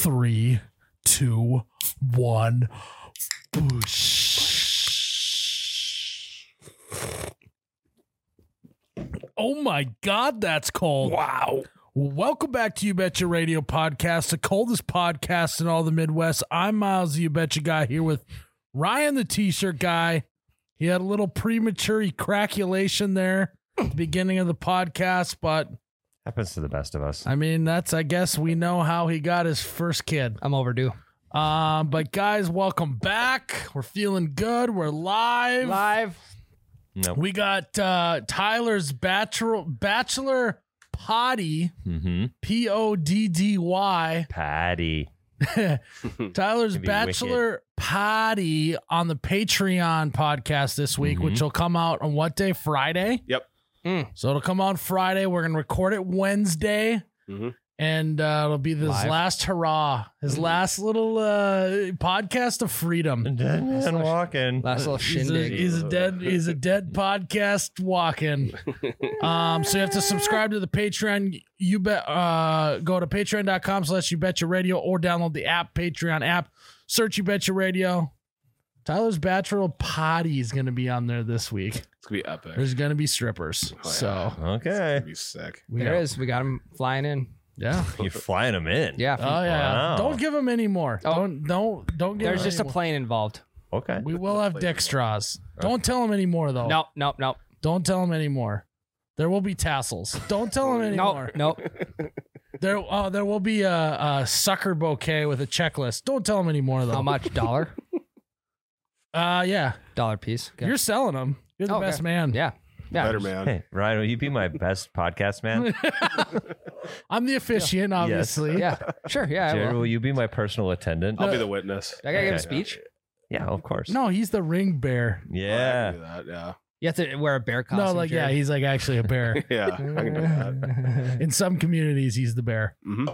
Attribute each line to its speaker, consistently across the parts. Speaker 1: three, two, one. Boosh. Oh my God, that's cold.
Speaker 2: Wow.
Speaker 1: Welcome back to You Betcha Radio Podcast, the coldest podcast in all the Midwest. I'm Miles, the You Betcha guy, here with Ryan, the t shirt guy. He had a little premature craculation there at the beginning of the podcast, but
Speaker 2: Happens to the best of us.
Speaker 1: I mean, that's, I guess, we know how he got his first kid.
Speaker 3: I'm overdue.
Speaker 1: Um, but guys, welcome back. We're feeling good. We're live.
Speaker 3: Live.
Speaker 2: No.
Speaker 1: We got uh Tyler's bachelor bachelor potty
Speaker 2: Mm-hmm.
Speaker 1: p o d d y
Speaker 2: Patty.
Speaker 1: Tyler's
Speaker 2: Could be
Speaker 1: bachelor potty on the Patreon podcast this week,
Speaker 2: Mhm.
Speaker 1: which will come out on what day? Friday.
Speaker 4: Yep.
Speaker 3: Mm.
Speaker 1: So it'll come out Friday. We're gonna record it Wednesday.
Speaker 4: Mhm.
Speaker 1: And uh, it'll be this
Speaker 3: Live.
Speaker 1: last hurrah, his last little uh, podcast of freedom.
Speaker 2: And man walking.
Speaker 3: Last little
Speaker 1: He's a,
Speaker 3: shindig.
Speaker 1: he's a dead he's a dead podcast walking. Um so you have to subscribe to the Patreon. You bet uh go to patreon.com slash you betcha radio or download the app, Patreon app, search you betcha radio. Tyler's Bachelor Potty is gonna be on there this week.
Speaker 4: It's gonna be epic.
Speaker 1: There's gonna be strippers.
Speaker 4: Oh, yeah.
Speaker 1: So
Speaker 4: It's
Speaker 2: Okay.
Speaker 4: gonna be sick.
Speaker 1: we
Speaker 3: There
Speaker 1: got-
Speaker 3: is. We got him flying in.
Speaker 1: Yeah.
Speaker 2: You're flying them in.
Speaker 3: Yeah.
Speaker 1: Oh yeah.
Speaker 2: Wow.
Speaker 1: Don't give them any more.
Speaker 3: Oh.
Speaker 1: Don't don't don't give
Speaker 3: There's
Speaker 1: them
Speaker 3: just a
Speaker 1: any more.
Speaker 3: plane involved.
Speaker 2: Okay.
Speaker 1: We will have dick straws. Don't tell them any more though.
Speaker 3: Nope. Nope. Nope.
Speaker 1: Don't tell them anymore. There will be tassels. Don't tell them anymore.
Speaker 3: Nope. Nope.
Speaker 1: There, oh, there will be a, a sucker bouquet with a checklist. Don't tell them anymore though.
Speaker 3: How much? Dollar.
Speaker 1: Uh, yeah,
Speaker 3: Dollar piece. Okay.
Speaker 1: you're selling them. You're the
Speaker 3: Oh, okay.
Speaker 1: best man.
Speaker 3: Yeah. Yeah.
Speaker 4: Better man.
Speaker 2: Hey, Ryan, will you be my best podcast man?
Speaker 1: I'm the officiant, obviously.
Speaker 3: Yeah. Sure. Yeah. I,
Speaker 2: Jared,
Speaker 3: will.
Speaker 2: will you be my personal attendant?
Speaker 4: I'll be the witness.
Speaker 3: I gotta give
Speaker 2: Okay.
Speaker 3: a speech.
Speaker 2: Yeah, of course.
Speaker 1: No, he's the ring bear.
Speaker 2: Yeah.
Speaker 4: Oh, I can do that.
Speaker 3: You have to wear a bear costume.
Speaker 1: no, like yeah,
Speaker 3: Jared.
Speaker 1: he's like actually a bear.
Speaker 4: Yeah. Yeah. I can do that.
Speaker 1: In some communities, he's the bear.
Speaker 4: hmm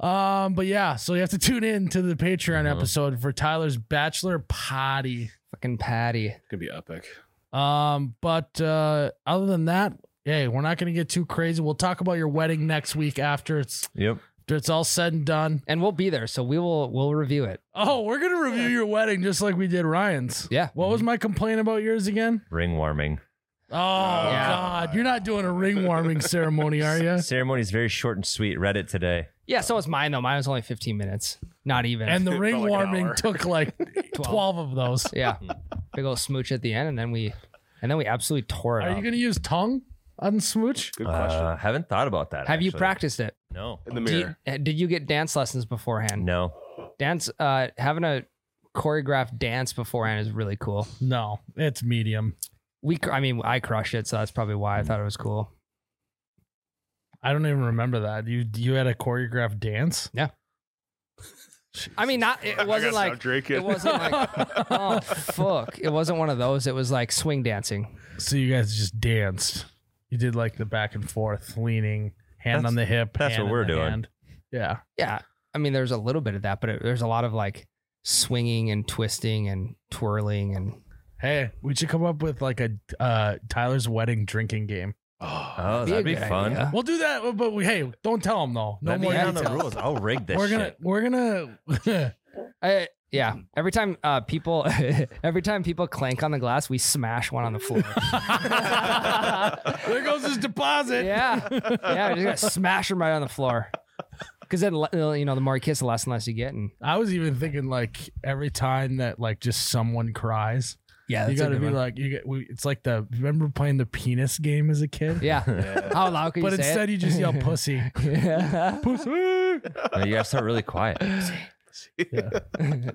Speaker 1: Um, but yeah, so you have to tune in to the Patreon
Speaker 3: Uh-huh.
Speaker 2: Mhm.
Speaker 1: episode for Tyler's bachelor potty.
Speaker 3: Fucking Patty.
Speaker 4: It's gonna be epic.
Speaker 1: Um, but uh, other than that, hey, we're not going to get too crazy. We'll talk about your wedding next week after it's
Speaker 2: Yep.
Speaker 1: after it's all said and done.
Speaker 3: And we'll be there, so we will we'll review it.
Speaker 1: Oh, we're gonna review your wedding just like we did Ryan's.
Speaker 3: Yeah.
Speaker 1: What was my complaint about yours again?
Speaker 2: Ring warming.
Speaker 1: Oh God, you're not doing a ring warming ceremony, are you?
Speaker 2: Ceremony is very short and sweet. Read it today.
Speaker 3: Yeah. So it's mine though. Mine was only 15 minutes. Not even.
Speaker 1: And the
Speaker 4: It
Speaker 1: ring
Speaker 4: felt like an
Speaker 1: warming
Speaker 4: hour.
Speaker 1: took like twelve of those.
Speaker 3: Yeah. Big old smooch at the end, and then we and then we absolutely tore it
Speaker 1: Are
Speaker 3: up.
Speaker 1: you gonna use tongue on smooch?
Speaker 4: Good question.
Speaker 2: Uh, haven't thought about that.
Speaker 3: Have you
Speaker 2: actually.
Speaker 3: practiced it?
Speaker 2: No.
Speaker 4: In the
Speaker 3: Do you-
Speaker 4: mirror.
Speaker 3: uh, did you get dance lessons beforehand?
Speaker 2: No.
Speaker 3: Dance, uh, having a choreographed dance beforehand is really cool.
Speaker 1: No, it's medium.
Speaker 3: We, cr- I mean, I crushed it, so that's probably why I thought it was cool.
Speaker 1: I don't even remember that. You you had a choreographed dance.
Speaker 3: I mean, not it
Speaker 4: I gotta
Speaker 3: wasn't
Speaker 4: stop
Speaker 3: like
Speaker 4: drinking.
Speaker 3: it wasn't like oh fuck, it wasn't one of those. It was like swing dancing.
Speaker 1: So you guys just danced. You did like the back and forth, leaning, hand
Speaker 2: That's-
Speaker 1: on the hip.
Speaker 2: that's
Speaker 1: hand
Speaker 2: what
Speaker 1: in
Speaker 2: we're
Speaker 1: the
Speaker 2: doing.
Speaker 1: hand. Yeah.
Speaker 3: Yeah, I mean, there's a little bit of that, but it, there's a lot of like swinging and twisting and twirling and
Speaker 1: Hey, we should come up with like a uh, Tyler's wedding drinking game.
Speaker 4: oh,
Speaker 2: Oh, that'd be
Speaker 3: a good
Speaker 2: fun.
Speaker 3: idea.
Speaker 1: We'll do that, but we, hey, don't tell them though. No
Speaker 2: Let me
Speaker 1: more.
Speaker 2: in on the
Speaker 1: details.
Speaker 2: rules. I'll rig this
Speaker 1: We're
Speaker 2: shit.
Speaker 1: gonna we're gonna
Speaker 3: I, yeah, every time uh, people, every time people clank on the glass, we smash one on the floor.
Speaker 1: there goes his deposit.
Speaker 3: Yeah, yeah, you just gotta smash them right on the floor. Because then, le- uh, you know, the more you kiss, the less and less you get. And
Speaker 1: I was even thinking like every time that like just someone cries,
Speaker 3: yeah,
Speaker 1: you gotta be like you get. We, it's like the remember playing the penis game as a kid,
Speaker 3: yeah.
Speaker 4: yeah.
Speaker 3: How loud can
Speaker 1: but
Speaker 3: you say
Speaker 1: instead
Speaker 3: it?
Speaker 1: you just yell pussy.
Speaker 3: yeah,
Speaker 1: pussy.
Speaker 2: No, you gotta start really quiet.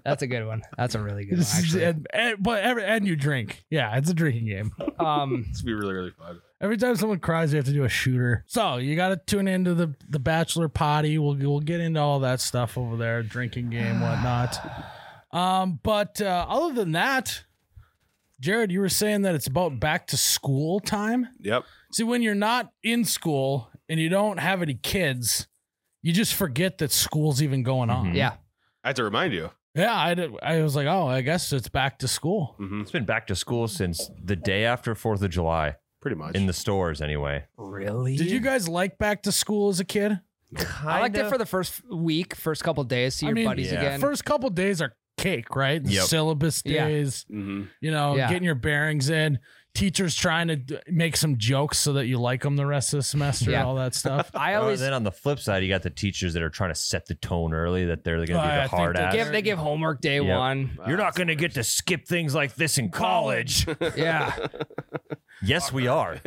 Speaker 3: that's a good one. That's a really good one. Actually.
Speaker 1: and, and, but every, and you drink. Yeah, it's a drinking game.
Speaker 3: Um,
Speaker 4: It's gonna be really really fun.
Speaker 1: Every time someone cries, you have to do a shooter. So you got to tune into the the Bachelor potty. We'll we'll get into all that stuff over there, drinking game, whatnot. Um, but uh, other than that, Jared, you were saying that it's about back to school time.
Speaker 4: Yep.
Speaker 1: See, when you're not in school and you don't have any kids, you just forget that school's even going on.
Speaker 2: Mhm.
Speaker 3: yeah,
Speaker 4: I have to remind you.
Speaker 1: yeah. I did, I was like, oh, I guess it's back to school.
Speaker 4: hmm
Speaker 2: It's been back to school since the day after Fourth of July
Speaker 4: Pretty much.
Speaker 2: in the stores, anyway.
Speaker 3: really.
Speaker 1: Did you guys like back to school as a kid?
Speaker 3: I liked
Speaker 2: Kinda.
Speaker 3: it for the first week, first couple days, see
Speaker 1: I
Speaker 3: your
Speaker 1: mean,
Speaker 3: buddies
Speaker 2: yeah.
Speaker 1: The
Speaker 3: again.
Speaker 1: first couple days are cake, right? The
Speaker 2: Yep.
Speaker 1: syllabus
Speaker 3: Yeah.
Speaker 1: days,
Speaker 4: hmm
Speaker 1: you know,
Speaker 3: Yeah.
Speaker 1: getting your bearings in, teachers trying to d- make some jokes so that you like them the rest of the semester,
Speaker 3: Yeah.
Speaker 1: all that stuff.
Speaker 3: I
Speaker 2: Oh,
Speaker 3: always
Speaker 2: and then on the flip side, you got the teachers that are trying to set the tone early that they're going to be
Speaker 1: Oh, I
Speaker 2: the
Speaker 1: think
Speaker 2: hard
Speaker 1: they
Speaker 2: ass.
Speaker 1: give-
Speaker 3: give they give homework day
Speaker 2: Yep.
Speaker 3: one.
Speaker 2: You're not going to get to skip things like this in college.
Speaker 3: Yeah,
Speaker 2: yes, we are.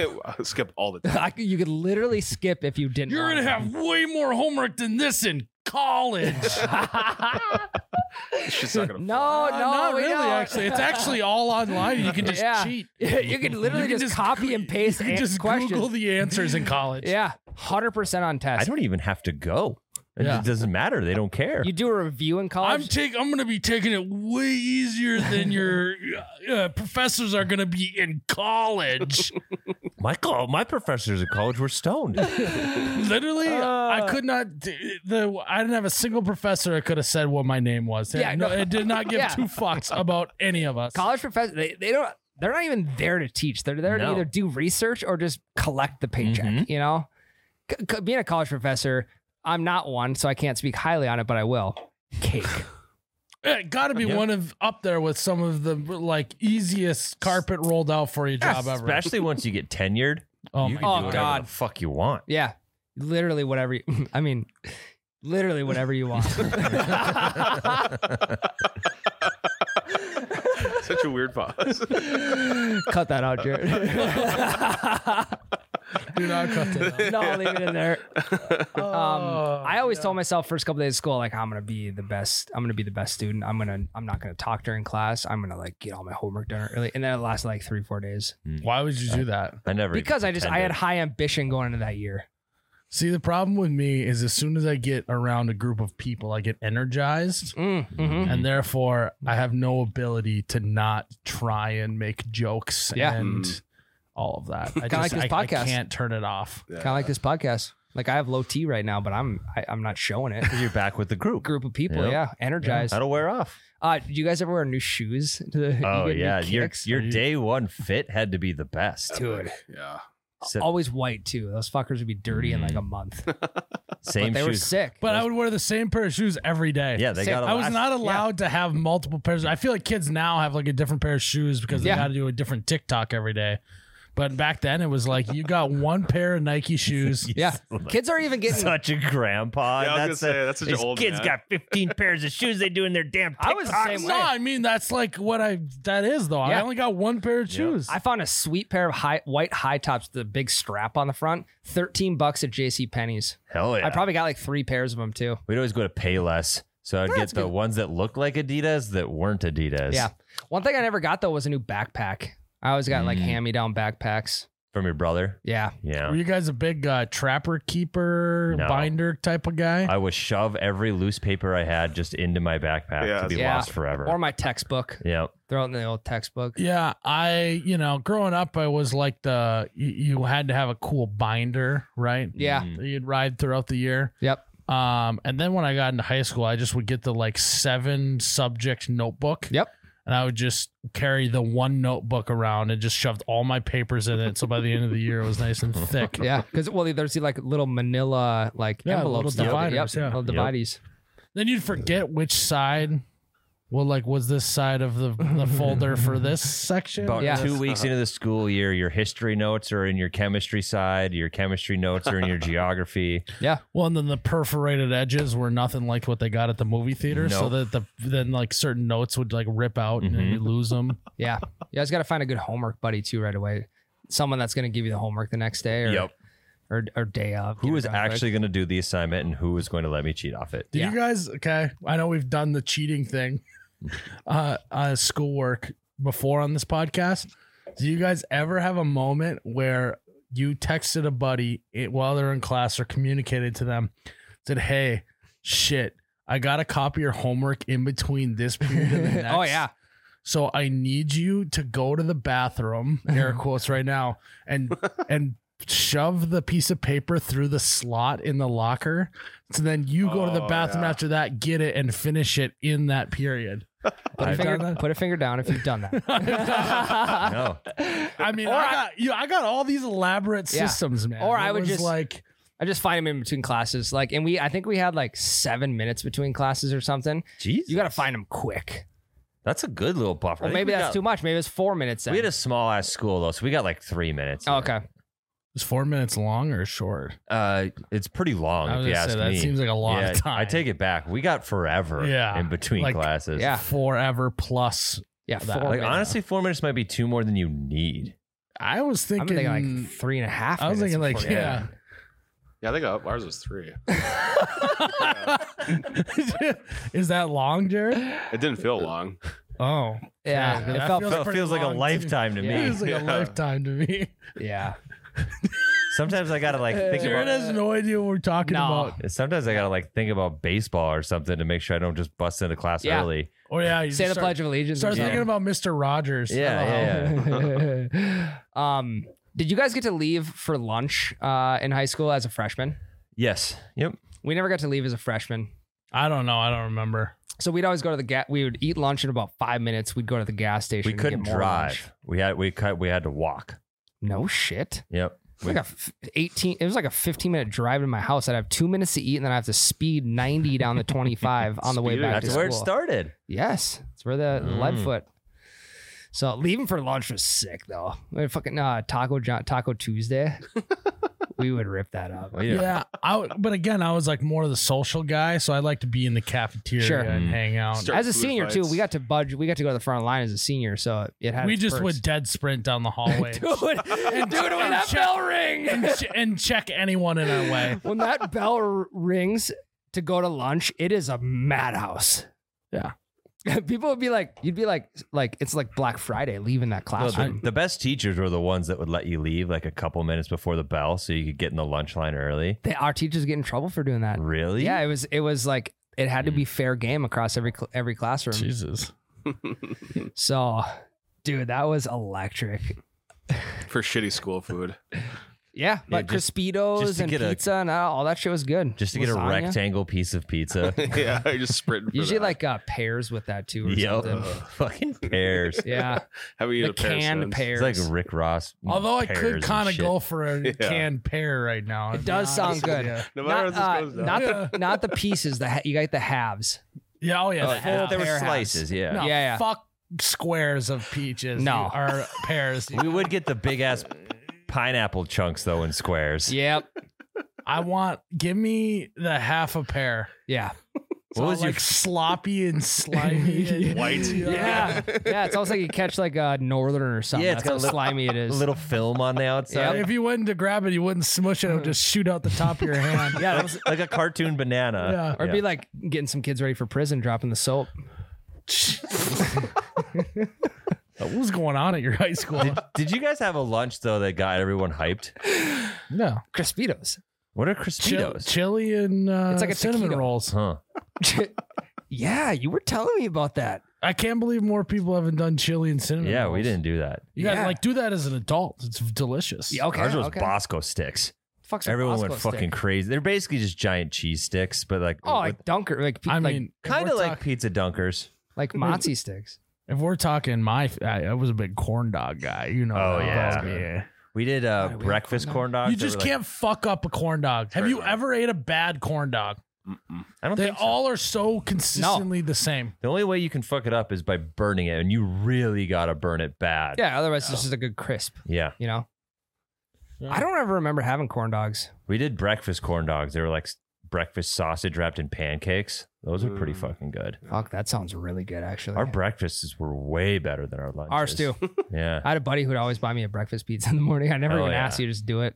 Speaker 4: skip all the time.
Speaker 3: I, could- you could literally skip if you didn't.
Speaker 1: You're
Speaker 3: want
Speaker 1: going to
Speaker 3: to.
Speaker 1: have way more homework than this in college.
Speaker 4: She's not gonna.
Speaker 3: No,
Speaker 1: Uh,
Speaker 3: no,
Speaker 1: not
Speaker 3: we
Speaker 1: really,
Speaker 3: don't.
Speaker 1: actually. It's actually all online. You can just
Speaker 3: Yeah.
Speaker 1: cheat.
Speaker 3: you could literally
Speaker 1: You can
Speaker 3: just, copy and paste
Speaker 1: You can
Speaker 3: an-
Speaker 1: just
Speaker 3: questions.
Speaker 1: Google the answers in college.
Speaker 3: yeah, hundred percent on
Speaker 2: I
Speaker 3: test.
Speaker 2: don't even have to go. It
Speaker 1: Yeah.
Speaker 2: doesn't matter. They don't care.
Speaker 3: You do a review in
Speaker 1: I'm
Speaker 3: college.
Speaker 1: take. I'm gonna be taking it way easier than your uh, professors are gonna be in college.
Speaker 2: my co- my professors at college were stoned.
Speaker 1: Literally,
Speaker 3: Uh.
Speaker 1: I could not. d- The I didn't have a single professor that could have said what my name was.
Speaker 3: Yeah,
Speaker 1: no,
Speaker 3: no.
Speaker 1: it did not give
Speaker 3: Yeah.
Speaker 1: two fucks about any of us.
Speaker 3: college professors, they, they don't. They're not even there to teach. They're there to
Speaker 2: No.
Speaker 3: either do research or just collect the paycheck.
Speaker 2: Mhm.
Speaker 3: You know, C- c- being a college professor, I'm not one, so I can't speak highly on it, but I will. Cake.
Speaker 1: It got to be
Speaker 2: Yeah.
Speaker 1: one of up there with some of the like easiest carpet rolled out for you job ever.
Speaker 2: Especially once you get tenured.
Speaker 1: oh
Speaker 2: you
Speaker 1: my
Speaker 2: can do
Speaker 3: God.
Speaker 2: whatever
Speaker 3: God.
Speaker 2: the fuck you want.
Speaker 3: Yeah. Literally whatever you, I mean, literally whatever you want.
Speaker 4: Such a weird pause.
Speaker 3: Cut that out, Jared.
Speaker 1: dude, I cut that out.
Speaker 3: no, leave it in there. Um,
Speaker 1: Oh,
Speaker 3: I always
Speaker 1: yeah.
Speaker 3: told myself first couple days of school, like I'm gonna be the best. I'm gonna be the best student. I'm gonna. I'm not gonna talk during class. I'm gonna like get all my homework done early. And then it lasted like three, four days
Speaker 1: Why would you do that?
Speaker 2: I never even
Speaker 3: because I just I had
Speaker 2: pretended.
Speaker 3: high ambition going into that year.
Speaker 1: See, the problem with me is as soon as I get around a group of people, I get energized.
Speaker 3: Mm, mhm.
Speaker 1: And therefore, I have no ability to not try and make jokes
Speaker 3: Yeah.
Speaker 1: and
Speaker 4: Mm.
Speaker 1: all of that. I
Speaker 3: Kinda like this
Speaker 1: I, I
Speaker 3: podcast.
Speaker 1: can't turn it off.
Speaker 4: Yeah.
Speaker 3: Kind of like this podcast. Like I have low T right now, but I'm I, I'm not showing it.
Speaker 2: You're back with the group.
Speaker 3: Group of people,
Speaker 2: Yep.
Speaker 3: yeah, energized.
Speaker 2: That'll wear off.
Speaker 3: Uh, do you guys ever wear new shoes? To the, you
Speaker 2: Oh
Speaker 3: get new
Speaker 2: yeah, your
Speaker 3: kicks?
Speaker 2: your
Speaker 1: Are you-
Speaker 2: day one fit had to be the best.
Speaker 3: dude.
Speaker 4: Yeah.
Speaker 2: Except
Speaker 3: Always white too. Those fuckers would be dirty in like a month. But
Speaker 2: Mm. same
Speaker 3: they were
Speaker 2: shoes.
Speaker 3: sick.
Speaker 1: But I would wear the same pair of shoes every day.
Speaker 2: Yeah, they
Speaker 3: sick.
Speaker 2: got.
Speaker 1: I was not
Speaker 3: yeah.
Speaker 1: allowed to have multiple pairs. I feel like kids now have like a different pair of shoes because they
Speaker 3: Yeah.
Speaker 1: got to do a different TikTok every day. But back then, it was like you got one pair of Nike shoes.
Speaker 3: yeah, kids are even getting.
Speaker 2: Such a grandpa.
Speaker 4: Yeah, I was
Speaker 2: and
Speaker 4: gonna
Speaker 2: that's
Speaker 4: say,
Speaker 2: a,
Speaker 4: that's such an
Speaker 2: these
Speaker 4: old
Speaker 2: kids
Speaker 4: man.
Speaker 2: got 15 pairs of shoes they do in their damn.
Speaker 3: I was the same
Speaker 1: No,
Speaker 3: way.
Speaker 1: I mean that's like what I that is though. I
Speaker 3: Yeah.
Speaker 1: only got one pair of
Speaker 2: Yeah.
Speaker 1: shoes.
Speaker 3: I found a sweet pair of high white high tops with a big strap on the front. Thirteen bucks at J.C. Penney's.
Speaker 2: Hell yeah.
Speaker 3: I probably got like three pairs of them too.
Speaker 2: We'd always go to Payless, so I'd get
Speaker 3: That's
Speaker 2: the
Speaker 3: good.
Speaker 2: ones that looked like Adidas that weren't Adidas.
Speaker 3: Yeah. One thing I never got though was a new backpack. I always got like
Speaker 2: Mm.
Speaker 3: hand me down backpacks.
Speaker 2: From your brother.
Speaker 3: Yeah,
Speaker 2: Yeah.
Speaker 1: Were you guys a big uh, trapper keeper
Speaker 2: No.
Speaker 1: binder type of guy?
Speaker 2: I would shove every loose paper I had just into my backpack
Speaker 4: Yeah,
Speaker 2: to be
Speaker 3: Yeah.
Speaker 2: lost forever.
Speaker 3: or my textbook.
Speaker 2: yeah.
Speaker 3: Throw it in the old textbook.
Speaker 1: yeah, I you know growing up I was like the you, you had to have a cool binder right
Speaker 3: Yeah.
Speaker 2: Mm.
Speaker 1: that you'd ride throughout the year.
Speaker 3: Yep.
Speaker 1: Um, and then when I got into high school, I just would get the like seven subject notebook.
Speaker 3: Yep.
Speaker 1: And I would just carry the one notebook around and just shoved all my papers in it. So by the end of the year, it was nice and thick.
Speaker 3: Yeah, because well, there's the, like little Manila like
Speaker 1: Yeah,
Speaker 3: envelopes,
Speaker 1: little
Speaker 3: now that-
Speaker 1: dividers, yeah.
Speaker 3: yep, little
Speaker 2: Yep.
Speaker 3: divides.
Speaker 1: Then you'd forget which side. Well, like, was this side of the, the folder for this section?
Speaker 2: About
Speaker 3: Yeah.
Speaker 2: two weeks into the school year, your history notes are in your chemistry side, your chemistry notes are in your geography.
Speaker 3: Yeah,
Speaker 1: Well, and then the perforated edges were nothing like what they got at the movie theater, so that the then like certain notes would like rip out and then
Speaker 3: Mm-hmm.
Speaker 2: Mhm.
Speaker 1: you lose them.
Speaker 3: yeah. You guys got to find a good homework buddy too right away. Someone that's going to give you the homework the next day or
Speaker 2: Yep.
Speaker 3: or, or day of.
Speaker 2: Who
Speaker 3: Get it
Speaker 2: is
Speaker 3: done quick.
Speaker 2: actually going to do the assignment and who is going to let me cheat off it?
Speaker 1: Did
Speaker 3: Yeah.
Speaker 1: you guys? Okay, I know we've done the cheating thing, uh, uh, schoolwork before on this podcast. Do you guys ever have a moment where you texted a buddy it, while they're in class or communicated to them, said, "Hey, shit, I got to copy your homework in between this period and the next."
Speaker 3: Oh yeah,
Speaker 1: So I need you to go to the bathroom, air quotes right now, and and shove the piece of paper through the slot in the locker. So then you go to the
Speaker 4: Oh,
Speaker 1: bathroom
Speaker 4: yeah.
Speaker 1: after that, get it, and finish it in that period.
Speaker 3: put a,
Speaker 1: I've done
Speaker 3: finger,
Speaker 1: that.
Speaker 3: put a finger down if you've done that.
Speaker 2: No.
Speaker 1: I mean,
Speaker 3: Or
Speaker 1: I
Speaker 3: I-
Speaker 1: got you. I got all these elaborate
Speaker 3: Yeah.
Speaker 1: systems, man.
Speaker 3: Or
Speaker 1: It
Speaker 3: I would
Speaker 1: was
Speaker 3: just-
Speaker 1: like
Speaker 3: I just find him in between classes. Like, and we, I think we had like seven minutes between classes or something.
Speaker 2: Jesus.
Speaker 3: You got to find him quick.
Speaker 2: That's a good little buffer. I
Speaker 3: Or
Speaker 2: think
Speaker 3: maybe
Speaker 2: we
Speaker 3: that's
Speaker 2: got-
Speaker 3: too much. Maybe it's four minutes. Then.
Speaker 2: We had a small ass school though, so we got like three minutes.
Speaker 3: oh, okay.
Speaker 1: Is four minutes long or short?
Speaker 2: Uh, it's pretty long
Speaker 1: I was
Speaker 2: if you
Speaker 1: gonna
Speaker 2: ask
Speaker 1: say, that
Speaker 2: me.
Speaker 1: seems like a long
Speaker 2: Yeah,
Speaker 1: time.
Speaker 2: I take it back. We got forever.
Speaker 1: Yeah,
Speaker 2: In between
Speaker 1: like-
Speaker 2: classes.
Speaker 3: Yeah.
Speaker 1: forever plus.
Speaker 3: Yeah.
Speaker 1: That-
Speaker 3: Four
Speaker 1: like,
Speaker 2: Like
Speaker 3: minutes.
Speaker 2: honestly, four minutes might be two more than you need.
Speaker 1: I was
Speaker 3: I'm
Speaker 1: thinking,
Speaker 3: thinking like three and a half.
Speaker 1: I was
Speaker 3: minutes
Speaker 1: thinking like
Speaker 3: before-
Speaker 1: yeah.
Speaker 4: Yeah, I think uh, ours was three.
Speaker 1: Is that long, Jared?
Speaker 4: It didn't feel long.
Speaker 3: Oh. Yeah.
Speaker 1: Yeah, that
Speaker 3: it felt,
Speaker 2: It
Speaker 1: feels-
Speaker 2: feels,
Speaker 1: pretty
Speaker 2: like a
Speaker 1: long, too.
Speaker 2: lifetime to
Speaker 1: It
Speaker 2: me.
Speaker 1: was like a
Speaker 4: Yeah.
Speaker 1: lifetime to me.
Speaker 3: yeah.
Speaker 2: Sometimes I gotta like think
Speaker 1: Jared
Speaker 2: about.
Speaker 1: has no idea what we're talking
Speaker 3: No.
Speaker 1: about.
Speaker 2: Sometimes I gotta like think about baseball or something to make sure I don't just bust into class
Speaker 3: Yeah.
Speaker 2: early.
Speaker 1: Oh yeah, you
Speaker 3: Say the
Speaker 1: start,
Speaker 3: Pledge of Allegiance.
Speaker 1: Start
Speaker 3: or something.
Speaker 1: thinking about Mister Rogers. Oh.
Speaker 2: Yeah, yeah, yeah.
Speaker 3: um, did you guys get to leave for lunch uh, in high school as a freshman?
Speaker 2: Yes. Yep.
Speaker 3: We never got to leave as a freshman.
Speaker 1: I don't know. I don't remember.
Speaker 3: So we'd always go to the gas. We would eat lunch in about five minutes. We'd go to the gas station.
Speaker 2: We
Speaker 3: and
Speaker 2: couldn't
Speaker 3: get more lunch.
Speaker 2: drive. We had we cut. We had to walk.
Speaker 3: No shit.
Speaker 2: Yep.
Speaker 3: It was like a f- eighteen. It was like a fifteen minute drive to my house. I'd have two minutes to eat, and then I have to speed ninety down the twenty five on the way
Speaker 4: Speed it.
Speaker 3: back
Speaker 2: That's
Speaker 3: to
Speaker 2: where it
Speaker 3: school.
Speaker 2: started.
Speaker 3: Yes, it's where the
Speaker 2: Mm.
Speaker 3: Leadfoot. So leaving for lunch was sick though. We had fucking uh, Taco John, Taco Tuesday. we would rip that up.
Speaker 2: Well,
Speaker 1: Yeah,
Speaker 2: yeah.
Speaker 1: I w- but again, I was like more of the social guy, so I like to be in the cafeteria
Speaker 3: Sure.
Speaker 1: and hang out.
Speaker 4: Start
Speaker 3: As a
Speaker 4: food
Speaker 3: senior too,
Speaker 4: fights.
Speaker 3: we got to budge. We got to go to the front line as a senior, so it had.
Speaker 1: we
Speaker 3: its
Speaker 1: just
Speaker 3: perks.
Speaker 1: would dead sprint down the hallway
Speaker 3: dude. and dude, when
Speaker 1: and
Speaker 3: that
Speaker 1: check-
Speaker 3: bell ring,
Speaker 1: and, ch- and check anyone in our way.
Speaker 3: when that bell r- rings to go to lunch, it is a madhouse.
Speaker 1: Yeah.
Speaker 3: People would be like, you'd be like, like it's like Black Friday leaving that
Speaker 2: No,
Speaker 3: classroom.
Speaker 2: the, the best teachers were the ones that would let you leave like a couple minutes before the bell, so you could get in the lunch line early.
Speaker 3: They- our teachers get in trouble for doing that.
Speaker 2: Really? Mm.
Speaker 3: Yeah, it was it was like it had to be fair game across every cl- every classroom.
Speaker 1: Jesus.
Speaker 3: So, dude, that was electric.
Speaker 4: for shitty school food.
Speaker 3: Yeah, like
Speaker 2: just-
Speaker 3: Crispitos
Speaker 2: just to
Speaker 3: and
Speaker 2: get a-
Speaker 3: pizza and all, all that shit was good.
Speaker 2: Just to get
Speaker 3: Lasagna.
Speaker 2: a rectangle piece of pizza.
Speaker 4: yeah, I just sprinting. For
Speaker 3: Usually
Speaker 4: that.
Speaker 3: like uh, pears with that too. Or
Speaker 2: yep.
Speaker 3: something.
Speaker 2: Fucking pears.
Speaker 3: Yeah,
Speaker 4: having
Speaker 3: the
Speaker 4: a pair
Speaker 3: canned
Speaker 4: of
Speaker 3: pears.
Speaker 2: It's like Rick Ross.
Speaker 1: Although I
Speaker 2: pears
Speaker 1: could
Speaker 2: and
Speaker 1: kind of
Speaker 2: shit.
Speaker 1: go for a
Speaker 4: Yeah.
Speaker 1: canned pear right now.
Speaker 3: It does
Speaker 1: Yeah.
Speaker 3: sound good.
Speaker 4: No matter
Speaker 3: Not,
Speaker 4: what this
Speaker 3: uh,
Speaker 4: goes down.
Speaker 3: not the not the pieces. The ha- you got the halves.
Speaker 1: Yeah, oh yeah.
Speaker 2: Oh,
Speaker 1: full
Speaker 2: there
Speaker 1: pear halves.
Speaker 2: were slices, yeah.
Speaker 1: No,
Speaker 3: Yeah, yeah.
Speaker 1: Fuck squares of peaches.
Speaker 3: No.
Speaker 1: you- Or pears.
Speaker 2: We would get the big ass pineapple chunks though in squares.
Speaker 3: Yep.
Speaker 1: I want give me the half a pear.
Speaker 3: Yeah.
Speaker 1: what
Speaker 2: was
Speaker 1: was
Speaker 2: your-
Speaker 1: like slimy and slimy and
Speaker 4: White.
Speaker 1: Yeah.
Speaker 3: Yeah. Yeah. It's almost like you catch like a northern or something.
Speaker 2: Yeah,
Speaker 3: Yeah,
Speaker 2: it's
Speaker 3: it's
Speaker 2: got a
Speaker 3: That's how
Speaker 2: little-
Speaker 3: slimy it
Speaker 2: A
Speaker 3: is.
Speaker 2: little film on the outside.
Speaker 1: If you went to grab it, you wouldn't smush it. It would just shoot out the top of your hand.
Speaker 3: Yeah. That was,
Speaker 2: Like a cartoon banana.
Speaker 3: or it'd be like getting some kids ready for prison, dropping the soap.
Speaker 1: What was going on at your high school?
Speaker 2: Did you guys have a lunch though that got everyone hyped?
Speaker 1: no.
Speaker 3: Crispitos.
Speaker 2: What are
Speaker 1: Chili,
Speaker 2: Crispitos?
Speaker 1: chili and uh,
Speaker 3: It's like a
Speaker 1: cinnamon
Speaker 3: taquito.
Speaker 1: rolls.
Speaker 2: Huh.
Speaker 3: yeah, you were telling me about that.
Speaker 1: I can't believe more people haven't done chili and cinnamon.
Speaker 2: Yeah, we
Speaker 1: rolls.
Speaker 2: didn't do that.
Speaker 1: You gotta
Speaker 3: Yeah.
Speaker 1: like do that as an adult. It's delicious.
Speaker 3: Yeah, okay.
Speaker 2: Ours was
Speaker 3: okay.
Speaker 2: Bosco sticks.
Speaker 3: Fuck's a
Speaker 2: Everyone
Speaker 3: Bosco
Speaker 2: went
Speaker 3: stick?
Speaker 2: fucking crazy. They're basically just giant cheese sticks, but like,
Speaker 3: Oh, like dunker, like pe-
Speaker 1: I
Speaker 3: like,
Speaker 1: mean, if
Speaker 2: kind of
Speaker 1: we're
Speaker 2: like
Speaker 1: talk-
Speaker 2: pizza dunkers.
Speaker 3: like matzi sticks.
Speaker 1: if we're talking my, I, I was a big corn dog guy. You know.
Speaker 2: Oh,
Speaker 1: that
Speaker 2: yeah.
Speaker 1: about me.
Speaker 2: We did uh,
Speaker 3: God, we had
Speaker 2: breakfast
Speaker 3: corn
Speaker 2: corn dogs.
Speaker 1: You
Speaker 2: that
Speaker 1: just
Speaker 2: were, like-
Speaker 1: can't fuck up a corn dog. Have
Speaker 4: Fair
Speaker 1: you
Speaker 4: enough.
Speaker 1: ever ate a bad corn dog?
Speaker 4: Mm-mm.
Speaker 2: I don't
Speaker 1: They
Speaker 2: think so.
Speaker 1: all are so consistently the same.
Speaker 2: The only way you can fuck it up is by burning it, and you really gotta burn it bad.
Speaker 3: Yeah, otherwise it's just a good crisp.
Speaker 2: Yeah.
Speaker 3: You know, I don't ever remember having corn dogs.
Speaker 2: We did breakfast corn dogs. They were like s- breakfast sausage wrapped in pancakes. Those were pretty
Speaker 4: Mm.
Speaker 2: fucking good.
Speaker 3: Fuck, that sounds really good actually.
Speaker 2: Our breakfasts were way better than our lunches.
Speaker 3: Ours too.
Speaker 2: Yeah.
Speaker 3: I had a buddy who'd always buy me a breakfast pizza in the morning. I never
Speaker 2: Hell
Speaker 3: even
Speaker 2: Oh, yeah.
Speaker 3: asked you, just do it.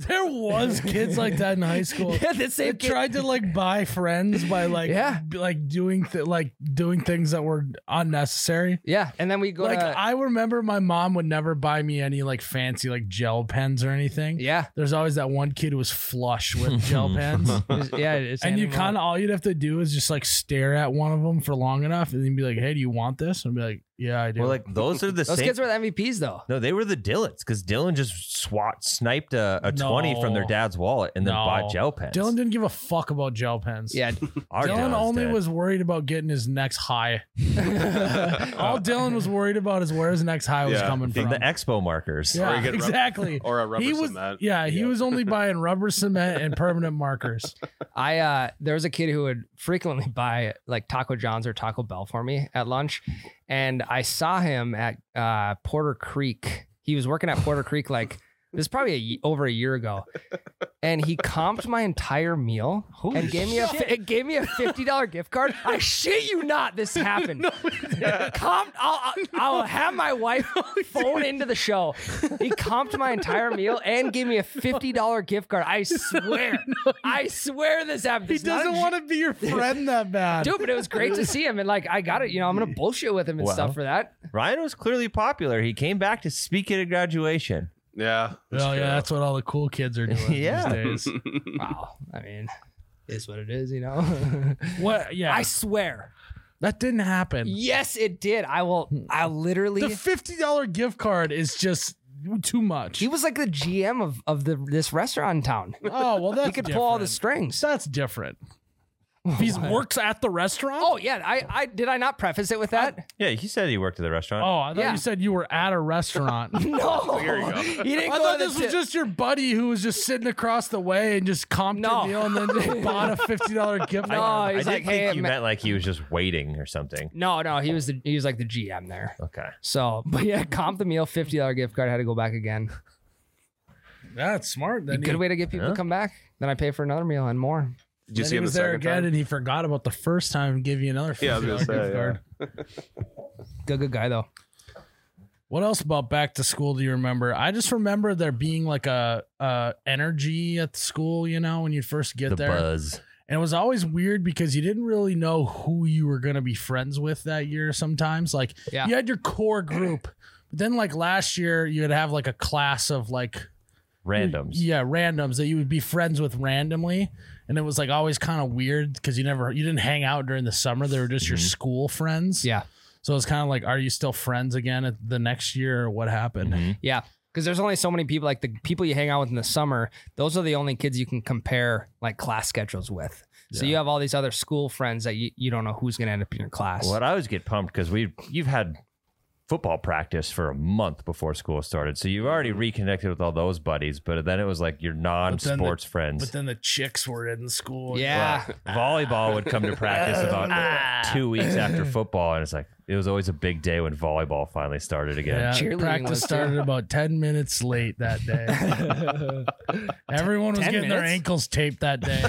Speaker 1: There was kids like that in high school.
Speaker 3: yeah, the
Speaker 1: They
Speaker 3: same kid.
Speaker 1: tried to like buy friends by like
Speaker 3: Yeah.
Speaker 1: b- like doing th- like doing things that were unnecessary.
Speaker 3: Yeah, and then we go
Speaker 1: Like
Speaker 3: to
Speaker 1: I remember my mom would never buy me any like fancy like gel pens or anything.
Speaker 3: yeah,
Speaker 1: There's always that one kid who was flush with gel pens.
Speaker 3: Just- yeah. It's
Speaker 1: And you
Speaker 3: handing them
Speaker 1: kind of all you'd have to do is just like stare at one of them for long enough, and then be like, "Hey, do you want this?" And I'd be like, Yeah, I do.
Speaker 2: Well, like those are the
Speaker 3: Those
Speaker 2: same.
Speaker 3: kids were the MVPs though.
Speaker 2: no, they were the Dillons because Dylan just swat sniped a, a twenty from their
Speaker 1: No.
Speaker 2: dad's wallet and then
Speaker 1: No.
Speaker 2: bought gel pens.
Speaker 1: Dylan didn't give a fuck about gel pens.
Speaker 3: Yeah.
Speaker 2: Our
Speaker 1: Dylan
Speaker 2: Dylan's
Speaker 1: only
Speaker 2: dad.
Speaker 1: was worried about getting his next high. All Dylan was worried about is where his next high was
Speaker 4: Yeah.
Speaker 1: coming
Speaker 2: the,
Speaker 1: from.
Speaker 2: the expo markers.
Speaker 1: yeah,
Speaker 4: Or you get rub-
Speaker 1: exactly.
Speaker 4: or a rubber
Speaker 1: he was,
Speaker 4: cement.
Speaker 1: yeah, he
Speaker 4: Yeah.
Speaker 1: was only buying rubber cement and permanent markers.
Speaker 3: I uh there was a kid who would frequently buy like Taco John's or Taco Bell for me at lunch. And I saw him at uh Porter Creek. He was working at Porter Creek like this is probably a, ye- over a year ago. And he comped my entire meal and gave me a fi- it gave me a $50 gift card. I shit you not this happened. comped I'll, I'll I'll have my wife phone into the show. He comped my entire meal and gave me a $50 gift card. I swear. I swear this happened.
Speaker 1: He
Speaker 3: It's not a
Speaker 1: doesn't
Speaker 3: j-
Speaker 1: want to be your friend that bad.
Speaker 3: dude. But it was great to see him, and like I got it. You know, I'm gonna bullshit with him and
Speaker 2: Wow.
Speaker 3: stuff for that.
Speaker 2: Ryan was clearly popular. He came back to speak at a graduation.
Speaker 4: Yeah.
Speaker 1: Well, Oh, yeah, that's what all the cool kids are doing
Speaker 2: Yeah.
Speaker 1: these days.
Speaker 3: Wow, I mean, is what it is, you know.
Speaker 1: What? Yeah,
Speaker 3: I swear,
Speaker 1: that didn't happen.
Speaker 3: yes, it did. I will. I literally.
Speaker 1: The fifty dollar gift card is just too much.
Speaker 3: he was like the GM of of the this restaurant in town.
Speaker 1: oh well, that's
Speaker 3: He could pull all the
Speaker 1: different.
Speaker 3: strings.
Speaker 1: That's different. If he
Speaker 3: What?
Speaker 1: works at the restaurant.
Speaker 3: Oh yeah, I I did I not preface it with that?
Speaker 2: Yeah, he said he worked at the restaurant.
Speaker 1: Oh, I thought
Speaker 3: Yeah.
Speaker 1: you said you were at a restaurant.
Speaker 3: no,
Speaker 4: There you go.
Speaker 3: he
Speaker 1: I
Speaker 3: didn't go
Speaker 1: thought
Speaker 3: to the
Speaker 1: this was
Speaker 3: ti-
Speaker 1: just your buddy who was just sitting across the way and just comped
Speaker 3: No.
Speaker 1: your meal and then just bought a fifty dollar gift
Speaker 3: No,
Speaker 1: card.
Speaker 2: I
Speaker 3: he's
Speaker 2: didn't
Speaker 3: like,
Speaker 2: think
Speaker 3: hey,
Speaker 2: you
Speaker 3: ma-
Speaker 2: meant like he was just waiting or something.
Speaker 3: no, no. He was the he was like the GM there.
Speaker 2: Okay.
Speaker 3: So, but yeah, comp the meal, fifty dollar gift card. Had to go back again.
Speaker 1: That's smart. Then
Speaker 3: good way to get people
Speaker 2: Yeah.
Speaker 3: to come back. Then I pay for another meal and more.
Speaker 4: Did
Speaker 1: then
Speaker 4: you see
Speaker 1: he
Speaker 4: him the
Speaker 1: was there
Speaker 4: second
Speaker 1: again
Speaker 4: time?
Speaker 1: and he forgot about the first time and gave you another fifty
Speaker 4: Yeah, I
Speaker 1: dollar
Speaker 4: was gonna
Speaker 1: gift
Speaker 4: say, yeah.
Speaker 1: card.
Speaker 3: Good, good guy though.
Speaker 1: What else about back to school do you remember? I just remember there being like a uh energy at school, you know, when you first get
Speaker 2: the
Speaker 1: there.
Speaker 2: buzz.
Speaker 1: And it was always weird because you didn't really know who you were going to be friends with that year sometimes. Like,
Speaker 3: Yeah.
Speaker 1: you had your core group. But then, like last year, you would have like a class of like,
Speaker 2: Randoms.
Speaker 1: yeah, randoms that you would be friends with randomly. And it was like always kind of weird because you never, you didn't hang out during the summer. They were just your
Speaker 2: Mhm.
Speaker 1: school friends.
Speaker 3: Mm-hmm. Yeah,
Speaker 1: So it's kind of like, are you still friends again at the next year or what happened?
Speaker 2: Mhm.
Speaker 3: yeah. Because there's only so many people. Like the people you hang out with in the summer, those are the only kids you can compare like class schedules with. So
Speaker 1: Yeah.
Speaker 3: you have all these other school friends that you, you don't know who's gonna end up in your class.
Speaker 2: Well, I always get pumped because we you've had football practice for a month before school started, so you've already reconnected with all those buddies. But then it was like your non-sports friends.
Speaker 1: But then the chicks were in school.
Speaker 3: Yeah,
Speaker 2: volleyball would come to practice about two weeks after football, and it's like it was always a big day when volleyball finally started again.
Speaker 1: Yeah,
Speaker 3: Cheerleading
Speaker 1: practice
Speaker 3: was too.
Speaker 1: started about 10 minutes late that day. Everyone was
Speaker 3: 10
Speaker 1: getting their
Speaker 3: minutes?
Speaker 1: ankles taped that day.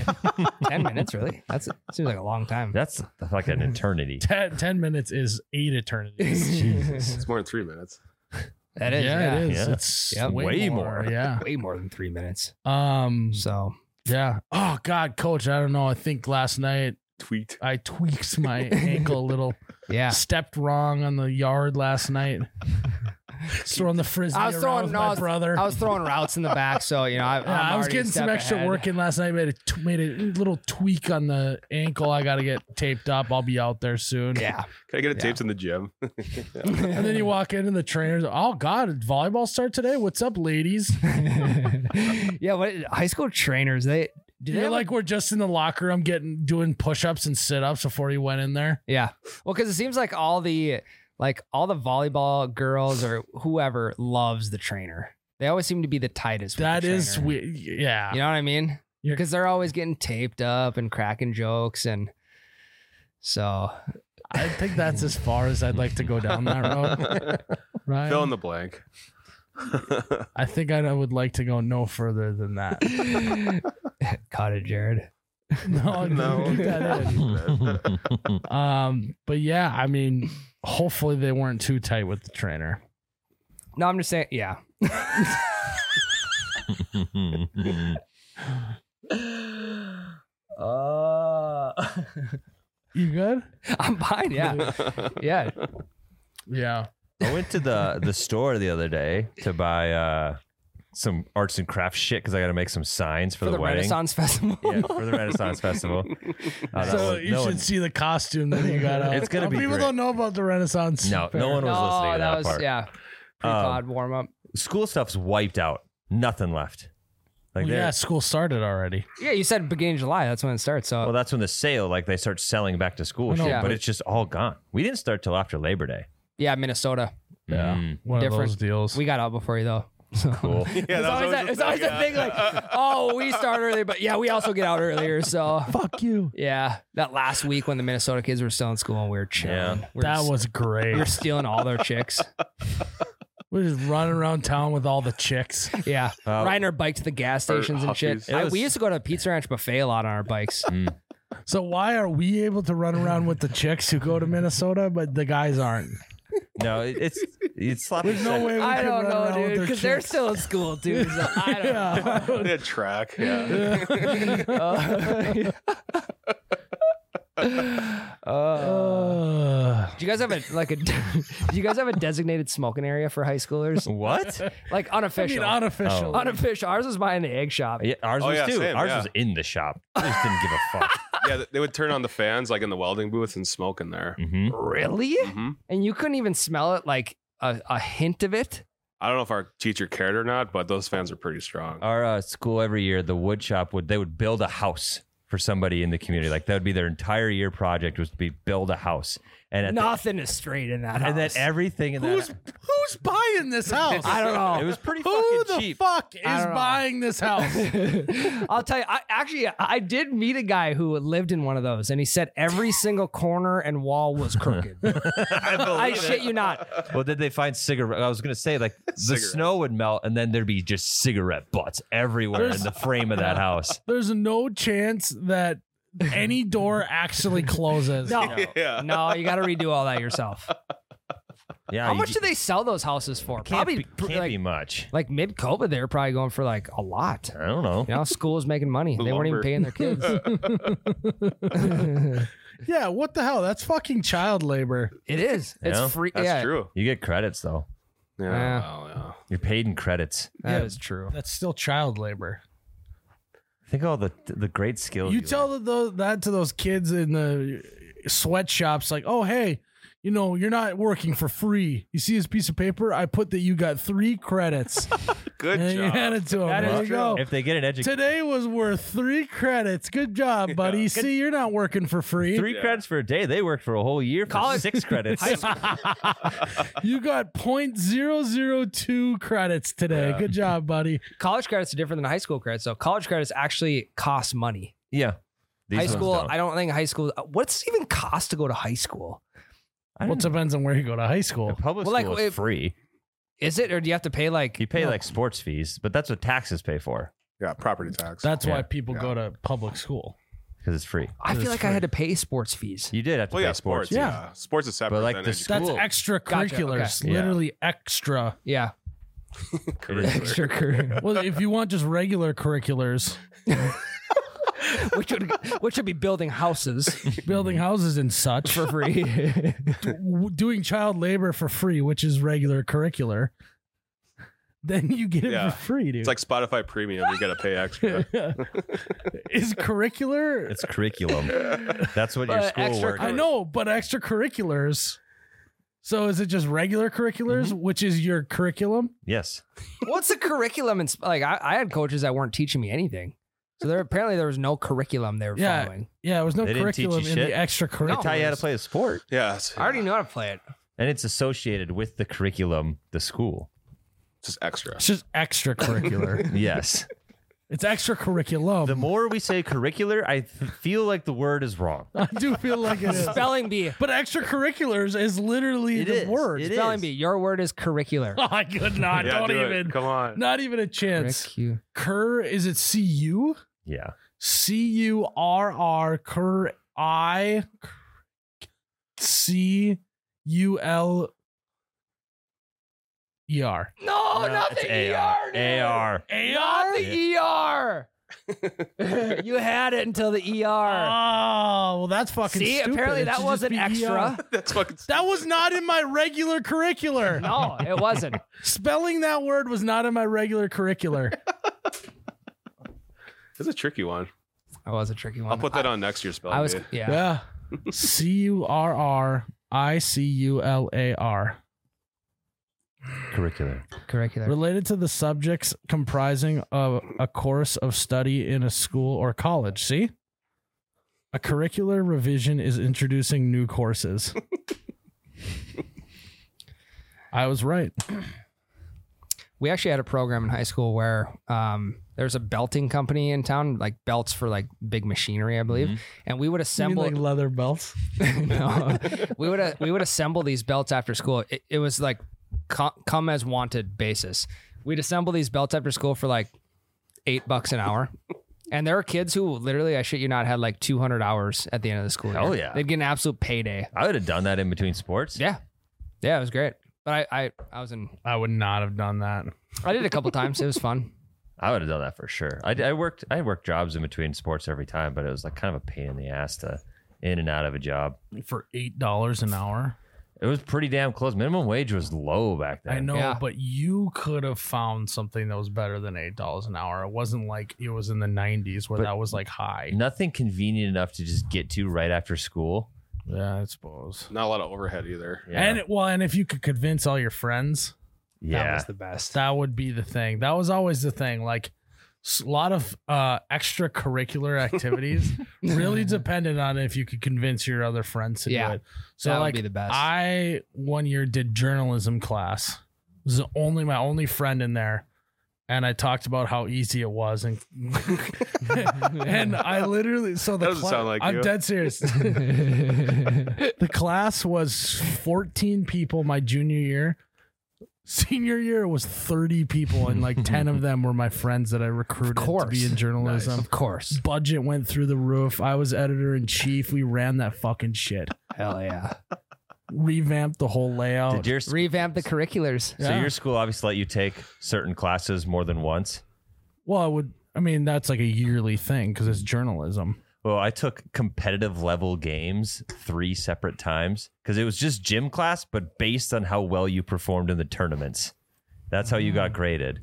Speaker 3: ten minutes really. That's seems like a long time.
Speaker 2: That's like an eternity.
Speaker 1: 10, 10 minutes is eight eternities.
Speaker 3: Jesus,
Speaker 4: It's more than three minutes.
Speaker 3: that is
Speaker 1: yeah, it is.
Speaker 2: Yeah.
Speaker 1: It's
Speaker 3: Yeah,
Speaker 1: way,
Speaker 2: way
Speaker 1: more.
Speaker 2: more.
Speaker 1: Yeah.
Speaker 3: way more than three minutes.
Speaker 1: Um.
Speaker 3: So
Speaker 1: Yeah. Oh God, Coach. I don't know. I think last night
Speaker 4: Tweet.
Speaker 1: I tweaked my ankle a little.
Speaker 3: yeah,
Speaker 1: Stepped wrong on the yard last night. Was throwing the frisbee
Speaker 3: I was
Speaker 1: around
Speaker 3: throwing-
Speaker 1: with
Speaker 3: no,
Speaker 1: my
Speaker 3: I was-
Speaker 1: brother.
Speaker 3: I was throwing routes in the back, so you know I,
Speaker 1: Yeah, Uh, I was getting some extra work in last night. Made a t- made a little tweak on the ankle. I got to get taped up. I'll be out there soon.
Speaker 3: Yeah,
Speaker 4: Can I get it
Speaker 3: Yeah.
Speaker 4: taped in the gym?
Speaker 1: And then you walk in and the trainers. Oh God, did volleyball start today? What's up, ladies?
Speaker 3: yeah, what high school trainers they do they
Speaker 1: You're
Speaker 3: have,
Speaker 1: like we're just in the locker room getting doing push ups and sit ups before you went in there.
Speaker 3: yeah. Well, because it seems like all the like all the volleyball girls or whoever loves the trainer. They always seem to be the tightest. with
Speaker 1: That
Speaker 3: the
Speaker 1: is
Speaker 3: trainer.
Speaker 1: weird. Yeah.
Speaker 3: You know what I mean?
Speaker 1: You're-
Speaker 3: Because they're always getting taped up and cracking jokes and so
Speaker 1: I think that's as far as I'd like to go down that road. Right.
Speaker 4: Fill in the blank.
Speaker 1: I think I would like to go no further than that.
Speaker 3: caught it, Jared.
Speaker 1: No, no. Keep that in. Um, but yeah, I mean, hopefully they weren't too tight with the trainer.
Speaker 3: No, I'm just saying. Yeah,
Speaker 1: You good?
Speaker 3: I'm fine. Yeah, yeah.
Speaker 1: Yeah.
Speaker 2: I went to the the store the other day to buy uh some arts and crafts shit because I got to make some signs for,
Speaker 3: for the
Speaker 2: wedding.
Speaker 3: Renaissance Festival.
Speaker 2: Yeah, for the Renaissance Festival. Uh, that
Speaker 1: so
Speaker 2: one-
Speaker 1: you
Speaker 2: no
Speaker 1: should
Speaker 2: one-
Speaker 1: see the costume that he got out.
Speaker 2: It's gonna
Speaker 1: Uh,
Speaker 2: be
Speaker 1: People
Speaker 2: great.
Speaker 1: don't know about the Renaissance.
Speaker 2: no, no one was listening to that,
Speaker 3: was,
Speaker 2: part. Um,
Speaker 3: Yeah, pre-pod warm up.
Speaker 2: School stuff's wiped out. Nothing left. Like
Speaker 1: Well,
Speaker 2: they're-
Speaker 1: yeah, school started already.
Speaker 3: Yeah, you said beginning of July. That's when it starts. So
Speaker 2: Well, that's when the sale, like they start selling back to school
Speaker 1: I know,
Speaker 2: shit,
Speaker 3: Yeah.
Speaker 2: but it's just all gone. We didn't start till after Labor Day.
Speaker 3: yeah, Minnesota.
Speaker 1: Yeah.
Speaker 2: Mm.
Speaker 1: One of
Speaker 3: Different.
Speaker 1: those deals.
Speaker 3: We got out before you though. So.
Speaker 2: Cool.
Speaker 4: Yeah,
Speaker 3: it's
Speaker 4: that was
Speaker 3: always, a,
Speaker 4: the
Speaker 3: it's always a thing like, oh, we start early, but yeah, we also get out earlier. So
Speaker 1: Fuck you.
Speaker 3: yeah, that last week when the Minnesota kids were still in school and we were chilling,
Speaker 2: Yeah.
Speaker 3: we
Speaker 1: that
Speaker 3: just-
Speaker 1: was
Speaker 3: we were
Speaker 1: great.
Speaker 3: stealing all their chicks.
Speaker 1: We're just running around town with all the chicks.
Speaker 3: Yeah,
Speaker 2: Uh,
Speaker 3: Reiner biked to the gas
Speaker 4: or
Speaker 3: stations and shit.
Speaker 4: Huffies.
Speaker 3: I,
Speaker 2: It was-
Speaker 3: we used to go to Pizza Ranch buffet a lot on our bikes.
Speaker 1: So why are we able to run around with the chicks who go to Minnesota, but the guys aren't?
Speaker 2: No, it, it's it's sloppy.
Speaker 1: There's no
Speaker 2: seconds.
Speaker 1: way we
Speaker 3: I
Speaker 1: can
Speaker 3: don't
Speaker 1: run
Speaker 3: know,
Speaker 1: around with
Speaker 3: dude,
Speaker 1: their
Speaker 3: because they're
Speaker 1: chicks.
Speaker 3: still in school, dude. So I don't
Speaker 1: Yeah.
Speaker 4: They had track. Yeah.
Speaker 3: know. Uh, uh,
Speaker 1: Uh,
Speaker 3: do you guys have a like a? Do you guys have a designated smoking area for high schoolers?
Speaker 2: What?
Speaker 3: Like
Speaker 1: I
Speaker 3: unofficial.
Speaker 1: mean, unofficial.
Speaker 2: Oh.
Speaker 3: unofficial. Ours was behind the egg shop.
Speaker 2: Yeah, ours
Speaker 4: Oh,
Speaker 2: was
Speaker 4: yeah,
Speaker 2: too.
Speaker 4: same,
Speaker 2: ours
Speaker 4: yeah.
Speaker 2: was in the shop. I just didn't give a fuck.
Speaker 4: yeah, they would turn on the fans like in the welding booth and smoke in there.
Speaker 2: Mhm.
Speaker 3: Really?
Speaker 1: Mm.
Speaker 4: hmm
Speaker 3: And you couldn't even smell it, like a, a hint of it.
Speaker 4: I don't know if our teacher cared or not, but those fans are pretty strong.
Speaker 2: Our uh, school every year, the wood shop would they would build a house for somebody in the community. Like that would be their entire year project was to be build a house. And at the-
Speaker 3: Nothing is straight in that house.
Speaker 2: and then everything in
Speaker 1: who's
Speaker 2: that
Speaker 1: who's buying this house?
Speaker 3: I don't know.
Speaker 2: it was pretty
Speaker 1: Who
Speaker 2: fucking
Speaker 1: the
Speaker 2: cheap.
Speaker 1: fuck is
Speaker 3: I don't know.
Speaker 1: buying this house?
Speaker 3: I'll tell you. I, actually, I did meet a guy who lived in one of those, and he said every single corner and wall was crooked. I shit you not.
Speaker 2: Well, did they find cigarette? I was gonna say like the
Speaker 4: Cigarette.
Speaker 2: snow would melt, and then there'd be just cigarette butts everywhere in the frame of that house.
Speaker 1: There's no chance that any door actually closes.
Speaker 3: No,
Speaker 4: Yeah.
Speaker 3: no, you got to redo all that yourself.
Speaker 2: Yeah,
Speaker 3: How
Speaker 2: you
Speaker 3: much
Speaker 2: j-
Speaker 3: do they sell those houses for?
Speaker 2: Can't
Speaker 3: Probably
Speaker 2: be,
Speaker 3: pr-
Speaker 2: can't
Speaker 3: like,
Speaker 2: be much.
Speaker 3: like mid COVID, they were probably going for like a lot.
Speaker 2: I don't know.
Speaker 3: You know, school was making money. They weren't even
Speaker 4: Lumber.
Speaker 3: paying their kids.
Speaker 1: Yeah, what the hell? That's fucking child labor.
Speaker 3: it is. It's
Speaker 2: Yeah,
Speaker 3: free.
Speaker 4: That's
Speaker 3: yeah,
Speaker 4: true.
Speaker 2: You get credits though.
Speaker 4: Yeah.
Speaker 3: Yeah.
Speaker 4: well, yeah.
Speaker 2: You're paid in credits.
Speaker 3: That
Speaker 1: Yeah.
Speaker 3: is true.
Speaker 1: That's still child labor.
Speaker 2: Think all the the great skills.
Speaker 1: You tell th- tho- that to those kids in the sweatshops, like, oh, hey, you know, you're not working for free. You see this piece of paper? I put that you got three credits.
Speaker 4: Good
Speaker 1: and then you
Speaker 4: job.
Speaker 1: hand it to them.
Speaker 2: That
Speaker 1: There
Speaker 2: is
Speaker 1: you go.
Speaker 2: if they get an education,
Speaker 1: Today was worth three credits. Good job, buddy. See, you're not working for free.
Speaker 2: three credits for a day, they work for a whole year for
Speaker 3: College-
Speaker 2: six credits.
Speaker 1: You got 0.002 credits today. Good job, buddy.
Speaker 3: College credits are different than high school credits. So college credits actually cost money.
Speaker 2: yeah, These
Speaker 3: high
Speaker 2: ones
Speaker 3: school,
Speaker 2: don't.
Speaker 3: I don't think high school. uh, What's it even cost to go to high school?
Speaker 2: I
Speaker 1: Well,
Speaker 2: don't
Speaker 1: it depends on where you go to high
Speaker 2: know.
Speaker 1: school.
Speaker 2: public
Speaker 3: Well, like,
Speaker 2: school
Speaker 3: if-
Speaker 2: is free.
Speaker 3: Is it or do you have to pay like?
Speaker 2: You pay like sports fees, but that's what taxes pay for
Speaker 4: Yeah, property tax.
Speaker 1: That's
Speaker 2: Yeah.
Speaker 1: why people go to public school.
Speaker 2: because it's free.
Speaker 3: I feel
Speaker 1: It's
Speaker 3: like I
Speaker 1: free.
Speaker 3: had to pay sports fees.
Speaker 2: You did have to
Speaker 4: well,
Speaker 2: pay
Speaker 4: yeah, sports.
Speaker 2: sports.
Speaker 1: Yeah.
Speaker 4: Yeah. sports is separate.
Speaker 2: But, like,
Speaker 4: than
Speaker 2: the
Speaker 4: education.
Speaker 1: That's
Speaker 2: Cool.
Speaker 1: extracurriculars,
Speaker 2: okay. Yeah.
Speaker 1: literally extra.
Speaker 3: Yeah,
Speaker 2: Curricular.
Speaker 3: extra curricular,
Speaker 1: Well, if you want just regular curriculars,
Speaker 3: which would which would be building houses
Speaker 1: building houses and such,
Speaker 3: for free.
Speaker 1: w- doing child labor for free, which is regular curricular, then you get it
Speaker 4: Yeah.
Speaker 1: for free, dude.
Speaker 4: it's like Spotify Premium. You got to pay extra.
Speaker 1: is curricular?
Speaker 2: It's curriculum. That's what your
Speaker 3: But
Speaker 2: school
Speaker 3: extra
Speaker 2: work.
Speaker 1: I know, but extracurriculars. So is it just regular curriculars,
Speaker 2: Mm-hmm.
Speaker 1: which is your curriculum?
Speaker 2: Yes.
Speaker 3: What's the curriculum? And like I, I had coaches that weren't teaching me anything. So there apparently there was no curriculum they were
Speaker 1: Yeah.
Speaker 3: following.
Speaker 1: Yeah, it was no
Speaker 2: They didn't teach you
Speaker 1: curriculum in the
Speaker 2: shit.
Speaker 1: extracurriculars.
Speaker 2: They
Speaker 3: Oh,
Speaker 2: tell you how to play the sport,
Speaker 4: yeah. It's,
Speaker 3: I already know how to play it.
Speaker 2: and it's associated with the curriculum, the school.
Speaker 4: Just extra.
Speaker 1: It's just extracurricular.
Speaker 2: Yes.
Speaker 1: it's extracurriculum.
Speaker 2: The more we say curricular, I th- feel like the word is wrong.
Speaker 1: I do feel like it is.
Speaker 3: Spelling bee.
Speaker 1: But extracurriculars is literally
Speaker 2: It
Speaker 1: the
Speaker 2: is.
Speaker 1: word.
Speaker 2: It
Speaker 3: Spelling
Speaker 2: is.
Speaker 3: bee. Your word is curricular.
Speaker 1: I could not.
Speaker 4: Yeah,
Speaker 1: don't
Speaker 4: do it.
Speaker 1: even.
Speaker 4: Come on.
Speaker 1: Not even a chance.
Speaker 3: Curricu-
Speaker 1: Cur is it C U?
Speaker 2: Yeah.
Speaker 1: C U R R cur I C U L E R.
Speaker 3: No,
Speaker 2: No,
Speaker 3: not
Speaker 2: it's
Speaker 3: Oh, the E
Speaker 2: AR.
Speaker 3: ER. dude.
Speaker 2: AR.
Speaker 3: Not the ER. you had it until the ER.
Speaker 1: Oh, well, that's fucking
Speaker 3: See,
Speaker 1: stupid.
Speaker 3: apparently
Speaker 1: It
Speaker 3: that
Speaker 1: should just
Speaker 3: wasn't
Speaker 1: be
Speaker 3: extra.
Speaker 1: ER.
Speaker 4: That's fucking.
Speaker 1: That was not in my regular curricular.
Speaker 3: No, it wasn't.
Speaker 1: Spelling that word was not in my regular curricular.
Speaker 4: That's a tricky one.
Speaker 3: That was a tricky one.
Speaker 4: I'll put that on next year's spelling
Speaker 3: I was,
Speaker 4: bee.
Speaker 3: yeah.
Speaker 1: Yeah. C U R R I C U L A R.
Speaker 2: Curricular.
Speaker 3: curricular.
Speaker 1: Related to the subjects comprising of a course of study in a school or college. See? A curricular revision is introducing new courses. I was right.
Speaker 3: we actually had a program in high school where um, there's a belting company in town, like belts for like big machinery, I believe.
Speaker 2: Mhm.
Speaker 3: And we would
Speaker 1: You mean
Speaker 3: assemble.
Speaker 1: like leather belts.
Speaker 3: No. we would we would assemble these belts after school. It, it was like co- come as wanted basis. We'd assemble these belts after school for like eight bucks an hour. And there are kids who literally, I shit you not, had like 200 hours at the end of the school year.
Speaker 2: Hell yeah.
Speaker 3: They'd get an absolute payday.
Speaker 2: I would have done that in between sports.
Speaker 3: Yeah. Yeah, it was great. But I, I, I was in,
Speaker 1: I would not have done that.
Speaker 3: I did it a couple times. It was fun.
Speaker 2: I would have done that for sure. I, I worked I worked jobs in between sports every time, but it was like kind of a pain in the ass to in and out of a job.
Speaker 1: For eight dollars an hour.
Speaker 2: It was pretty damn close. Minimum wage was low back then.
Speaker 1: I know,
Speaker 3: Yeah.
Speaker 1: but you could have found something that was better than eight dollars an hour. It wasn't like it was in the nineties where
Speaker 2: But-
Speaker 1: that was like high.
Speaker 2: Nothing convenient enough to just get to right after school.
Speaker 1: Yeah, I suppose.
Speaker 4: Not a lot of overhead either.
Speaker 2: Yeah.
Speaker 1: And it, well, and if you could convince all your friends,
Speaker 3: That
Speaker 2: yeah.
Speaker 3: was the best.
Speaker 1: that would be the thing. That was always the thing. Like s- a lot of uh, extracurricular activities really depended on if you could convince your other friends to
Speaker 3: Yeah.
Speaker 1: do it. So
Speaker 3: that
Speaker 1: like
Speaker 3: would be the best.
Speaker 1: I one year did journalism class. It was the only my only friend in there, and I talked about how easy it was, and and I literally so the
Speaker 4: That doesn't sound like
Speaker 1: I'm
Speaker 4: you.
Speaker 1: dead serious. the class was 14 people my junior year. Senior year was 30 people, and like 10 of them were my friends that I recruited to
Speaker 3: course.
Speaker 1: be in journalism.
Speaker 3: of course.
Speaker 1: Budget went through the roof. I was editor in chief. We ran that fucking shit.
Speaker 3: Hell yeah.
Speaker 1: Revamped the whole layout.
Speaker 2: Did your so
Speaker 3: Revamp the curriculars.
Speaker 1: Yeah.
Speaker 2: your school obviously let you take certain classes more than once?
Speaker 1: Well, I would. I mean, that's like a yearly thing because it's journalism.
Speaker 2: Well, I took competitive level games three separate times because it was just gym class, but based on how well you performed in the tournaments. That's how you got graded.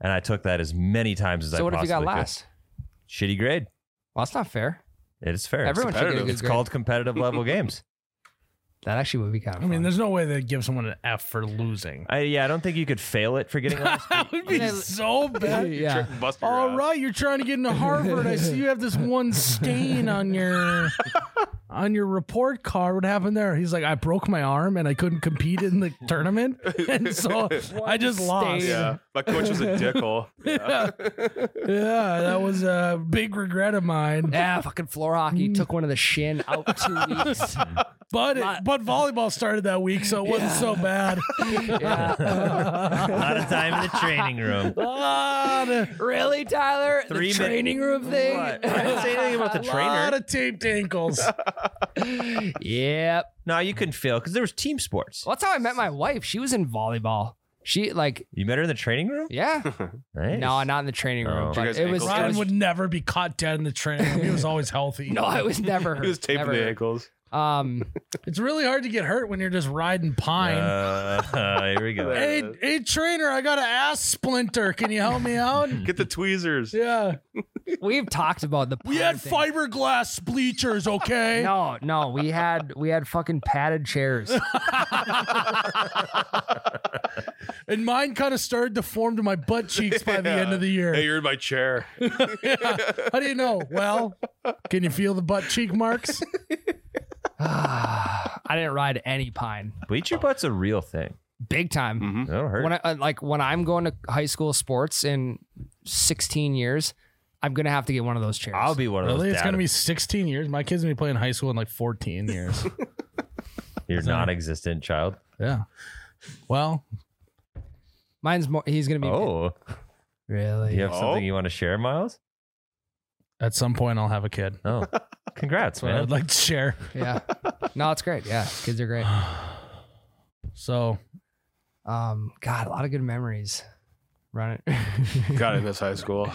Speaker 2: And I took that as many times as I
Speaker 3: Mm. So what if you got
Speaker 2: possibly could.
Speaker 3: last?
Speaker 2: Shitty grade.
Speaker 3: Well, that's not fair.
Speaker 2: It is fair. It's
Speaker 3: Everyone should get a
Speaker 4: competitive.
Speaker 3: good
Speaker 2: It's
Speaker 3: grade.
Speaker 2: called competitive level games.
Speaker 3: That actually would be kind of.
Speaker 1: I mean,
Speaker 3: fun.
Speaker 1: there's no way they give someone an F for losing.
Speaker 2: I, yeah, I don't think you could fail it for getting last.
Speaker 1: That would be
Speaker 3: Yeah.
Speaker 1: so bad.
Speaker 3: yeah.
Speaker 4: Trick Buster.
Speaker 1: All
Speaker 4: ass.
Speaker 1: right, you're trying to get into Harvard. I see you have this one stain on your on your report card. What happened there? He's like, I broke my arm and I couldn't compete in the tournament, and so I just lost.
Speaker 3: stain.
Speaker 4: Yeah. My coach was a dickhole. Yeah.
Speaker 1: Yeah, that was a big regret of mine.
Speaker 3: Yeah, fucking floor hockey took one of the shin out two weeks.
Speaker 1: But it, but volleyball started that week, so it wasn't
Speaker 3: Yeah.
Speaker 1: so bad.
Speaker 2: a lot of time in the training room.
Speaker 1: Ah, the-
Speaker 3: really, Tyler?
Speaker 2: Three
Speaker 3: the
Speaker 2: min-
Speaker 3: training room thing.
Speaker 2: What? I didn't say anything about the
Speaker 1: lot
Speaker 2: trainer.
Speaker 1: of taped ankles.
Speaker 3: Oh, yep.
Speaker 2: No, you couldn't fail because there was team sports.
Speaker 3: Well, that's how I met my wife. She was in volleyball. She like,
Speaker 2: You met her in the training room?
Speaker 3: yeah.
Speaker 2: Nice.
Speaker 3: No, not in the training room.
Speaker 2: Oh.
Speaker 3: But
Speaker 4: Did
Speaker 3: it
Speaker 4: you guys
Speaker 3: was.
Speaker 4: ankle
Speaker 3: It
Speaker 1: Ryan
Speaker 3: was
Speaker 1: would never be caught dead in the train. He was always healthy.
Speaker 3: no, I was never. Hurt.
Speaker 4: He was taping
Speaker 3: never
Speaker 4: the
Speaker 3: hurt.
Speaker 4: ankles.
Speaker 3: Um,
Speaker 1: it's really hard to get hurt when you're just riding pine.
Speaker 2: Uh, here we go.
Speaker 1: hey, hey, trainer, I got an ass splinter. Can you help me out?
Speaker 4: Get the tweezers.
Speaker 1: yeah,
Speaker 3: we've talked about the.
Speaker 1: we
Speaker 3: pond
Speaker 1: had
Speaker 3: thing.
Speaker 1: fiberglass bleachers. Okay,
Speaker 3: No, no, we had we had fucking padded chairs.
Speaker 1: and mine kind of started to form to my butt cheeks by the
Speaker 4: Yeah.
Speaker 1: end of the year.
Speaker 4: Hey, you're in my chair.
Speaker 1: How do you know? Well, can you feel the butt cheek marks?
Speaker 3: I didn't ride any pine.
Speaker 2: Bleacher butt's a real thing.
Speaker 3: Big time.
Speaker 4: Mhm.
Speaker 2: That'll
Speaker 1: Mm.
Speaker 2: hurt.
Speaker 3: When I uh, like when I'm going to high school sports in 16 years, I'm gonna have to get one of those chairs.
Speaker 2: I'll be one of
Speaker 1: Really,
Speaker 2: those.
Speaker 1: it's
Speaker 2: data-
Speaker 1: gonna be 16 years. My kids gonna be playing high school in like 14 years.
Speaker 2: your non-existent child.
Speaker 1: yeah. Well,
Speaker 3: Mine's more. He's gonna be.
Speaker 2: Oh,
Speaker 3: really?
Speaker 2: you have
Speaker 4: Oh.
Speaker 2: something you want to share, Miles?
Speaker 1: at some point, I'll have a kid.
Speaker 2: Oh, congrats,
Speaker 1: That's what I
Speaker 2: man.
Speaker 1: would like to share.
Speaker 3: Yeah. No, it's great. Yeah, kids are great.
Speaker 1: So
Speaker 3: Um, God, a lot of good memories. run it.
Speaker 4: Got in this high school.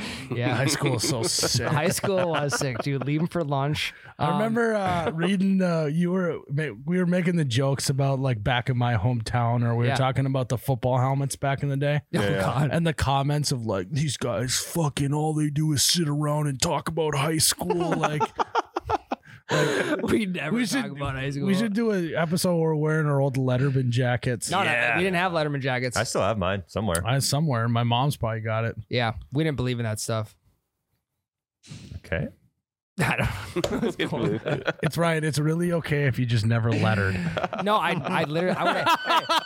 Speaker 3: yeah.
Speaker 1: High school is so sick.
Speaker 3: High school was sick, dude. Leave them for lunch.
Speaker 1: I
Speaker 3: Um,
Speaker 1: remember uh, reading uh, you were ma- we were making the jokes about like back in my hometown, or we were
Speaker 3: Yeah.
Speaker 1: talking about the football helmets back in the day,
Speaker 3: Oh
Speaker 4: Yeah.
Speaker 3: God.
Speaker 1: and the comments of like these guys fucking all they do is sit around and talk about high school. Like
Speaker 3: we never
Speaker 1: We
Speaker 3: talk
Speaker 1: should-
Speaker 3: about high school.
Speaker 1: we should do an episode where we're wearing our old Letterman jackets.
Speaker 3: No, no,
Speaker 2: Yeah.
Speaker 3: we didn't have Letterman jackets.
Speaker 2: I still have mine somewhere.
Speaker 1: I somewhere my mom's probably got it.
Speaker 3: yeah, we didn't believe in that stuff.
Speaker 2: Okay.
Speaker 3: I don't. That's cool.
Speaker 1: It's right. It's really okay if you just never lettered.
Speaker 3: No, I, I literally, I would, hey,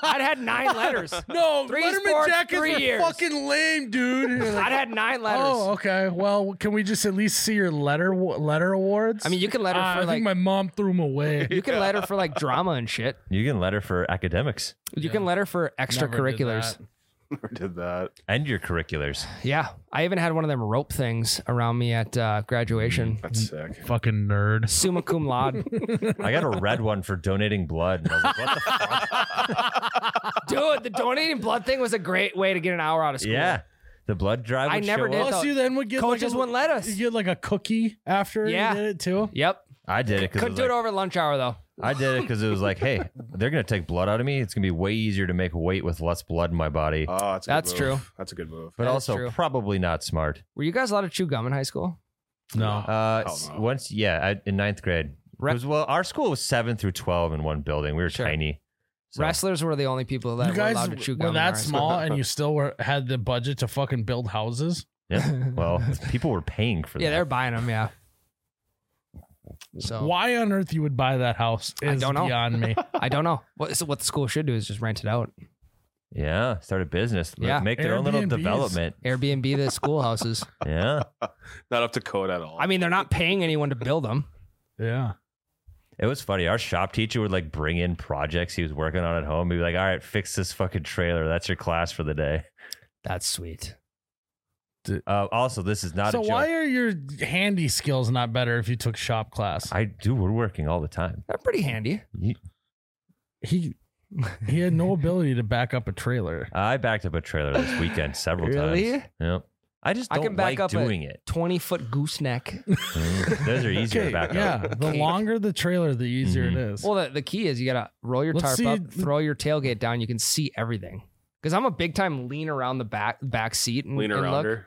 Speaker 3: I'd had nine letters.
Speaker 1: no,
Speaker 3: Three sports, three years.
Speaker 1: lame, dude.
Speaker 3: I'd had nine letters.
Speaker 1: Oh, okay. Well, can we just at least see your letter letter awards?
Speaker 3: I mean, you can letter
Speaker 1: Uh,
Speaker 3: for
Speaker 1: I
Speaker 3: like,
Speaker 1: think my mom threw them away.
Speaker 3: you can letter for like drama and shit.
Speaker 2: You can letter for academics
Speaker 3: You can letter for extracurriculars.
Speaker 4: Never did that.
Speaker 2: and your curriculars.
Speaker 3: Yeah, I even had one of them rope things around me at uh, graduation.
Speaker 2: Mm.
Speaker 4: That's sick.
Speaker 1: Fucking nerd.
Speaker 3: Summa cum laude,
Speaker 2: I got a red one for donating blood. And I was like, what the fuck?
Speaker 3: dude. The donating blood thing was a great way to get an hour out of school.
Speaker 2: Yeah. The blood drive.
Speaker 3: I
Speaker 2: would
Speaker 3: never
Speaker 2: show
Speaker 3: did
Speaker 2: up.
Speaker 3: thought-
Speaker 1: Plus, you then would get
Speaker 3: Coaches
Speaker 1: like a,
Speaker 3: wouldn't let us.
Speaker 1: You get like a cookie after
Speaker 3: Yeah.
Speaker 1: you did it too.
Speaker 3: Yep.
Speaker 2: I did it
Speaker 3: Couldn't
Speaker 2: because
Speaker 3: do it over lunch hour though.
Speaker 2: I did it because it was like, hey, they're gonna take blood out of me. It's gonna be way easier to make weight with less blood in my body,
Speaker 4: Oh, that's a good
Speaker 3: That's
Speaker 4: move.
Speaker 3: true.
Speaker 4: That's a good move.
Speaker 2: but
Speaker 3: that is
Speaker 2: also
Speaker 3: true.
Speaker 2: probably not smart.
Speaker 3: Were you guys allowed to chew gum in high school?
Speaker 1: No.
Speaker 2: Uh,
Speaker 4: Hell
Speaker 2: s-
Speaker 4: no.
Speaker 2: once, yeah, I, in ninth grade,
Speaker 3: Re-
Speaker 2: It was- well, our school was seven through twelve in one building. We were
Speaker 3: Sure.
Speaker 2: tiny. So,
Speaker 3: Wrestlers were the only people that
Speaker 1: You
Speaker 3: were
Speaker 1: guys
Speaker 3: allowed to chew gum.
Speaker 1: were
Speaker 3: in our
Speaker 1: that
Speaker 3: school.
Speaker 1: small, and you still were had the budget to fucking build houses.
Speaker 2: yeah, well, people were paying for
Speaker 3: Yeah,
Speaker 2: that.
Speaker 3: they're buying them. Yeah. So
Speaker 1: Why on earth you would buy that house
Speaker 3: I
Speaker 1: is
Speaker 3: don't know.
Speaker 1: beyond me.
Speaker 3: I don't know. What, so what the school should do is just rent it out.
Speaker 2: Yeah, start a business. Let-
Speaker 3: Yeah.
Speaker 2: make their own little
Speaker 1: Airbnbs.
Speaker 2: development.
Speaker 3: Airbnb the schoolhouses.
Speaker 2: Yeah,
Speaker 4: Not up to code at all.
Speaker 3: I mean, they're not paying anyone to build them.
Speaker 1: yeah.
Speaker 2: it was funny. Our shop teacher would like bring in projects he was working on at home. He'd be like, "All right, fix this fucking trailer. That's your class for the day."
Speaker 3: That's sweet.
Speaker 2: Uh, also, this is not
Speaker 1: so
Speaker 2: a joke.
Speaker 1: why are your handy skills not better if you took shop class?
Speaker 2: I do woodworking all the time.
Speaker 3: They're pretty handy.
Speaker 2: You-
Speaker 1: he he had no ability to back up a trailer.
Speaker 2: I backed up a trailer this weekend several
Speaker 3: Really?
Speaker 2: times. Yep. I just
Speaker 3: I
Speaker 2: don't
Speaker 3: can back
Speaker 2: like
Speaker 3: up a-
Speaker 2: doing it.
Speaker 3: 20 foot gooseneck.
Speaker 2: Mm. Those are easier to back
Speaker 1: yeah,
Speaker 2: up.
Speaker 1: the
Speaker 3: Okay. Mm-hmm.
Speaker 1: longer the trailer, the easier it is.
Speaker 3: well, the, the key is you got to roll your
Speaker 1: Let's
Speaker 3: tarp
Speaker 1: see-
Speaker 3: up, throw your tailgate down. You can see everything. Because I'm a big time lean around the back back seat and,
Speaker 4: lean
Speaker 3: and
Speaker 4: around
Speaker 3: look
Speaker 4: her.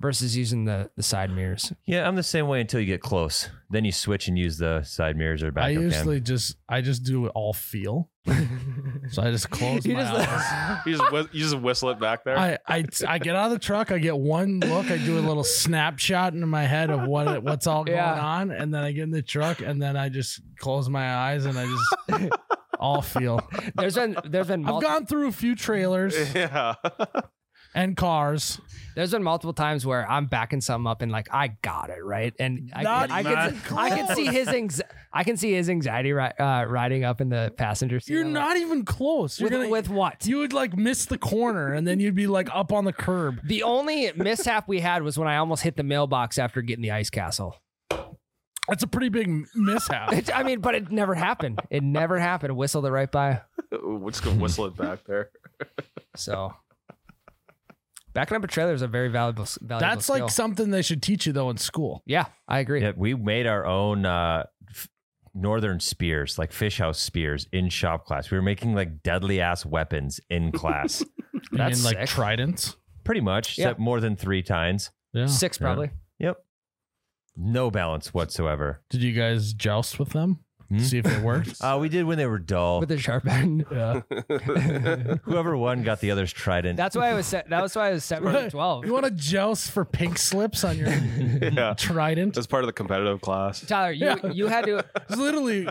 Speaker 3: versus using the, the side mirrors.
Speaker 2: Yeah, I'm the same way until you get close. Then you switch and use the side mirrors or
Speaker 1: I
Speaker 2: backup
Speaker 1: usually just I just do it all feel. so I just close
Speaker 3: You
Speaker 1: my
Speaker 3: just-
Speaker 1: eyes.
Speaker 4: You just, whis- you just whistle it back there.
Speaker 1: I, I I get out of the truck. I get one look. I do a little snapshot into my head of what it, what's all
Speaker 3: Yeah.
Speaker 1: going on, and then I get in the truck, and then I just close my eyes and I just all feel.
Speaker 3: There's been there's been
Speaker 1: I've
Speaker 3: multi-
Speaker 1: gone through a few trailers
Speaker 4: yeah.
Speaker 1: and cars.
Speaker 3: there's been multiple times where I'm backing something up and like I got it right, and I
Speaker 1: Not
Speaker 3: can, I
Speaker 1: even
Speaker 3: can I can see his anxi- I can see his anxiety ri- uh, riding up in the passenger seat.
Speaker 1: You're
Speaker 3: I'm
Speaker 1: not even close. You're
Speaker 3: like, with,
Speaker 1: gonna,
Speaker 3: with what?
Speaker 1: you would like miss the corner, and then you'd be like up on the curb.
Speaker 3: the only mishap we had was when I almost hit the mailbox after getting the ice castle.
Speaker 1: That's a pretty big m- mishap.
Speaker 3: It- I mean, but it never happened. It never happened. Whistled it right by.
Speaker 4: We're just gonna whistle it back there.
Speaker 3: So backing up a trailer is a very valuable s- valuable.
Speaker 1: That's like
Speaker 3: skill.
Speaker 1: something they should teach you though in school.
Speaker 3: yeah, I agree.
Speaker 2: cam. Yeah, we made our own uh, f- northern spears, like fish house spears, in shop class. We were making like deadly ass weapons in class,
Speaker 1: You
Speaker 3: That's
Speaker 1: mean, like
Speaker 3: sick.
Speaker 1: tridents.
Speaker 2: pretty much,
Speaker 3: Yeah.
Speaker 2: except more than three times.
Speaker 1: Yeah.
Speaker 3: Six
Speaker 2: Yeah.
Speaker 3: probably.
Speaker 2: Yep. No balance whatsoever.
Speaker 1: Did you guys joust with them?
Speaker 2: Hmm?
Speaker 1: See if it worked.
Speaker 2: Uh, we did when they were dull.
Speaker 3: With a sharp end.
Speaker 1: yeah.
Speaker 2: Whoever won got the other's trident.
Speaker 3: That's why I was. Se- that was why I was seven to twelve.
Speaker 1: You want to joust for pink slips on your
Speaker 4: yeah.
Speaker 1: trident?
Speaker 4: That's part of the competitive class.
Speaker 3: Tyler, you
Speaker 1: Yeah.
Speaker 3: you had to.
Speaker 1: It's literally,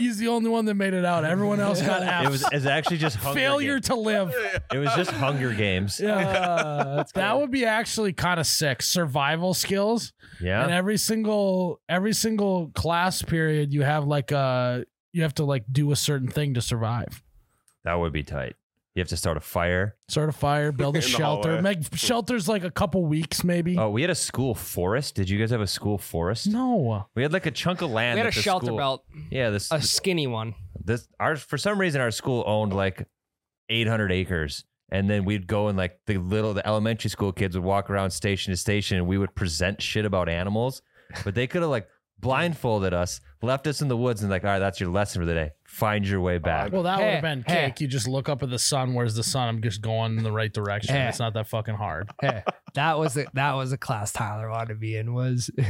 Speaker 1: he's the only one that made it out. Everyone else got
Speaker 2: It
Speaker 1: F's.
Speaker 2: was, it was actually just hunger
Speaker 1: failure
Speaker 2: Games.
Speaker 1: to live.
Speaker 2: It was just Hunger Games.
Speaker 1: Yeah, that would be actually kind of sick. Survival skills, and
Speaker 2: Yeah.
Speaker 1: every single every single class period, you have like a you have to like do a certain thing to survive.
Speaker 2: That would be tight. You have to start a fire.
Speaker 1: Start a fire, build a
Speaker 4: In the
Speaker 1: shelter.
Speaker 4: hallway.
Speaker 1: Make shelters like a couple weeks, maybe.
Speaker 2: Oh, we had a school forest. Did you guys have a school forest?
Speaker 1: No,
Speaker 2: We had like a chunk of land.
Speaker 3: We had
Speaker 2: at
Speaker 3: a
Speaker 2: the
Speaker 3: shelter
Speaker 2: school.
Speaker 3: belt,
Speaker 2: Yeah, this
Speaker 3: a skinny one.
Speaker 2: this our for some reason our school owned like 800 acres And then we'd go and like the little the elementary school kids would walk around station to station and we would present shit about animals. But they could have like blindfolded us, left us in the woods and like, all right, that's your lesson for the day. Find your way back.
Speaker 1: Well, that would
Speaker 3: Hey,
Speaker 1: have been
Speaker 3: hey.
Speaker 1: cake. You just look up at the sun. Where's the sun? I'm just going in the right direction.
Speaker 3: Hey.
Speaker 1: It's not that fucking hard.
Speaker 3: Hey, that was the that was a class Tyler wanted to be in was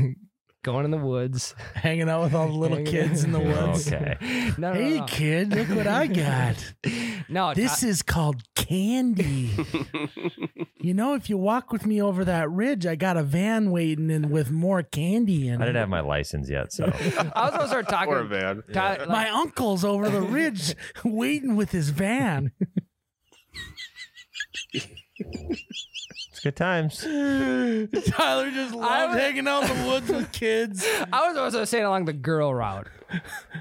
Speaker 3: going in the woods.
Speaker 1: Hanging out with all the little
Speaker 3: Hanging-
Speaker 1: kids in the woods.
Speaker 2: okay.
Speaker 3: No, no,
Speaker 1: Hey,
Speaker 3: no,
Speaker 1: kid, look what I got.
Speaker 3: no. no
Speaker 1: This is called candy. you know, if you walk with me over that ridge, I got a van waiting and with more candy in it.
Speaker 2: I didn't have my license yet, so
Speaker 3: Ty- I was gonna start talking.
Speaker 4: or a van.
Speaker 3: Ty- like,
Speaker 1: my uncle's over the ridge waiting with his van.
Speaker 2: it's good times.
Speaker 1: Tyler just loved
Speaker 3: was-
Speaker 1: hanging out in the woods with kids.
Speaker 3: I was also saying along the girl route,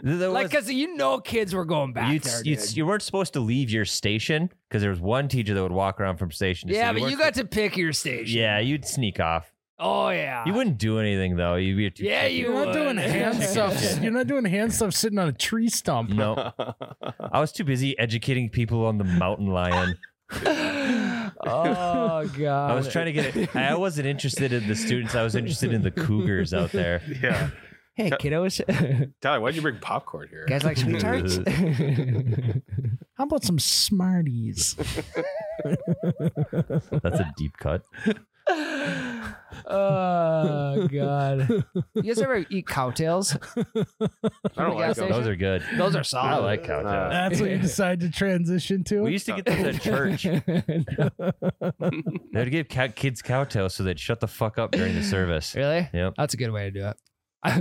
Speaker 2: There
Speaker 3: like
Speaker 2: was-
Speaker 3: because you know kids were going back
Speaker 2: you'd-
Speaker 3: there.
Speaker 2: you'd-
Speaker 3: dude.
Speaker 2: you weren't supposed to leave your station because there was one teacher that would walk around from station to
Speaker 3: yeah,
Speaker 2: station.
Speaker 3: but you
Speaker 2: weren't
Speaker 3: got to pick your station.
Speaker 2: Yeah, you'd sneak off.
Speaker 3: Oh yeah.
Speaker 2: You wouldn't do anything though. You'd be too
Speaker 3: Yeah, you
Speaker 1: You're not
Speaker 3: would.
Speaker 1: doing hand stuff. You're not doing hand stuff sitting on a tree stump.
Speaker 2: no. I was too busy educating people on the mountain lion.
Speaker 3: oh god.
Speaker 2: I was trying to get it. I wasn't interested in the students. I was interested in the cougars out there.
Speaker 4: Yeah.
Speaker 3: Hey kiddos,
Speaker 4: Tyler, why'd you bring popcorn here?
Speaker 3: guys like sweet tarts?
Speaker 1: How about some Smarties?
Speaker 2: That's a deep cut.
Speaker 3: oh god. You guys ever eat cowtails?
Speaker 4: I don't like those.
Speaker 3: gas station?
Speaker 2: Those are good.
Speaker 3: Those are solid.
Speaker 2: I like cow tails.
Speaker 1: That's what you decide to transition to.
Speaker 2: We used to get those at church. They'd give cow- kids cow tails so they'd shut the fuck up during the service.
Speaker 3: really?
Speaker 2: Yep.
Speaker 3: That's a good way to do it.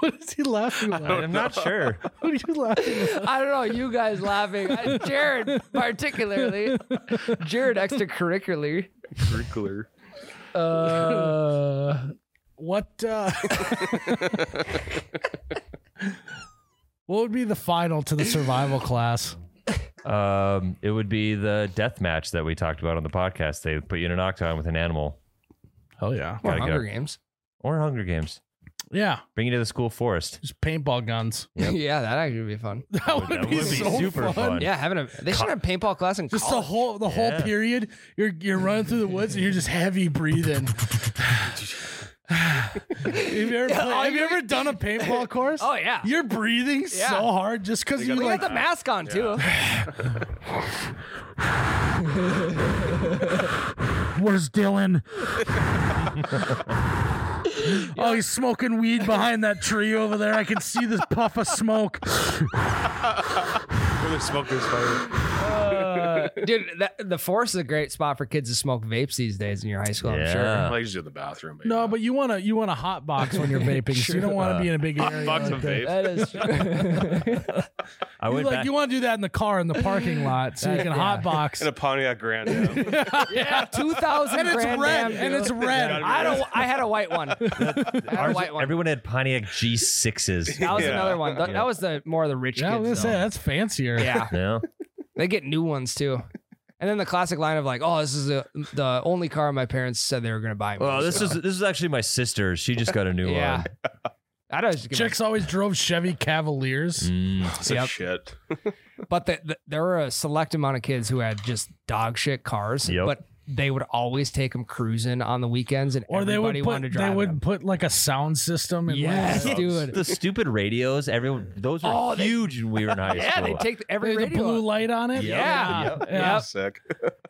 Speaker 1: what is he laughing
Speaker 3: Oh,
Speaker 1: at?
Speaker 2: I'm not sure.
Speaker 1: What are you laughing at?
Speaker 3: I don't know, you guys laughing. I- Jared, particularly. Jared extracurricularly.
Speaker 4: Crinkler.
Speaker 3: Uh,
Speaker 1: What uh What would be the final to the survival class?
Speaker 2: Um, it would be the death match that we talked about on the podcast. They put you in an octagon with an animal
Speaker 1: Hell yeah.
Speaker 3: or
Speaker 2: Gotta go.
Speaker 3: Hunger Games.
Speaker 2: or Hunger Games.
Speaker 1: Yeah.
Speaker 2: Bring you to the school forest.
Speaker 1: Just paintball guns.
Speaker 3: Yeah, that actually would be fun.
Speaker 1: That would,
Speaker 2: Oh, that
Speaker 1: be,
Speaker 2: would be
Speaker 1: so
Speaker 2: super
Speaker 1: fun.
Speaker 2: fun.
Speaker 3: Yeah, having a they should have paintball class in
Speaker 1: Just the
Speaker 3: college.
Speaker 1: whole the whole
Speaker 2: Yeah.
Speaker 1: period, you're you're running through the woods and you're just heavy breathing. have you ever, played-
Speaker 3: all
Speaker 1: have you
Speaker 3: you-
Speaker 1: ever done a paintball course?
Speaker 3: oh yeah,
Speaker 1: You're breathing
Speaker 3: Yeah.
Speaker 1: so hard just because you
Speaker 4: got
Speaker 3: we
Speaker 1: like
Speaker 3: got the mask on too.
Speaker 1: Where's Dylan? oh, he's smoking weed behind that tree over there. I can see this puff of smoke.
Speaker 4: Where they smoke this fire.
Speaker 3: Dude, that, the forest is a great spot for kids to smoke vapes these days in your high school. I'm sure.
Speaker 2: Yeah.
Speaker 4: I usually do it in the bathroom.
Speaker 1: No,
Speaker 4: yeah.
Speaker 1: but you want to you want a hot box when you're vaping. so you don't want to be in a big area.
Speaker 4: box
Speaker 1: like
Speaker 4: of
Speaker 1: that.
Speaker 4: vape.
Speaker 3: That is true.
Speaker 2: I
Speaker 1: You
Speaker 2: went
Speaker 1: like
Speaker 2: back.
Speaker 1: you want to do that in the car in the parking lot so you
Speaker 3: That-
Speaker 1: can
Speaker 3: yeah.
Speaker 1: hot box.
Speaker 4: in a Pontiac Grand. Am.
Speaker 3: yeah, two thousand.
Speaker 1: and it's red. And it's red.
Speaker 3: I don't. I had a white one. I had a
Speaker 2: Ours-
Speaker 3: white one.
Speaker 2: everyone had Pontiac G6s.
Speaker 3: that was
Speaker 4: Yeah.
Speaker 3: another one. That, that was the more of the rich
Speaker 1: Yeah, I was gonna
Speaker 3: kids.
Speaker 1: say
Speaker 3: though.
Speaker 1: that's fancier.
Speaker 3: Yeah,
Speaker 2: no.
Speaker 3: they get new ones too. And then the classic line of like, "Oh, this is the the only car my parents said they were going to buy." Me.
Speaker 2: Well, this is this is actually my sister. She just got a new
Speaker 3: yeah. I don't just give a
Speaker 1: Chicks always drove Chevy Cavaliers.
Speaker 2: one. Mm.
Speaker 4: So
Speaker 3: Yep.
Speaker 4: shit.
Speaker 3: But the, the, there were a select amount of kids who had just dog shit cars,
Speaker 2: Yep.
Speaker 3: but they would always take them cruising on the weekends, and
Speaker 1: Or they would
Speaker 3: everybody
Speaker 1: put
Speaker 3: wanted to
Speaker 1: they
Speaker 3: drive
Speaker 1: would
Speaker 3: them.
Speaker 1: put like a sound system and
Speaker 3: Yes,
Speaker 1: like,
Speaker 3: dude.
Speaker 2: The stupid radios. Everyone, those were
Speaker 3: Oh, they-
Speaker 2: huge when we were in high
Speaker 3: Yeah,
Speaker 2: school.
Speaker 3: they take every
Speaker 1: the, the
Speaker 3: radio.
Speaker 1: blue light on it.
Speaker 3: Yeah.
Speaker 1: Yeah.
Speaker 2: Yep.
Speaker 1: Yeah.
Speaker 4: Sick.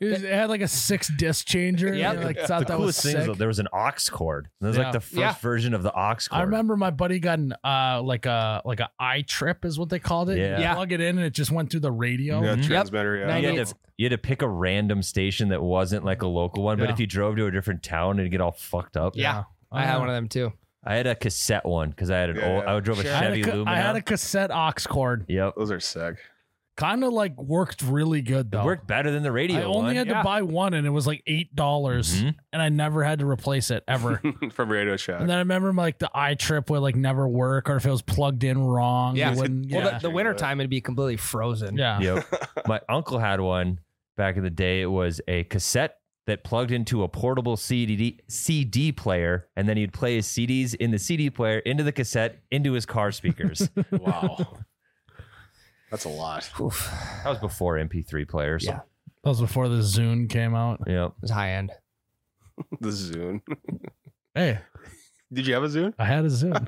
Speaker 1: It, was- it had like a six disc changer.
Speaker 3: Yep.
Speaker 1: Yeah, like thought
Speaker 2: the
Speaker 1: that was
Speaker 2: coolest thing
Speaker 1: sick.
Speaker 2: is that there was an aux cord. That was
Speaker 1: Yeah.
Speaker 2: like the first
Speaker 3: Yeah.
Speaker 2: version of the aux cord.
Speaker 1: I remember my buddy got an uh like a like a i trip is what they called it. You
Speaker 2: Yeah.
Speaker 3: Yeah.
Speaker 1: plug it in and it just went through the radio.
Speaker 4: Yeah,
Speaker 2: Mhm.
Speaker 4: transmitter. Yeah.
Speaker 3: Yep.
Speaker 2: You had, to, you had to pick a random station that wasn't like a local one, but
Speaker 1: Yeah.
Speaker 2: if you drove to a different town, it'd get all fucked up.
Speaker 3: Yeah. I had one of them too.
Speaker 2: I had a cassette one because I had an
Speaker 4: Yeah.
Speaker 2: old. I drove a
Speaker 3: Sure.
Speaker 1: I had,
Speaker 2: Chevy
Speaker 1: a, ca-
Speaker 2: Lumina.
Speaker 1: I had a cassette aux cord.
Speaker 2: yep,
Speaker 4: Those are sick.
Speaker 1: Kind of like worked really good
Speaker 2: it
Speaker 1: though.
Speaker 2: worked better than the radio.
Speaker 1: Oh. I only
Speaker 2: one.
Speaker 1: had
Speaker 3: Yeah.
Speaker 1: to buy one and it was like eight dollars
Speaker 2: Mhm.
Speaker 1: and I never had to replace it ever.
Speaker 4: From Radio Shack.
Speaker 1: and then I remember like the i trip would like never work or if it was plugged in wrong.
Speaker 3: Yeah.
Speaker 1: It wouldn't, yeah.
Speaker 3: Well, the, the winter time it'd be
Speaker 1: Ah.
Speaker 3: completely frozen.
Speaker 1: yeah.
Speaker 2: Yep. My uncle had one back in the day. It was a cassette that plugged into a portable CD CD player, and then he'd play his CDs in the CD player into the cassette into his car speakers. that
Speaker 4: Wow. That's a lot.
Speaker 3: Oof.
Speaker 2: was before MP3 players.
Speaker 3: Yeah.
Speaker 1: That was before the Zune came out.
Speaker 2: Yep.
Speaker 3: It was high end.
Speaker 4: The Zune.
Speaker 1: Hey,
Speaker 4: Did you have a Zune?
Speaker 1: I had a Zune.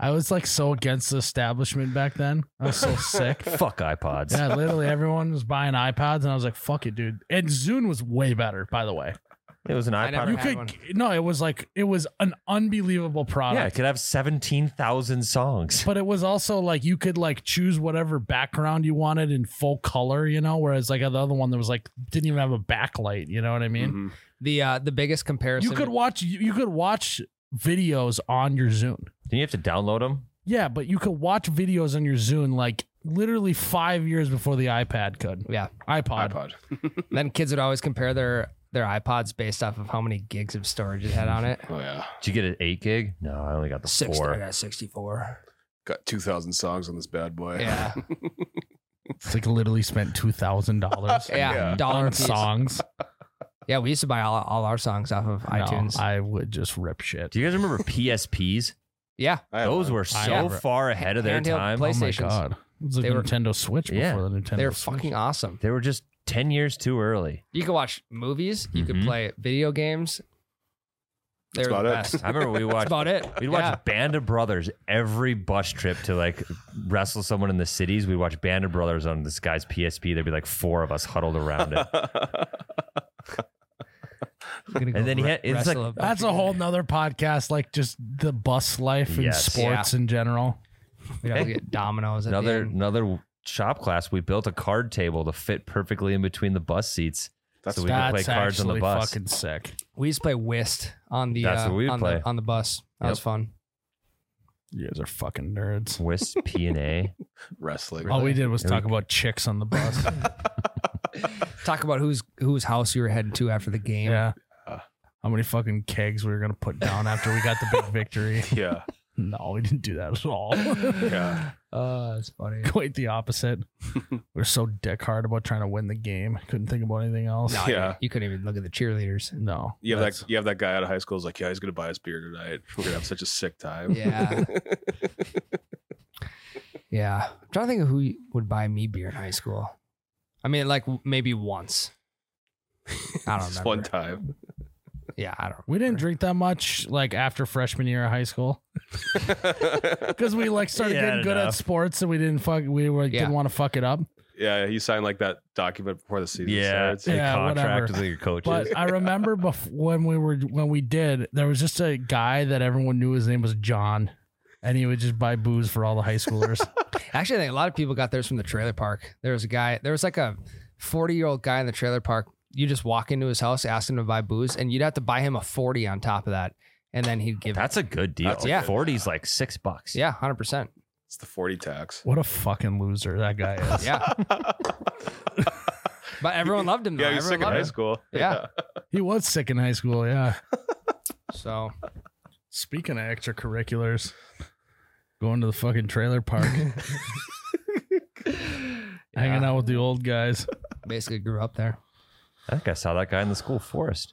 Speaker 1: I was like so against the establishment back then. I was so sick.
Speaker 2: Fuck iPods.
Speaker 1: Yeah, literally everyone was buying iPods, and I was like, "Fuck it, dude." And Zune was way better, by the way.
Speaker 2: It was an
Speaker 3: I never
Speaker 2: iPod.
Speaker 1: You
Speaker 3: had
Speaker 1: could
Speaker 3: one.
Speaker 1: no, it was like it was an unbelievable
Speaker 3: Uh-huh.
Speaker 2: yeah, it
Speaker 1: product.
Speaker 2: could have seventeen thousand songs.
Speaker 1: But it was also like you could like choose whatever background you wanted in full color, you know. Whereas like the other one that was like didn't even have a backlight, you know what I mean?
Speaker 4: Mhm.
Speaker 3: The uh, the biggest comparison.
Speaker 1: You could watch you, you could watch videos on your Zune.
Speaker 2: Didn't you have to download them?
Speaker 1: Yeah, but you could watch videos on your Zune like literally five years before the iPad could.
Speaker 3: Yeah.
Speaker 1: iPod.
Speaker 4: iPod.
Speaker 3: Then kids would always compare their their iPods based off of how many gigs of storage it had on it.
Speaker 4: Oh yeah.
Speaker 2: Did you get an eight gig? No, I only got the
Speaker 3: Six. I
Speaker 2: four.
Speaker 3: got sixty four.
Speaker 4: Got two thousand songs on this bad boy.
Speaker 3: Yeah.
Speaker 1: It's like literally spent two thousand dollars.
Speaker 3: Yeah.
Speaker 4: Yeah.
Speaker 3: Dollar
Speaker 1: on
Speaker 3: piece.
Speaker 1: songs.
Speaker 3: Yeah, we used to buy all, all our songs off of
Speaker 1: No,
Speaker 3: iTunes.
Speaker 1: I would just rip shit.
Speaker 2: Do you guys remember PSPs?
Speaker 3: yeah.
Speaker 4: I had
Speaker 2: Those
Speaker 4: one.
Speaker 2: were so
Speaker 1: remember.
Speaker 2: far ahead of their
Speaker 3: Handheld
Speaker 2: time.
Speaker 3: play-
Speaker 1: oh my
Speaker 3: PlayStations.
Speaker 1: god, it was like
Speaker 3: They
Speaker 1: the
Speaker 3: were-
Speaker 1: Nintendo Switch
Speaker 2: Yeah.
Speaker 1: before the Nintendo.
Speaker 3: They're
Speaker 1: Switch.
Speaker 3: fucking awesome.
Speaker 2: They were just ten years too early.
Speaker 3: You could watch movies. You could
Speaker 1: Mm-hmm.
Speaker 2: Mhm.
Speaker 3: play video games. They
Speaker 4: That's
Speaker 3: were the
Speaker 4: about
Speaker 3: best.
Speaker 4: it.
Speaker 2: I remember we
Speaker 3: That's
Speaker 2: watched
Speaker 3: about it.
Speaker 2: We'd watch
Speaker 3: Yeah.
Speaker 2: Band of Brothers every bus trip to like wrestle someone in the cities. We'd watch Band of Brothers on this guy's PSP. There'd be like four of us huddled around it. And then he had- it's like-
Speaker 1: That's a whole nother podcast, like just the bus life and
Speaker 2: Yes.
Speaker 1: sports in general.
Speaker 3: We all get dominoes. At the
Speaker 2: another
Speaker 3: end.
Speaker 2: another shop class. We built a card table to fit perfectly in between the bus seats.
Speaker 4: That's
Speaker 2: so we could
Speaker 1: That's
Speaker 2: play cards on
Speaker 1: actually
Speaker 2: the bus.
Speaker 1: fucking sick.
Speaker 3: We used to play whist on the
Speaker 2: That's
Speaker 3: uh,
Speaker 2: what we'd
Speaker 3: on
Speaker 2: play.
Speaker 3: the on the bus. That
Speaker 2: Yep.
Speaker 3: was fun.
Speaker 1: You guys are fucking nerds.
Speaker 2: Wisp P and A.
Speaker 4: wrestling.
Speaker 1: All we did was
Speaker 2: Yeah,
Speaker 1: talk
Speaker 2: we-
Speaker 1: about chicks on the bus.
Speaker 3: Talk about whose whose house you were heading to after the game.
Speaker 1: yeah.
Speaker 4: Yeah.
Speaker 1: How many fucking kegs we were gonna put down after we got the big victory?
Speaker 4: Yeah.
Speaker 1: No, we didn't do that at all.
Speaker 4: Yeah.
Speaker 3: Oh, that's funny.
Speaker 1: Quite the opposite. We we're so dick hard about trying to win the game. Couldn't think about anything else.
Speaker 3: No,
Speaker 4: Yeah.
Speaker 3: You couldn't even look at the cheerleaders.
Speaker 1: No.
Speaker 4: You have
Speaker 1: that's-
Speaker 4: that you have that guy out of high school who's like, Yeah, he's gonna buy us beer tonight. We're gonna have such a sick time.
Speaker 3: Yeah. yeah. I'm trying to think of who would buy me beer in high school. I mean, like w- maybe once. I don't
Speaker 4: Just
Speaker 3: remember.
Speaker 4: one time.
Speaker 3: Yeah, I don't.
Speaker 1: We didn't drink that much like after freshman year of high school because we like started
Speaker 2: Yeah,
Speaker 1: getting good at
Speaker 2: enough.
Speaker 1: sports and we didn't fuck we were,
Speaker 3: Yeah.
Speaker 1: didn't want to fuck it up.
Speaker 4: yeah, he signed like that document before the season
Speaker 2: Yeah,
Speaker 4: starts.
Speaker 2: a
Speaker 1: Yeah,
Speaker 2: contract
Speaker 1: whatever.
Speaker 2: with your coaches.
Speaker 1: But I remember bef- when we were when we did, there was just a guy that everyone knew his name was John, and he would just buy booze for all the high schoolers.
Speaker 3: Actually, I think a lot of people got theirs from the trailer park. There was a guy. There was like a forty-year-old guy in the trailer park. You just walk into his house, ask him to buy booze, and you'd have to buy him a forty on top of that, and then he'd give.
Speaker 2: That's a good deal.
Speaker 4: That's
Speaker 3: a Yeah.
Speaker 2: forty's like six bucks.
Speaker 3: yeah, hundred percent.
Speaker 4: It's the forty tax.
Speaker 1: what a fucking loser that guy is.
Speaker 3: Yeah, but everyone loved him. Though.
Speaker 4: yeah, he's sick
Speaker 3: everyone
Speaker 4: in
Speaker 3: loved
Speaker 4: high
Speaker 3: him.
Speaker 4: school.
Speaker 3: Yeah.
Speaker 1: He was sick in high school. Yeah.
Speaker 3: So
Speaker 1: Speaking of extracurriculars, going to the fucking trailer park, hanging
Speaker 3: Yeah.
Speaker 1: out with the old guys.
Speaker 3: basically grew up there.
Speaker 2: I think I saw that guy in the school forest.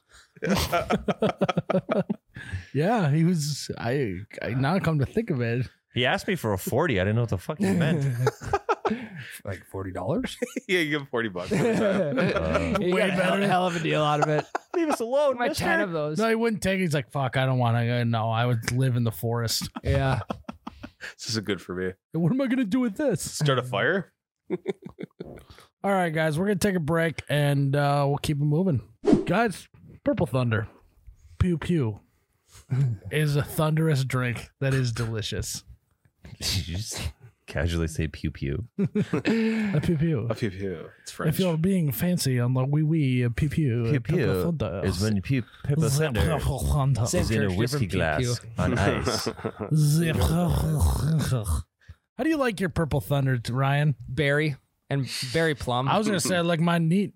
Speaker 1: Yeah, he was. I, I now come to think of it,
Speaker 2: He asked me for a forty. I didn't know what the fuck he meant.
Speaker 3: like forty dollars.
Speaker 4: yeah, you give him forty bucks. every time.
Speaker 1: Way better.
Speaker 3: hell of a deal out of it.
Speaker 2: Leave us alone.
Speaker 3: My
Speaker 2: Oh, mister.
Speaker 3: ten of those.
Speaker 1: No, he wouldn't take it. He's like, fuck, I don't want to. No, I would live in the forest.
Speaker 3: Yeah,
Speaker 4: this isn't good for me.
Speaker 1: What am I going to do with this?
Speaker 4: Start a fire?
Speaker 1: All right, guys, we're going to take a break and uh, we'll keep it moving. Guys, Purple Thunder, pew pew, is a thunderous drink that is delicious.
Speaker 2: Did you just casually say pew pew?
Speaker 1: A pew pew.
Speaker 4: A Oh, pew pew. It's French.
Speaker 1: If you're being fancy on the wee wee, pew pew.
Speaker 2: Pew
Speaker 1: Purple
Speaker 2: pew
Speaker 1: Thunder.
Speaker 2: is when pew pepper
Speaker 1: The
Speaker 2: thunder
Speaker 1: Purple Thunder.
Speaker 2: is in a
Speaker 3: Kirsch,
Speaker 2: whiskey
Speaker 3: different pew
Speaker 2: glass on ice.
Speaker 1: The Purple Thunder. How do you like your Purple Thunder, Ryan?
Speaker 3: berry and berry plum.
Speaker 1: I was going to say, I like mine neat.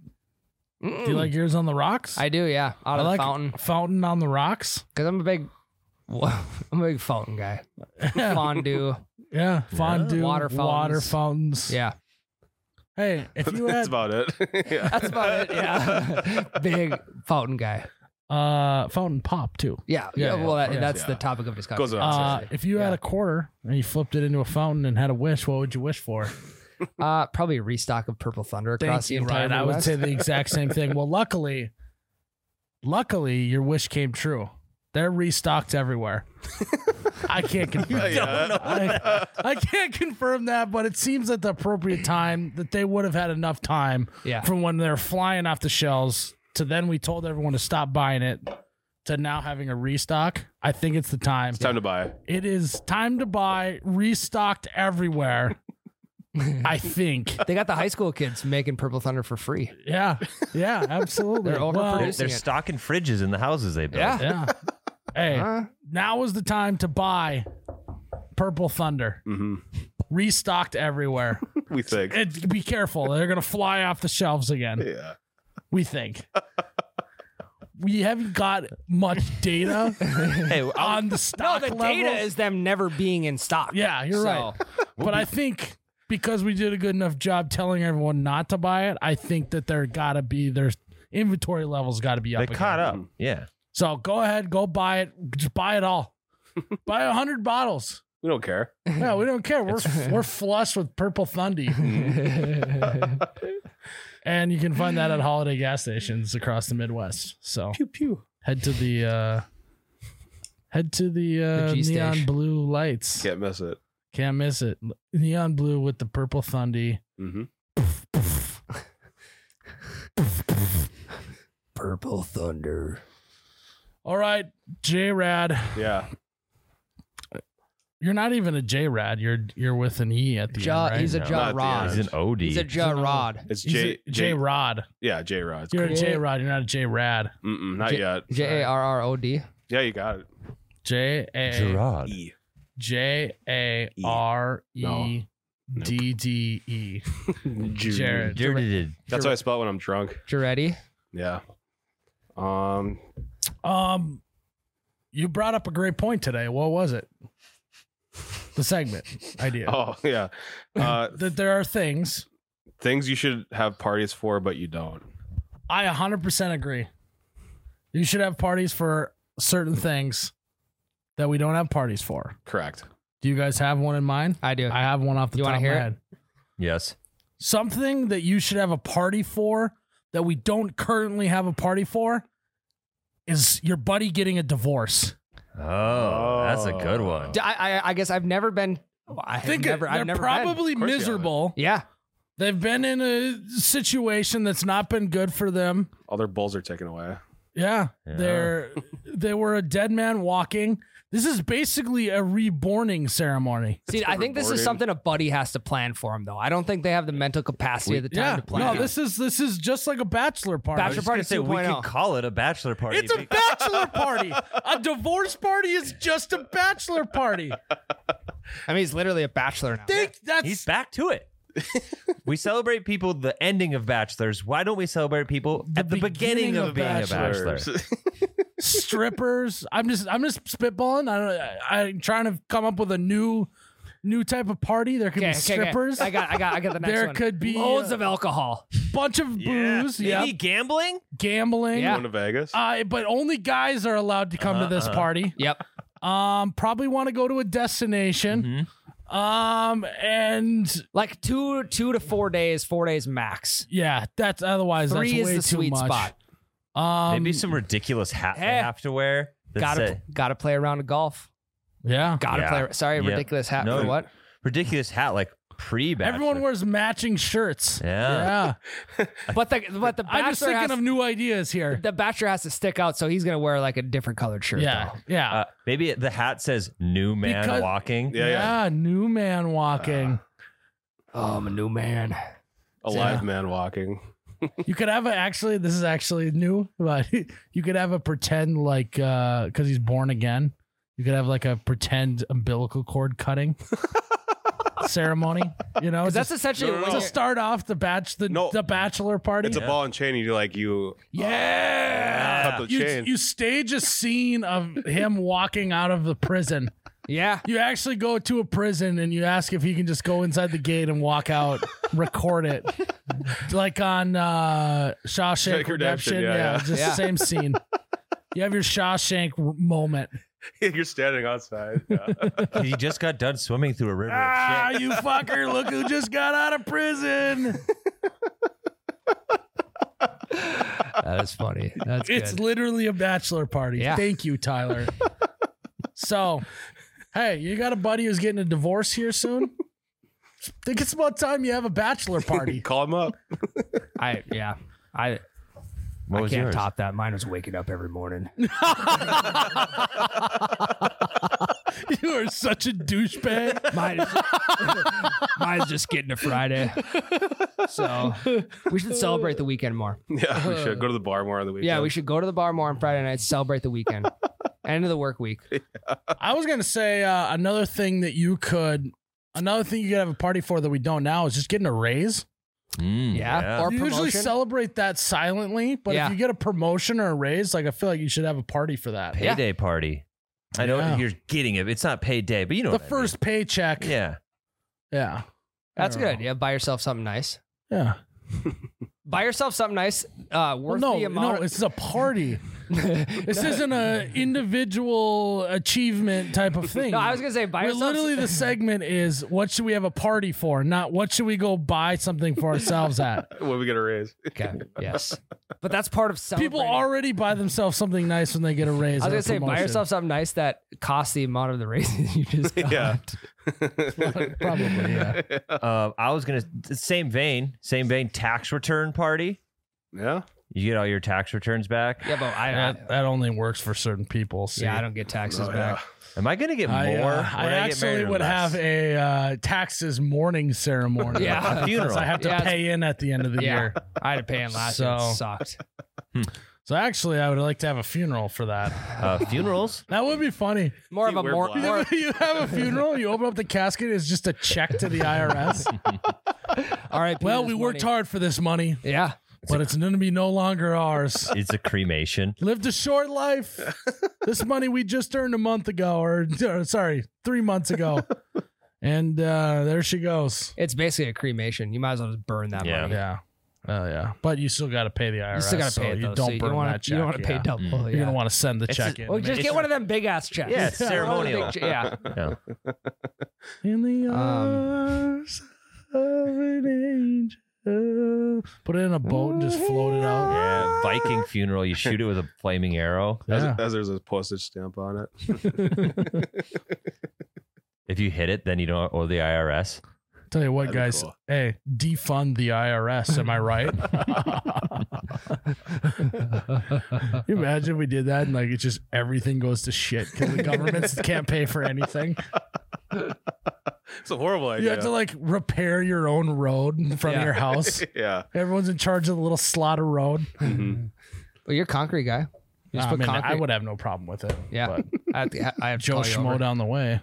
Speaker 1: Do you like yours on the rocks?
Speaker 3: I do. Yeah,
Speaker 1: I
Speaker 3: out of
Speaker 1: like
Speaker 3: the fountain.
Speaker 1: fountain on the rocks.
Speaker 3: Because I'm a big, I'm a big fountain guy. Fondue.
Speaker 1: Yeah, fondue,
Speaker 3: Water
Speaker 1: water
Speaker 3: fountains.
Speaker 1: fountains.
Speaker 3: Yeah.
Speaker 1: Hey, if you had
Speaker 4: That's about it. yeah.
Speaker 3: That's about it. Yeah. Big fountain guy.
Speaker 1: uh, fountain pop too.
Speaker 3: Yeah.
Speaker 1: Yeah,
Speaker 3: Yeah.
Speaker 1: yeah,
Speaker 3: well, that,
Speaker 1: yeah.
Speaker 3: that's the
Speaker 4: Yeah.
Speaker 3: topic of discussion.
Speaker 4: Goes without
Speaker 1: Uh,
Speaker 4: saying.
Speaker 1: if you had
Speaker 3: Yeah.
Speaker 1: a quarter and you flipped it into a fountain and had a wish, what would you wish for?
Speaker 3: Uh, probably a restock of Purple Thunder across
Speaker 1: Thank
Speaker 3: the
Speaker 1: you,
Speaker 3: entire
Speaker 1: Ryan. I would
Speaker 3: Midwest.
Speaker 1: say the exact same thing. Well, luckily, luckily, your wish came true. They're restocked everywhere. I can't confirm.
Speaker 4: Yeah, yeah.
Speaker 1: I, I can't confirm that, but it seems at the appropriate time that they would have had enough time
Speaker 3: yeah.
Speaker 1: from when they're flying off the shelves to then we told everyone to stop buying it to now having a restock. I think it's the time.
Speaker 4: It's time to buy.
Speaker 1: It is time to buy, restocked everywhere. I think.
Speaker 3: They got the high school kids making Purple Thunder for free.
Speaker 1: Yeah. Yeah, absolutely.
Speaker 3: They're
Speaker 2: They're,
Speaker 3: overproduced.
Speaker 2: they're stocking fridges in the houses they built.
Speaker 3: Yeah.
Speaker 1: yeah. Hey,
Speaker 3: Huh?
Speaker 1: now is the time to buy Purple Thunder.
Speaker 4: hmm
Speaker 1: Restocked everywhere.
Speaker 4: We think.
Speaker 1: And be careful. They're going to fly off the shelves again,
Speaker 4: Yeah.
Speaker 1: we think. We haven't got much data
Speaker 2: Hey, I'll-
Speaker 1: on the
Speaker 3: No,
Speaker 1: stock
Speaker 3: the
Speaker 1: level.
Speaker 3: data is them never being in stock.
Speaker 1: Yeah, you're
Speaker 3: So,
Speaker 1: right. But I think because we did a good enough job telling everyone not to buy it, I think that there gotta be their inventory levels gotta be up.
Speaker 2: they
Speaker 1: again.
Speaker 2: caught up. Yeah.
Speaker 1: So go ahead, go buy it. Just buy it all. buy a hundred bottles.
Speaker 4: We don't care.
Speaker 1: Yeah, we don't care. We're we're flush with purple thundy. and you can find that at holiday gas stations across the Midwest. So
Speaker 4: Pew pew.
Speaker 1: head to the uh head to the uh
Speaker 3: The G
Speaker 1: neon
Speaker 3: station.
Speaker 1: blue lights.
Speaker 4: Can't miss it.
Speaker 1: Can't miss it. Neon blue with the purple thundy.
Speaker 4: Mm-hmm.
Speaker 3: Purple Thunder.
Speaker 1: All right, J Rad.
Speaker 4: Yeah.
Speaker 1: You're not even a J Rad. You're you're with an E at the
Speaker 3: Ja,
Speaker 1: end. Right?
Speaker 3: he's a
Speaker 2: No,
Speaker 3: Ja
Speaker 4: not the
Speaker 3: Rod.
Speaker 2: He's
Speaker 4: end.
Speaker 2: an OD.
Speaker 3: He's a Ja Rod.
Speaker 4: It's
Speaker 1: He's
Speaker 4: J
Speaker 1: a J Rod.
Speaker 4: Yeah, J Rod.
Speaker 1: You're
Speaker 3: cool.
Speaker 1: a J Rod. You're not a J Rad.
Speaker 4: Mm-mm, not
Speaker 3: J-
Speaker 4: yet.
Speaker 3: J A R R O D.
Speaker 4: Yeah, you got it.
Speaker 1: J A
Speaker 2: Gerard.
Speaker 4: E.
Speaker 1: J A R E D D E. Jared.
Speaker 2: Gerard.
Speaker 4: That's how I spell it when I'm drunk.
Speaker 3: Jaretti.
Speaker 4: Yeah. Um.
Speaker 1: Um, you brought up a great point today. What was it? The segment idea.
Speaker 4: Oh yeah. Uh,
Speaker 1: That there are things
Speaker 4: things you should have parties for, but you don't.
Speaker 1: I 100% agree. You should have parties for certain things that we don't have parties for.
Speaker 4: Correct.
Speaker 1: Do you guys have one in mind?
Speaker 3: I do.
Speaker 1: I have one off the
Speaker 3: You
Speaker 1: top
Speaker 3: wanna
Speaker 1: of
Speaker 3: hear
Speaker 1: my
Speaker 3: it?
Speaker 1: head.
Speaker 2: Yes.
Speaker 1: Something that you should have a party for that we don't currently have a party for is your buddy getting a divorce.
Speaker 2: Oh, that's a good one.
Speaker 3: D- I, I, I guess I've never been. I have
Speaker 1: Think
Speaker 3: never.
Speaker 1: it,
Speaker 3: I've
Speaker 1: they're
Speaker 3: never been.
Speaker 1: probably
Speaker 4: Of course you haven't.
Speaker 1: miserable.
Speaker 3: Yeah.
Speaker 1: They've been in a situation that's not been good for them.
Speaker 4: All their bulls are taken away.
Speaker 1: Yeah,
Speaker 2: Yeah.
Speaker 1: they're they were a dead man walking. This is basically a reborning ceremony.
Speaker 3: See, I think this is
Speaker 4: rewarding.
Speaker 3: something a buddy has to plan for him, though. I don't think they have the mental capacity
Speaker 2: We-
Speaker 3: at the time
Speaker 1: Yeah,
Speaker 3: to plan.
Speaker 1: no, this is this is just like a bachelor party.
Speaker 2: I was
Speaker 3: Bachelor
Speaker 2: just gonna
Speaker 3: party
Speaker 2: say we
Speaker 3: 2.0.
Speaker 2: could call it a bachelor party.
Speaker 1: It's a bachelor party. A divorce party is just a bachelor party.
Speaker 3: I mean, he's literally a bachelor now.
Speaker 1: Think that's
Speaker 2: He's back to it. we celebrate people the ending of bachelors. Why don't we celebrate people at the beginning,
Speaker 1: beginning
Speaker 2: of,
Speaker 1: of
Speaker 2: being a
Speaker 4: Bachelors.
Speaker 2: bachelor?
Speaker 1: strippers. I'm just I'm just spitballing. I don't. I, I'm trying to come up with a new new type of party. There could
Speaker 3: Okay,
Speaker 1: be
Speaker 3: okay, okay.
Speaker 1: strippers.
Speaker 3: I got, I got, I got the next
Speaker 1: There
Speaker 3: one.
Speaker 1: could be,
Speaker 3: loads
Speaker 1: uh,
Speaker 3: of alcohol.
Speaker 1: bunch of booze.
Speaker 2: Yeah.
Speaker 1: Yeah,
Speaker 2: Maybe gambling?
Speaker 1: gambling.
Speaker 3: Yeah.
Speaker 4: Going to Vegas.
Speaker 1: Uh, but only guys are allowed to come
Speaker 2: Uh-huh,
Speaker 1: to this
Speaker 2: uh-huh.
Speaker 1: party.
Speaker 3: Yep.
Speaker 1: Um, probably want to go to a destination.
Speaker 2: Mhm.
Speaker 1: Um, and
Speaker 3: Like two, two to four days, four days max.
Speaker 1: yeah, that's otherwise
Speaker 3: Three
Speaker 1: that's
Speaker 3: is
Speaker 1: way
Speaker 3: the
Speaker 1: too
Speaker 3: sweet
Speaker 1: much.
Speaker 3: spot.
Speaker 1: Um,
Speaker 2: Maybe some ridiculous hat they
Speaker 3: eh,
Speaker 2: have to wear. that
Speaker 3: Gotta,
Speaker 2: say-
Speaker 3: gotta play a round of golf.
Speaker 1: yeah.
Speaker 3: Gotta
Speaker 2: Yeah.
Speaker 3: play. Sorry,
Speaker 2: Yeah.
Speaker 3: ridiculous hat
Speaker 2: No.
Speaker 3: for what?
Speaker 2: ridiculous hat like pre bachelor.
Speaker 1: Everyone wears matching shirts.
Speaker 2: Yeah.
Speaker 3: But the, but the
Speaker 1: I'm just
Speaker 3: bachelor
Speaker 1: thinking
Speaker 3: has,
Speaker 1: of new ideas here.
Speaker 3: the bachelor has to stick out, so he's gonna wear like a different colored shirt.
Speaker 1: yeah,
Speaker 3: though.
Speaker 1: yeah.
Speaker 2: Uh, maybe the hat says new man
Speaker 1: Because-
Speaker 2: walking.
Speaker 4: yeah, yeah.
Speaker 1: New man walking.
Speaker 3: Oh, I'm a new man.
Speaker 4: A live man walking.
Speaker 1: you could have a actually. This is actually new, but you could have a pretend like because he's born again. You could have like a pretend umbilical cord cutting ceremony. You know,
Speaker 3: 'Cause that's
Speaker 1: just-
Speaker 3: essentially
Speaker 4: No, no,
Speaker 3: when
Speaker 4: no.
Speaker 1: to
Speaker 3: you're-
Speaker 1: start off the batch the,
Speaker 4: No.
Speaker 1: the bachelor party.
Speaker 4: It's a
Speaker 2: Yeah.
Speaker 4: ball and chain. You do like you
Speaker 1: yeah.
Speaker 4: cut the
Speaker 1: You,
Speaker 4: chain.
Speaker 1: you stage a scene of him walking out of the prison
Speaker 3: Yeah.
Speaker 1: You actually go to a prison and you ask if he can just go inside the gate and walk out, record it, like on uh, Shawshank
Speaker 4: Shawshank Redemption,
Speaker 1: Redemption.
Speaker 4: yeah,
Speaker 1: Yeah,
Speaker 4: yeah.
Speaker 1: just
Speaker 3: Yeah.
Speaker 1: the same scene. You have your Shawshank r- moment.
Speaker 4: You're standing outside. Yeah.
Speaker 2: He just got done swimming through a river
Speaker 1: Ah,
Speaker 2: of shit.
Speaker 1: you fucker! Look who just got out of prison.
Speaker 3: That is funny. That's
Speaker 1: It's
Speaker 3: good.
Speaker 1: literally a bachelor party.
Speaker 3: Yeah.
Speaker 1: Thank you, Tyler. so, hey, you got a buddy who's getting a divorce here soon? Think it's about time you have a bachelor party.
Speaker 4: Call him up.
Speaker 3: I yeah. I
Speaker 2: What
Speaker 3: I
Speaker 2: was
Speaker 3: can't
Speaker 2: yours?
Speaker 3: top that. Mine was waking up every morning.
Speaker 1: you are such a douchebag.
Speaker 3: Mine is, mine's just getting to Friday. So we should celebrate the weekend more.
Speaker 4: Yeah, we should go to the bar more on the weekend.
Speaker 3: Yeah, we should go to the bar more on Friday nights, celebrate the weekend. End of the work week.
Speaker 1: I was gonna say uh, another thing that you could, another thing you could have a party for that we don't now is just getting a raise.
Speaker 2: Mm,
Speaker 3: Yeah. Or
Speaker 1: You usually
Speaker 3: promotion.
Speaker 1: celebrate that silently, but
Speaker 3: Yeah.
Speaker 1: if you get a promotion or a raise, like I feel like you should have a party for that.
Speaker 3: Yeah.
Speaker 2: payday party. I know
Speaker 1: Yeah.
Speaker 2: you're getting it. It's not payday, but you know
Speaker 1: The
Speaker 2: what I mean.
Speaker 1: first paycheck.
Speaker 2: Yeah,
Speaker 1: Yeah.
Speaker 3: That's
Speaker 1: I don't
Speaker 3: good. Yeah, buy yourself something nice.
Speaker 1: know. Yeah.
Speaker 3: Buy yourself something nice. Uh,
Speaker 1: Well,
Speaker 3: worth
Speaker 1: no,
Speaker 3: the amount.
Speaker 1: no, this is a party. this isn't a individual achievement type of thing.
Speaker 3: No, I was gonna say buy
Speaker 1: We're
Speaker 3: yourself.
Speaker 1: literally the segment is what should we have a party for, not what should we go buy something for ourselves at.
Speaker 4: When we get a raise.
Speaker 3: okay, yes, but that's part of celebrating.
Speaker 1: People already buy themselves something nice when they get a raise.
Speaker 3: I was
Speaker 1: or
Speaker 3: gonna
Speaker 1: a
Speaker 3: say buy
Speaker 1: promotion.
Speaker 3: yourself something nice that costs the amount of the raise you just got.
Speaker 4: Yeah.
Speaker 1: Probably, yeah.
Speaker 2: uh, I was gonna same vein, same vein. Tax return party.
Speaker 4: Oh, Yeah.
Speaker 2: You get all your tax returns back.
Speaker 3: Yeah, but I, I
Speaker 1: That, that only works for certain people. see.
Speaker 3: yeah I don't get taxes
Speaker 4: Oh,
Speaker 3: back.
Speaker 4: yeah.
Speaker 2: Am I gonna get more?
Speaker 1: I, uh,
Speaker 2: when
Speaker 1: I
Speaker 2: get married
Speaker 1: actually
Speaker 2: or
Speaker 1: would
Speaker 2: less?
Speaker 1: have a uh, taxes mourning ceremony.
Speaker 3: Yeah.
Speaker 2: a funeral.
Speaker 1: Because I have to
Speaker 3: Yeah, it's-
Speaker 1: pay in at the end of the
Speaker 3: Yeah.
Speaker 1: year.
Speaker 3: I had to pay in last year.
Speaker 1: So-
Speaker 3: It sucked.
Speaker 1: So actually, I would like to have a funeral for that.
Speaker 2: uh, funerals.
Speaker 1: That would be funny.
Speaker 3: More
Speaker 4: You
Speaker 3: of a
Speaker 4: were
Speaker 3: more,
Speaker 4: black.
Speaker 3: more
Speaker 1: you have a funeral, you open up the casket, it's just a check to the IRS.
Speaker 3: all right.
Speaker 1: well, we worked hard for this money,
Speaker 3: Yeah.
Speaker 1: but it's going to be no longer ours.
Speaker 2: It's a cremation.
Speaker 1: Lived a short life. This money we just earned a month ago, or, or sorry, three months ago. And uh, there she goes.
Speaker 3: It's basically a cremation. You might as well just burn that
Speaker 2: Yeah.
Speaker 3: money.
Speaker 1: Yeah. Oh, yeah. But you still got to pay the IRS.
Speaker 3: You still gotta
Speaker 1: so
Speaker 3: pay it.
Speaker 1: You
Speaker 3: though,
Speaker 1: don't
Speaker 3: so
Speaker 1: burn
Speaker 3: you wanna,
Speaker 1: that check.
Speaker 3: You don't want to pay
Speaker 1: yeah.
Speaker 3: double.
Speaker 2: Mm.
Speaker 3: Yeah.
Speaker 1: You're going to want to send the
Speaker 2: It's-
Speaker 1: check in.
Speaker 3: well, just
Speaker 2: It's-
Speaker 3: get one of them big ass checks.
Speaker 2: Yeah, it's
Speaker 3: One of the big
Speaker 2: ceremonial.
Speaker 3: che- yeah.
Speaker 2: Yeah.
Speaker 1: In the
Speaker 3: Um,
Speaker 1: arms of an angel. Put it in a boat and just float it out.
Speaker 2: Yeah, Viking funeral. You shoot it with a flaming arrow.
Speaker 1: Yeah.
Speaker 4: As, as there's a postage stamp on it.
Speaker 2: If you hit it, then you don't owe the IRS.
Speaker 1: Tell you what,
Speaker 4: That'd be
Speaker 1: guys.
Speaker 4: cool.
Speaker 1: Hey, defund the IRS. Am I right? Can you imagine we did that and like it's just everything goes to shit because the governments can't pay for anything.
Speaker 4: It's a horrible
Speaker 1: You
Speaker 4: idea.
Speaker 1: have to like repair your own road in front
Speaker 3: Yeah.
Speaker 1: of your house.
Speaker 4: yeah.
Speaker 1: Everyone's in charge of the little slaughter road.
Speaker 3: Well, you're a concrete guy. You
Speaker 1: Nah,
Speaker 3: just
Speaker 1: I,
Speaker 3: put
Speaker 1: mean,
Speaker 3: concrete.
Speaker 1: I would have no problem with it.
Speaker 3: Yeah.
Speaker 1: but
Speaker 3: I have to, I have to
Speaker 1: Joe
Speaker 3: call you over.
Speaker 1: Schmo down the way.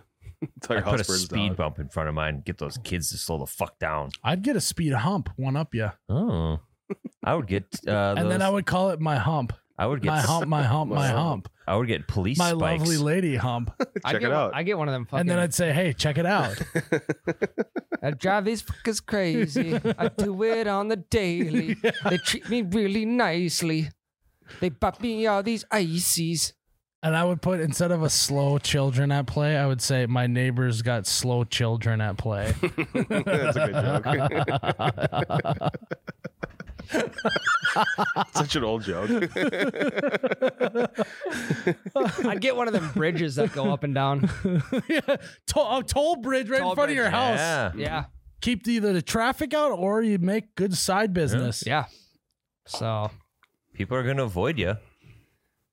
Speaker 4: Tell
Speaker 2: I
Speaker 4: your
Speaker 2: put a
Speaker 4: house bird's
Speaker 2: speed
Speaker 4: dog.
Speaker 2: bump in front of mine. Get those kids to slow the fuck down.
Speaker 1: I'd get a speed hump, one up you.
Speaker 2: Oh, I would get. Uh,
Speaker 1: and then I
Speaker 2: would,
Speaker 1: would call it my hump.
Speaker 2: I would get.
Speaker 1: My hump, my hump, my
Speaker 4: My hump.
Speaker 1: hump.
Speaker 2: I would get police
Speaker 1: My
Speaker 2: spikes.
Speaker 1: lovely lady hump.
Speaker 3: I
Speaker 4: Check
Speaker 3: get
Speaker 4: it out.
Speaker 3: One, I get one of them. Fucking,
Speaker 1: And then I'd say, hey, check it out.
Speaker 3: I drive these fuckers crazy. I do it on the daily. They treat me really nicely. They bought me all these ices.
Speaker 1: And I would put instead of a slow children at play, I would say my neighbors got slow children at play.
Speaker 4: That's a good joke. Such an old joke.
Speaker 3: I'd get one of them bridges that go up and down.
Speaker 1: yeah, toll, a toll bridge right
Speaker 3: Toll
Speaker 1: in front
Speaker 3: bridge,
Speaker 1: of your house.
Speaker 2: Yeah.
Speaker 3: Yeah,
Speaker 1: Keep the, either the traffic out or you make good side business.
Speaker 3: yeah. So
Speaker 2: People are going to avoid you.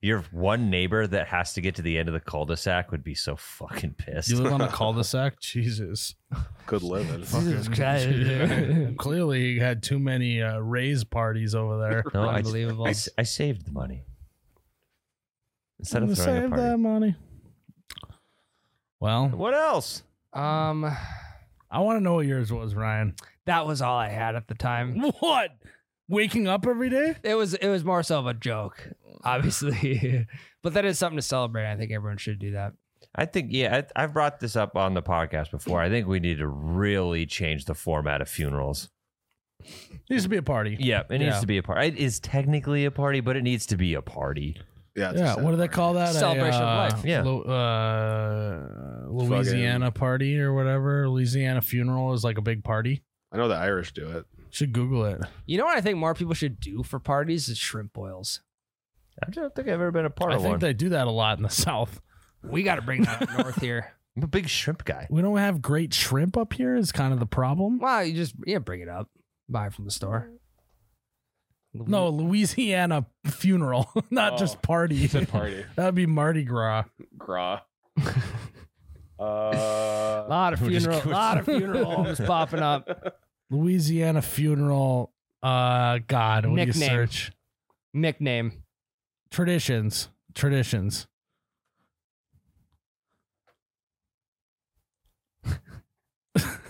Speaker 2: Your one neighbor that has to get to the end of the cul-de-sac would be so fucking pissed.
Speaker 1: You live on a cul-de-sac, Jesus.
Speaker 4: Good living.
Speaker 3: Jesus Christ, dude.
Speaker 1: Clearly, you had too many uh, raise parties over there.
Speaker 2: No, I,
Speaker 3: unbelievable.
Speaker 2: I, I saved the money instead
Speaker 1: Gonna
Speaker 2: of throwing a
Speaker 1: save
Speaker 2: party.
Speaker 1: that money. Well,
Speaker 2: What else?
Speaker 3: um,
Speaker 1: I want to know what yours was, Ryan.
Speaker 3: that was all I had at the time.
Speaker 1: What? Waking up every day?
Speaker 3: It was it was more so of a joke, obviously, but that is something to celebrate. I think everyone should do that.
Speaker 2: I think, yeah, I, I've brought this up on the podcast before. I think we need to really change the format of funerals.
Speaker 1: Needs to be a party.
Speaker 2: Yeah, it needs
Speaker 1: Yeah.
Speaker 2: to be a party. It is technically a party, but it needs to be a party.
Speaker 4: Yeah. it's a
Speaker 1: Yeah,
Speaker 4: sad
Speaker 1: what do they
Speaker 4: part.
Speaker 1: call that? A,
Speaker 3: Celebration of
Speaker 1: uh,
Speaker 3: life.
Speaker 2: Yeah.
Speaker 1: Lu- uh, Louisiana party or whatever. Louisiana funeral is like a big party.
Speaker 4: I know the Irish do it.
Speaker 1: Should Google it.
Speaker 3: You know what I think more people should do for parties is shrimp boils.
Speaker 2: I don't think I've ever been a part
Speaker 1: I
Speaker 2: of
Speaker 1: think
Speaker 2: one.
Speaker 1: they do that a lot in the South.
Speaker 3: We got to bring that up north here.
Speaker 2: I'm a big shrimp guy.
Speaker 1: We don't have great shrimp up here. Is kind of the problem.
Speaker 3: Well, you just yeah, bring it up. Buy it from the store.
Speaker 1: No, Louisiana funeral, not
Speaker 4: Oh.
Speaker 1: just party.
Speaker 4: It's a party.
Speaker 1: that would be Mardi Gras.
Speaker 4: Gra.
Speaker 3: a
Speaker 4: Uh,
Speaker 3: lot of
Speaker 2: We're just-
Speaker 3: funeral, a
Speaker 2: we're
Speaker 3: lot of
Speaker 2: just-
Speaker 3: funeral homes popping up.
Speaker 1: Louisiana funeral. Uh, God, what do you
Speaker 3: Nickname.
Speaker 1: search?
Speaker 3: Nickname.
Speaker 1: Traditions, traditions.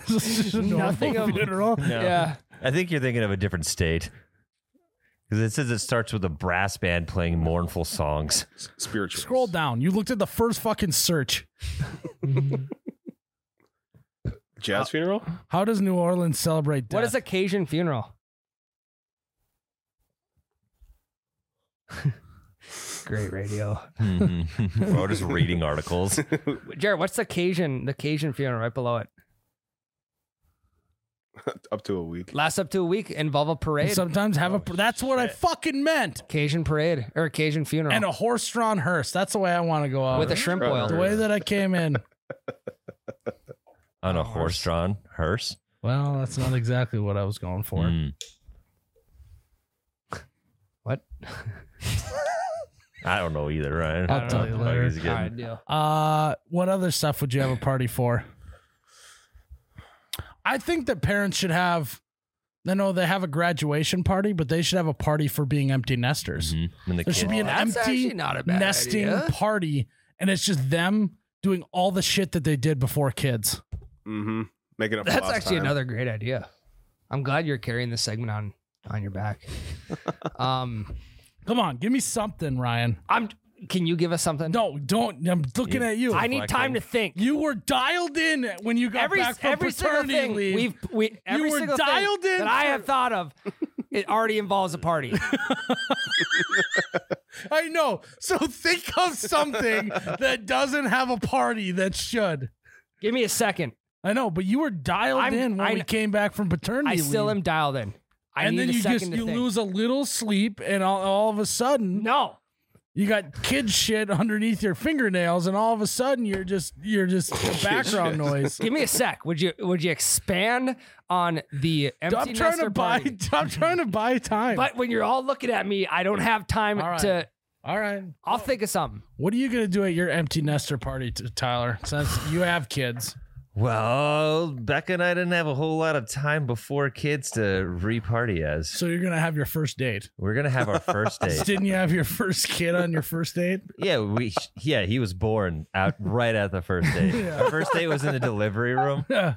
Speaker 1: Just a normal
Speaker 3: Nothing of-
Speaker 1: funeral.
Speaker 2: No.
Speaker 3: yeah.
Speaker 2: I think you're thinking of a different state. Because it says it starts with a brass band playing mournful songs.
Speaker 4: s- spirituals.
Speaker 1: Scroll down. You looked at the first fucking search.
Speaker 4: Jazz funeral?
Speaker 1: How does New Orleans celebrate death?
Speaker 3: What is a Cajun funeral? Great radio.
Speaker 2: We're just reading articles.
Speaker 3: Jared, what's the Cajun the Cajun funeral right below it?
Speaker 4: Up to a week.
Speaker 3: Last up to a week, involve a
Speaker 1: And
Speaker 3: parade.
Speaker 1: sometimes have a. That's what I fucking meant.
Speaker 3: Cajun parade or Cajun funeral.
Speaker 1: And a horse-drawn hearse. That's the way I want to go out.
Speaker 3: with a shrimp
Speaker 4: Right.
Speaker 1: the
Speaker 3: boil.
Speaker 1: way that I came in.
Speaker 2: On a horse drawn hearse.
Speaker 1: Well, that's not exactly what I was going for.
Speaker 2: Mm.
Speaker 3: What?
Speaker 2: I don't know either, right?
Speaker 1: I'll tell you later.
Speaker 3: All right, deal.
Speaker 1: Uh, what other stuff would you have a party for? I think that parents should have. I know they have a graduation party, but they should have a party for being empty nesters.
Speaker 2: When Mm-hmm. the
Speaker 1: There
Speaker 2: kid,
Speaker 1: should be an
Speaker 3: That's
Speaker 1: empty
Speaker 3: actually Mm-hmm. not a bad
Speaker 1: nesting
Speaker 3: idea.
Speaker 1: party, and it's just them doing all the shit that they did before kids.
Speaker 4: Mm-hmm. Make it up. for
Speaker 3: That's
Speaker 4: lost
Speaker 3: actually
Speaker 4: time.
Speaker 3: another great idea. I'm glad you're carrying this segment on on your back. um,
Speaker 1: Come on, give me something, Ryan.
Speaker 3: I'm. Can you give us something?
Speaker 1: No, don't. I'm looking
Speaker 2: You-
Speaker 1: at you.
Speaker 3: I need time to think.
Speaker 1: you were dialed in when you got
Speaker 3: every
Speaker 1: back from
Speaker 3: every single
Speaker 1: paternity
Speaker 3: thing
Speaker 1: leave.
Speaker 3: we've we every
Speaker 1: were
Speaker 3: single
Speaker 1: dialed in
Speaker 3: thing that I
Speaker 1: for-
Speaker 3: have thought of, it already involves a party.
Speaker 1: I know. So think of something that doesn't have a party that should.
Speaker 3: Give me a second.
Speaker 1: I know, but you were dialed
Speaker 3: I'm-
Speaker 1: in when
Speaker 3: I-
Speaker 1: we came back from paternity.
Speaker 3: I still
Speaker 1: leave.
Speaker 3: am dialed in. I
Speaker 1: and
Speaker 3: need
Speaker 1: then
Speaker 3: a
Speaker 1: you
Speaker 3: second
Speaker 1: just
Speaker 3: to
Speaker 1: you
Speaker 3: think.
Speaker 1: lose a little sleep, and all, all of a sudden
Speaker 3: No,
Speaker 1: you got kid shit underneath your fingernails, and all of a sudden you're just you're just background noise.
Speaker 3: give me a sec. Would you would you expand on the empty
Speaker 1: I'm trying
Speaker 3: nester
Speaker 1: to buy.
Speaker 3: party?
Speaker 1: I'm trying to buy time.
Speaker 3: But when you're all looking at me, I don't have time
Speaker 1: All right.
Speaker 3: to.
Speaker 1: all right,
Speaker 3: I'll think of something.
Speaker 1: what are you gonna do at your empty nester party, t- Tyler? Since you have kids,
Speaker 2: well, Becca and I didn't have a whole lot of time before kids to re-party as.
Speaker 1: so you're gonna have your first date.
Speaker 2: We're gonna have our first date.
Speaker 1: Didn't you have your first kid on your first date?
Speaker 2: Yeah, we. Yeah, he was born out right at the first date. Our first date was in the delivery room.
Speaker 1: Yeah.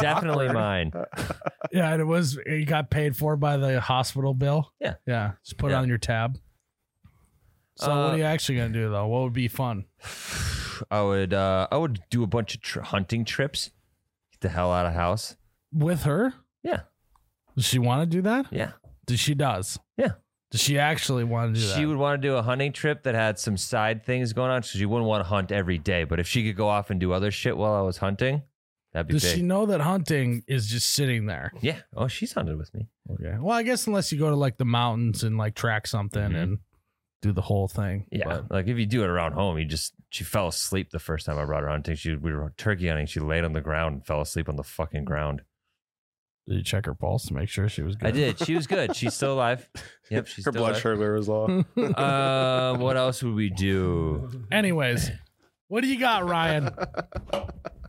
Speaker 2: Definitely mine.
Speaker 1: Yeah, and it was it got paid for by the hospital bill.
Speaker 2: Yeah.
Speaker 1: Yeah. Just put it
Speaker 2: Yeah.
Speaker 1: on your tab. So what
Speaker 2: Uh,
Speaker 1: are you actually gonna do though? What would be fun?
Speaker 2: I would. Uh, I would do a bunch of tr- hunting trips. Get the hell out of house.
Speaker 1: With her?
Speaker 2: Yeah.
Speaker 1: Does she want to do that?
Speaker 2: Yeah.
Speaker 1: Does she does?
Speaker 2: Yeah.
Speaker 1: Does she actually want to do that?
Speaker 2: She would want to do a hunting trip that had some side things going on. So she wouldn't want to hunt every day. But if she could go off and do other shit while I was hunting, that'd be
Speaker 1: does
Speaker 2: big.
Speaker 1: she know that hunting is just sitting there?
Speaker 2: yeah. Oh, she's hunted with me.
Speaker 1: Okay. Well, I guess unless you go to like the mountains and like track something
Speaker 2: Mhm.
Speaker 1: and do the whole thing.
Speaker 2: Yeah.
Speaker 1: But-
Speaker 2: Like if you do it around home, you just she fell asleep the first time I brought her hunting. She we were turkey hunting. She laid on the ground and fell asleep on the fucking ground.
Speaker 1: did you check her pulse to make sure she was good?
Speaker 2: I did. She was good. She's still alive. Yep. She's
Speaker 4: Her
Speaker 2: still
Speaker 4: blood
Speaker 2: alive.
Speaker 4: sugar was low.
Speaker 2: Uh, what else would we do?
Speaker 1: Anyways, what do you got, Ryan?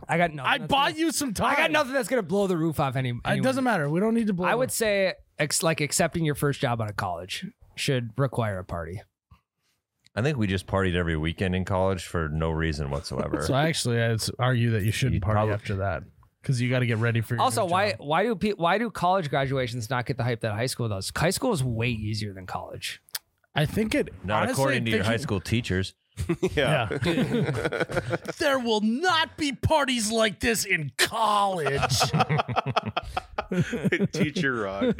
Speaker 3: I got nothing.
Speaker 1: I
Speaker 3: that's
Speaker 1: bought
Speaker 3: gonna-
Speaker 1: you some time.
Speaker 3: I got nothing that's gonna blow the roof off any.
Speaker 1: It
Speaker 3: anyone.
Speaker 1: doesn't matter. We don't need to blow.
Speaker 3: I
Speaker 1: them.
Speaker 3: would say ex- like accepting your first job out of college should require a party.
Speaker 2: I think we just partied every weekend in college for no reason whatsoever.
Speaker 1: So actually, I'd s- argue that you shouldn't
Speaker 2: You'd
Speaker 1: party
Speaker 2: probably-
Speaker 1: after that because you got to get ready for. Your
Speaker 3: Also,
Speaker 1: new
Speaker 3: why
Speaker 1: job.
Speaker 3: why do pe- why do college graduations not get the hype that high school does? High school is way easier than college.
Speaker 1: I think it.
Speaker 2: Not
Speaker 1: honestly,
Speaker 2: according
Speaker 1: I
Speaker 2: to your
Speaker 1: think
Speaker 2: high
Speaker 1: it-
Speaker 2: school teachers.
Speaker 4: yeah.
Speaker 1: there will not be parties like this in college.
Speaker 4: Teacher Rock.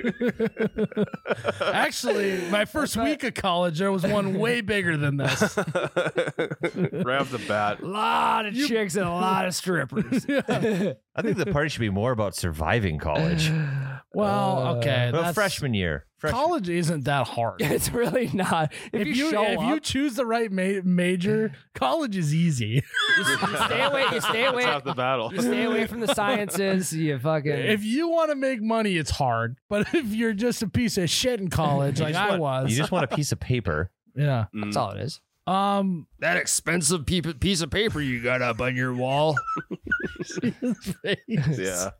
Speaker 1: Actually, my first week of college, there was one way bigger than this.
Speaker 4: Grab the bat.
Speaker 3: A lot of chicks and a lot of strippers.
Speaker 2: I think the party should be more about surviving college.
Speaker 1: Well, okay.
Speaker 2: Well,
Speaker 1: that's-
Speaker 2: freshman year. Freshman.
Speaker 1: Uh, College isn't that hard.
Speaker 3: it's really not. If, you, show
Speaker 1: if
Speaker 3: up,
Speaker 1: you choose the right ma- major, college is easy.
Speaker 3: you stay away. You stay
Speaker 4: That's
Speaker 3: away.
Speaker 4: half the battle.
Speaker 3: You stay away from the sciences. You fucking.
Speaker 1: if you want to make money, it's hard. But if you're just a piece of shit in college,
Speaker 2: You
Speaker 1: like
Speaker 2: just
Speaker 1: I
Speaker 2: want-
Speaker 1: was,
Speaker 2: You just want a piece of paper.
Speaker 1: yeah.
Speaker 4: Mm.
Speaker 3: that's all it is.
Speaker 1: Um,
Speaker 5: That expensive peop- piece of paper you got up on your wall.
Speaker 4: Yeah.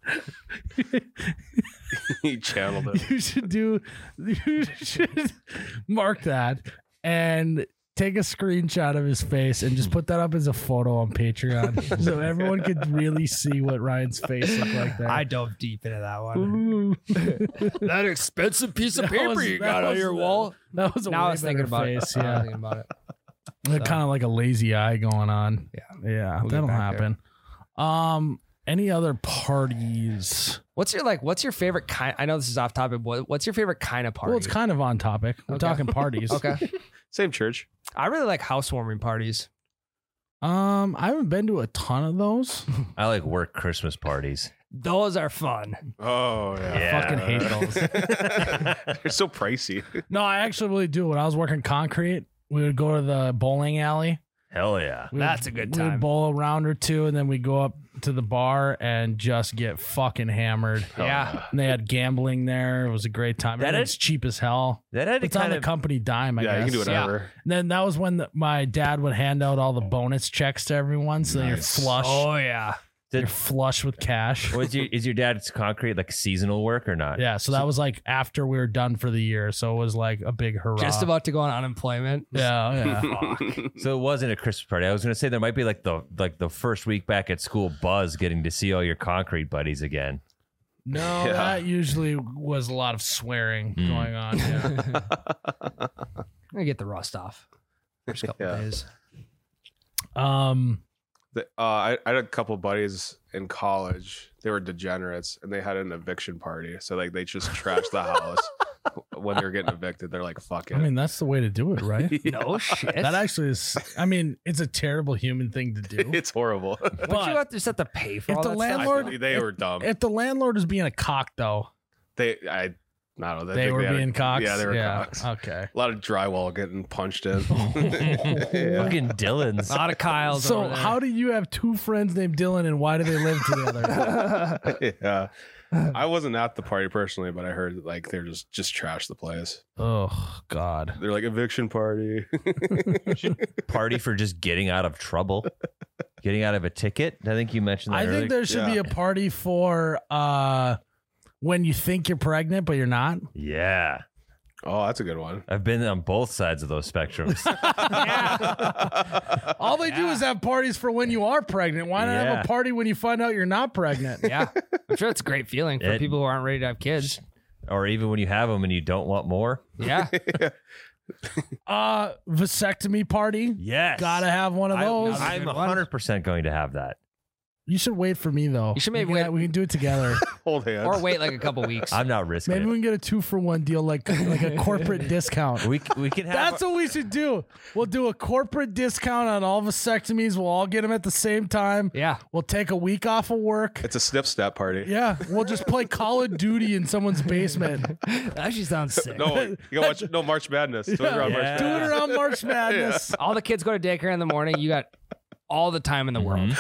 Speaker 4: he channeled it.
Speaker 1: you should do you should mark that and take a screenshot of his face and just put that up as a photo on patreon so everyone could really see what ryan's face looked like there
Speaker 3: dove deep into that one.
Speaker 1: Ooh.
Speaker 5: That expensive piece of
Speaker 1: That
Speaker 5: paper
Speaker 1: was-
Speaker 5: you
Speaker 1: that
Speaker 5: got on
Speaker 1: was
Speaker 5: your
Speaker 1: the-
Speaker 5: wall.
Speaker 1: that was a
Speaker 3: now
Speaker 1: way
Speaker 3: I was thinking
Speaker 1: better
Speaker 3: about
Speaker 1: face
Speaker 3: it. Now I was
Speaker 1: yeah
Speaker 3: thinking about it.
Speaker 1: kind of like a lazy eye going on
Speaker 3: Yeah.
Speaker 1: yeah
Speaker 3: We'll get
Speaker 1: that'll
Speaker 3: back there.
Speaker 1: happen um any other parties
Speaker 3: What's your like? What's your favorite kind? I know this is off topic. But what's your favorite kind of party?
Speaker 1: well it's kind of on topic we're
Speaker 3: Okay.
Speaker 1: talking parties
Speaker 3: okay.
Speaker 4: Same church.
Speaker 3: I really like housewarming parties.
Speaker 1: um i haven't been to a ton of those
Speaker 2: I like work Christmas parties.
Speaker 3: Those are fun.
Speaker 4: Oh yeah.
Speaker 2: Yeah.
Speaker 1: fucking hate those
Speaker 4: They're so pricey.
Speaker 1: No, I actually really do. When I was working concrete, we would go to the bowling alley.
Speaker 2: Hell yeah.
Speaker 1: We
Speaker 3: That's
Speaker 1: would,
Speaker 3: a good
Speaker 1: We
Speaker 3: time.
Speaker 1: would bowl a round or two, and then we go up to the bar and just get fucking hammered.
Speaker 3: yeah.
Speaker 1: And they had gambling there. It was a great time.
Speaker 2: That
Speaker 1: That is cheap as hell.
Speaker 2: That had to
Speaker 1: It's on
Speaker 2: kind
Speaker 1: the
Speaker 2: of
Speaker 1: company dime, I
Speaker 4: yeah,
Speaker 1: guess.
Speaker 4: you can do
Speaker 1: Yeah.
Speaker 4: whatever. Oh.
Speaker 1: And then that was when the, my dad would hand out all the bonus checks to everyone, so then you're
Speaker 4: Nice. Oh,
Speaker 1: flush.
Speaker 3: Oh yeah.
Speaker 1: You're flush with cash.
Speaker 2: was your, is your dad's concrete like seasonal work or not?
Speaker 1: Yeah, so that was like after we were done for the year, so it was like a big hurrah.
Speaker 3: Just about to go on unemployment.
Speaker 1: Yeah, yeah.
Speaker 2: So it wasn't a Christmas party. I was gonna say there might be like the like the first week back at school buzz getting to see all your concrete buddies again.
Speaker 1: No,
Speaker 4: Yeah. Hmm.
Speaker 1: that usually was a lot of swearing
Speaker 2: Mm.
Speaker 1: going on. yeah.
Speaker 3: I get the rust off. First couple
Speaker 4: Yeah.
Speaker 3: days.
Speaker 1: um,
Speaker 4: The- uh, I, I had a couple buddies in college. They were degenerates, and they had an eviction party. So like they just trashed the house when they were getting evicted. They're like, "Fuck it."
Speaker 1: I mean, that's the way to do it, right?
Speaker 3: No shit.
Speaker 1: that actually is. I mean, it's a terrible human thing to do.
Speaker 4: it's horrible.
Speaker 3: but, you
Speaker 1: But
Speaker 3: have to just have to pay for
Speaker 1: If
Speaker 3: all
Speaker 1: the
Speaker 3: that
Speaker 4: I-
Speaker 1: landlord- Lord,
Speaker 4: they
Speaker 1: it-
Speaker 4: were dumb.
Speaker 1: if the landlord is being a cock, though,
Speaker 4: they, I, I don't know. I
Speaker 1: they,
Speaker 4: think
Speaker 1: were
Speaker 4: had a-
Speaker 1: being cocks. Uh,
Speaker 4: Yeah, they were cocks.
Speaker 1: Okay.
Speaker 4: a lot of drywall getting punched in. Yeah.
Speaker 2: Fucking Dylan's.
Speaker 3: stuff. A lot of Kyle's.
Speaker 1: So
Speaker 3: over there.
Speaker 1: how do you have two friends named Dylan, and why do they live together?
Speaker 4: yeah. I wasn't at the party personally, but I heard like they're just just trash the place.
Speaker 1: oh God.
Speaker 4: They're like eviction party.
Speaker 2: party for just getting out of trouble, getting out of a ticket. I think you mentioned that.
Speaker 1: I
Speaker 2: earlier.
Speaker 1: think there should be
Speaker 4: Yeah.
Speaker 1: a party for uh when you think you're pregnant but you're not.
Speaker 2: yeah,
Speaker 4: oh, that's a good one.
Speaker 2: I've been on both sides of those spectrums.
Speaker 1: All they do is have parties for when you are pregnant. Why not have
Speaker 2: Yeah.
Speaker 1: a party when you find out you're not pregnant?
Speaker 3: yeah. I'm sure it's a great feeling for
Speaker 2: It-
Speaker 3: people who aren't ready to have kids.
Speaker 2: or even when you have them and you don't want more.
Speaker 3: Yeah.
Speaker 1: Uh, vasectomy party.
Speaker 2: Yes,
Speaker 1: Gotta have one of
Speaker 2: I,
Speaker 1: those.
Speaker 2: I'm
Speaker 3: Good one.
Speaker 2: 100 percent going to have that.
Speaker 1: you should wait for me though.
Speaker 3: You should
Speaker 1: We
Speaker 3: maybe
Speaker 1: can-
Speaker 3: wait-
Speaker 1: We can do it together.
Speaker 4: Hold hands.
Speaker 3: or wait like a couple weeks.
Speaker 2: I'm not risking
Speaker 1: Maybe we
Speaker 2: it.
Speaker 1: can get a two for one deal, like like a corporate discount.
Speaker 2: We, c- we can have
Speaker 1: That's what we should do. We'll do a corporate discount on all vasectomies. We'll all get them at the same time.
Speaker 3: yeah.
Speaker 1: We'll take a week off of work.
Speaker 4: It's a snip step party.
Speaker 1: Yeah, we'll just play Call of Duty in someone's basement.
Speaker 3: That actually sounds sick.
Speaker 4: No, you gotta watch no March Madness. Do it around
Speaker 2: Yeah.
Speaker 1: Do
Speaker 4: March
Speaker 1: it around March Madness.
Speaker 3: All the kids go to daycare in the morning. You got all the time in the world.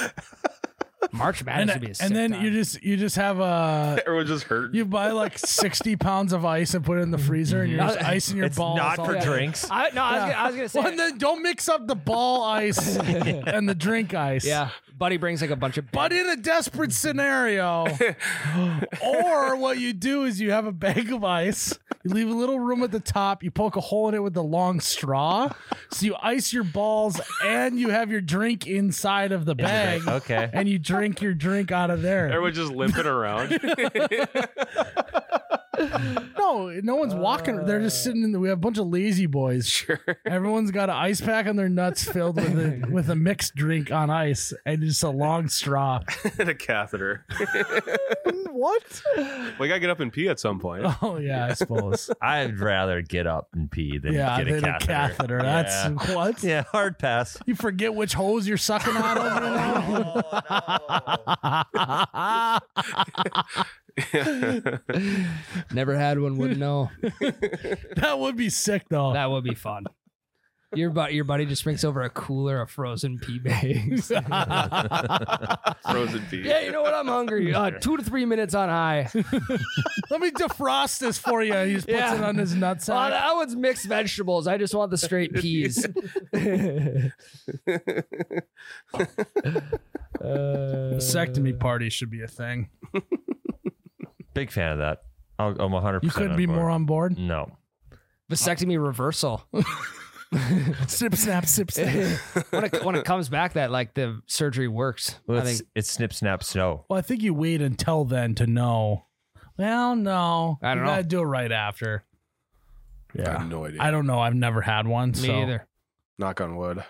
Speaker 3: March Madness would be a
Speaker 1: Mm-hmm.
Speaker 3: sick
Speaker 1: and then
Speaker 3: time.
Speaker 1: you just you just have a
Speaker 4: Everyone's just hurt.
Speaker 1: You buy like 60 pounds of ice and put it in the freezer and you're just icing your
Speaker 2: it's
Speaker 1: balls.
Speaker 2: not
Speaker 1: all
Speaker 2: for
Speaker 1: day.
Speaker 2: drinks.
Speaker 3: I, no, I was, gonna, I was gonna say.
Speaker 1: Well, and then don't mix up the ball ice and the drink ice.
Speaker 3: yeah, Buddy brings like a bunch of.
Speaker 1: But in a desperate scenario, or what you do is you have a bag of ice, you leave a little room at the top, you poke a hole in it with a long straw, so you ice your balls and you have your drink inside of the bag,
Speaker 2: Okay.
Speaker 1: and you drink your drink out of there.
Speaker 4: Everyone's just limping around.
Speaker 1: No, no one's walking. They're just sitting in the. We have a bunch of lazy boys.
Speaker 4: Sure.
Speaker 1: Everyone's got an ice pack on their nuts filled with a, with a mixed drink on ice and just a long straw.
Speaker 4: and a catheter.
Speaker 6: what?
Speaker 4: We gotta get up and pee at some point.
Speaker 1: Oh yeah, I suppose.
Speaker 2: I'd rather get up and pee than
Speaker 1: yeah,
Speaker 2: get a
Speaker 1: then
Speaker 2: catheter.
Speaker 1: a catheter. That's what.
Speaker 2: yeah, hard pass.
Speaker 1: You forget which hose you're sucking out of. you
Speaker 2: Oh.
Speaker 1: know?
Speaker 3: Never had one, wouldn't know.
Speaker 1: That would be sick though.
Speaker 3: That would be fun. Your buddy, your buddy just brings over a cooler of frozen pea bags.
Speaker 4: Frozen pee.
Speaker 3: yeah, you know what? I'm hungry. Uh, two to three minutes on high. Oh,
Speaker 1: Let me defrost this for you. He just puts
Speaker 3: Yeah.
Speaker 1: it on his nutsack.
Speaker 3: that one's mixed vegetables. I just want the straight peas.
Speaker 1: Vasectomy party should be a thing.
Speaker 2: Big fan of that. I'll, I'm 100.
Speaker 1: You couldn't be more on board.
Speaker 2: No,
Speaker 3: Vasectomy reversal.
Speaker 1: Snip, snap, sip, snap.
Speaker 3: When it, when it comes back, that like the surgery works.
Speaker 2: well,
Speaker 3: I
Speaker 2: it's,
Speaker 3: think.
Speaker 2: it's snip snap snow.
Speaker 1: Well, I think you wait until then to know. Well, no,
Speaker 3: I don't
Speaker 1: you
Speaker 3: know.
Speaker 1: Gotta do it right after.
Speaker 4: I have no idea.
Speaker 1: I don't know. I've never had one.
Speaker 3: Me
Speaker 1: so.
Speaker 3: either.
Speaker 4: Knock on wood.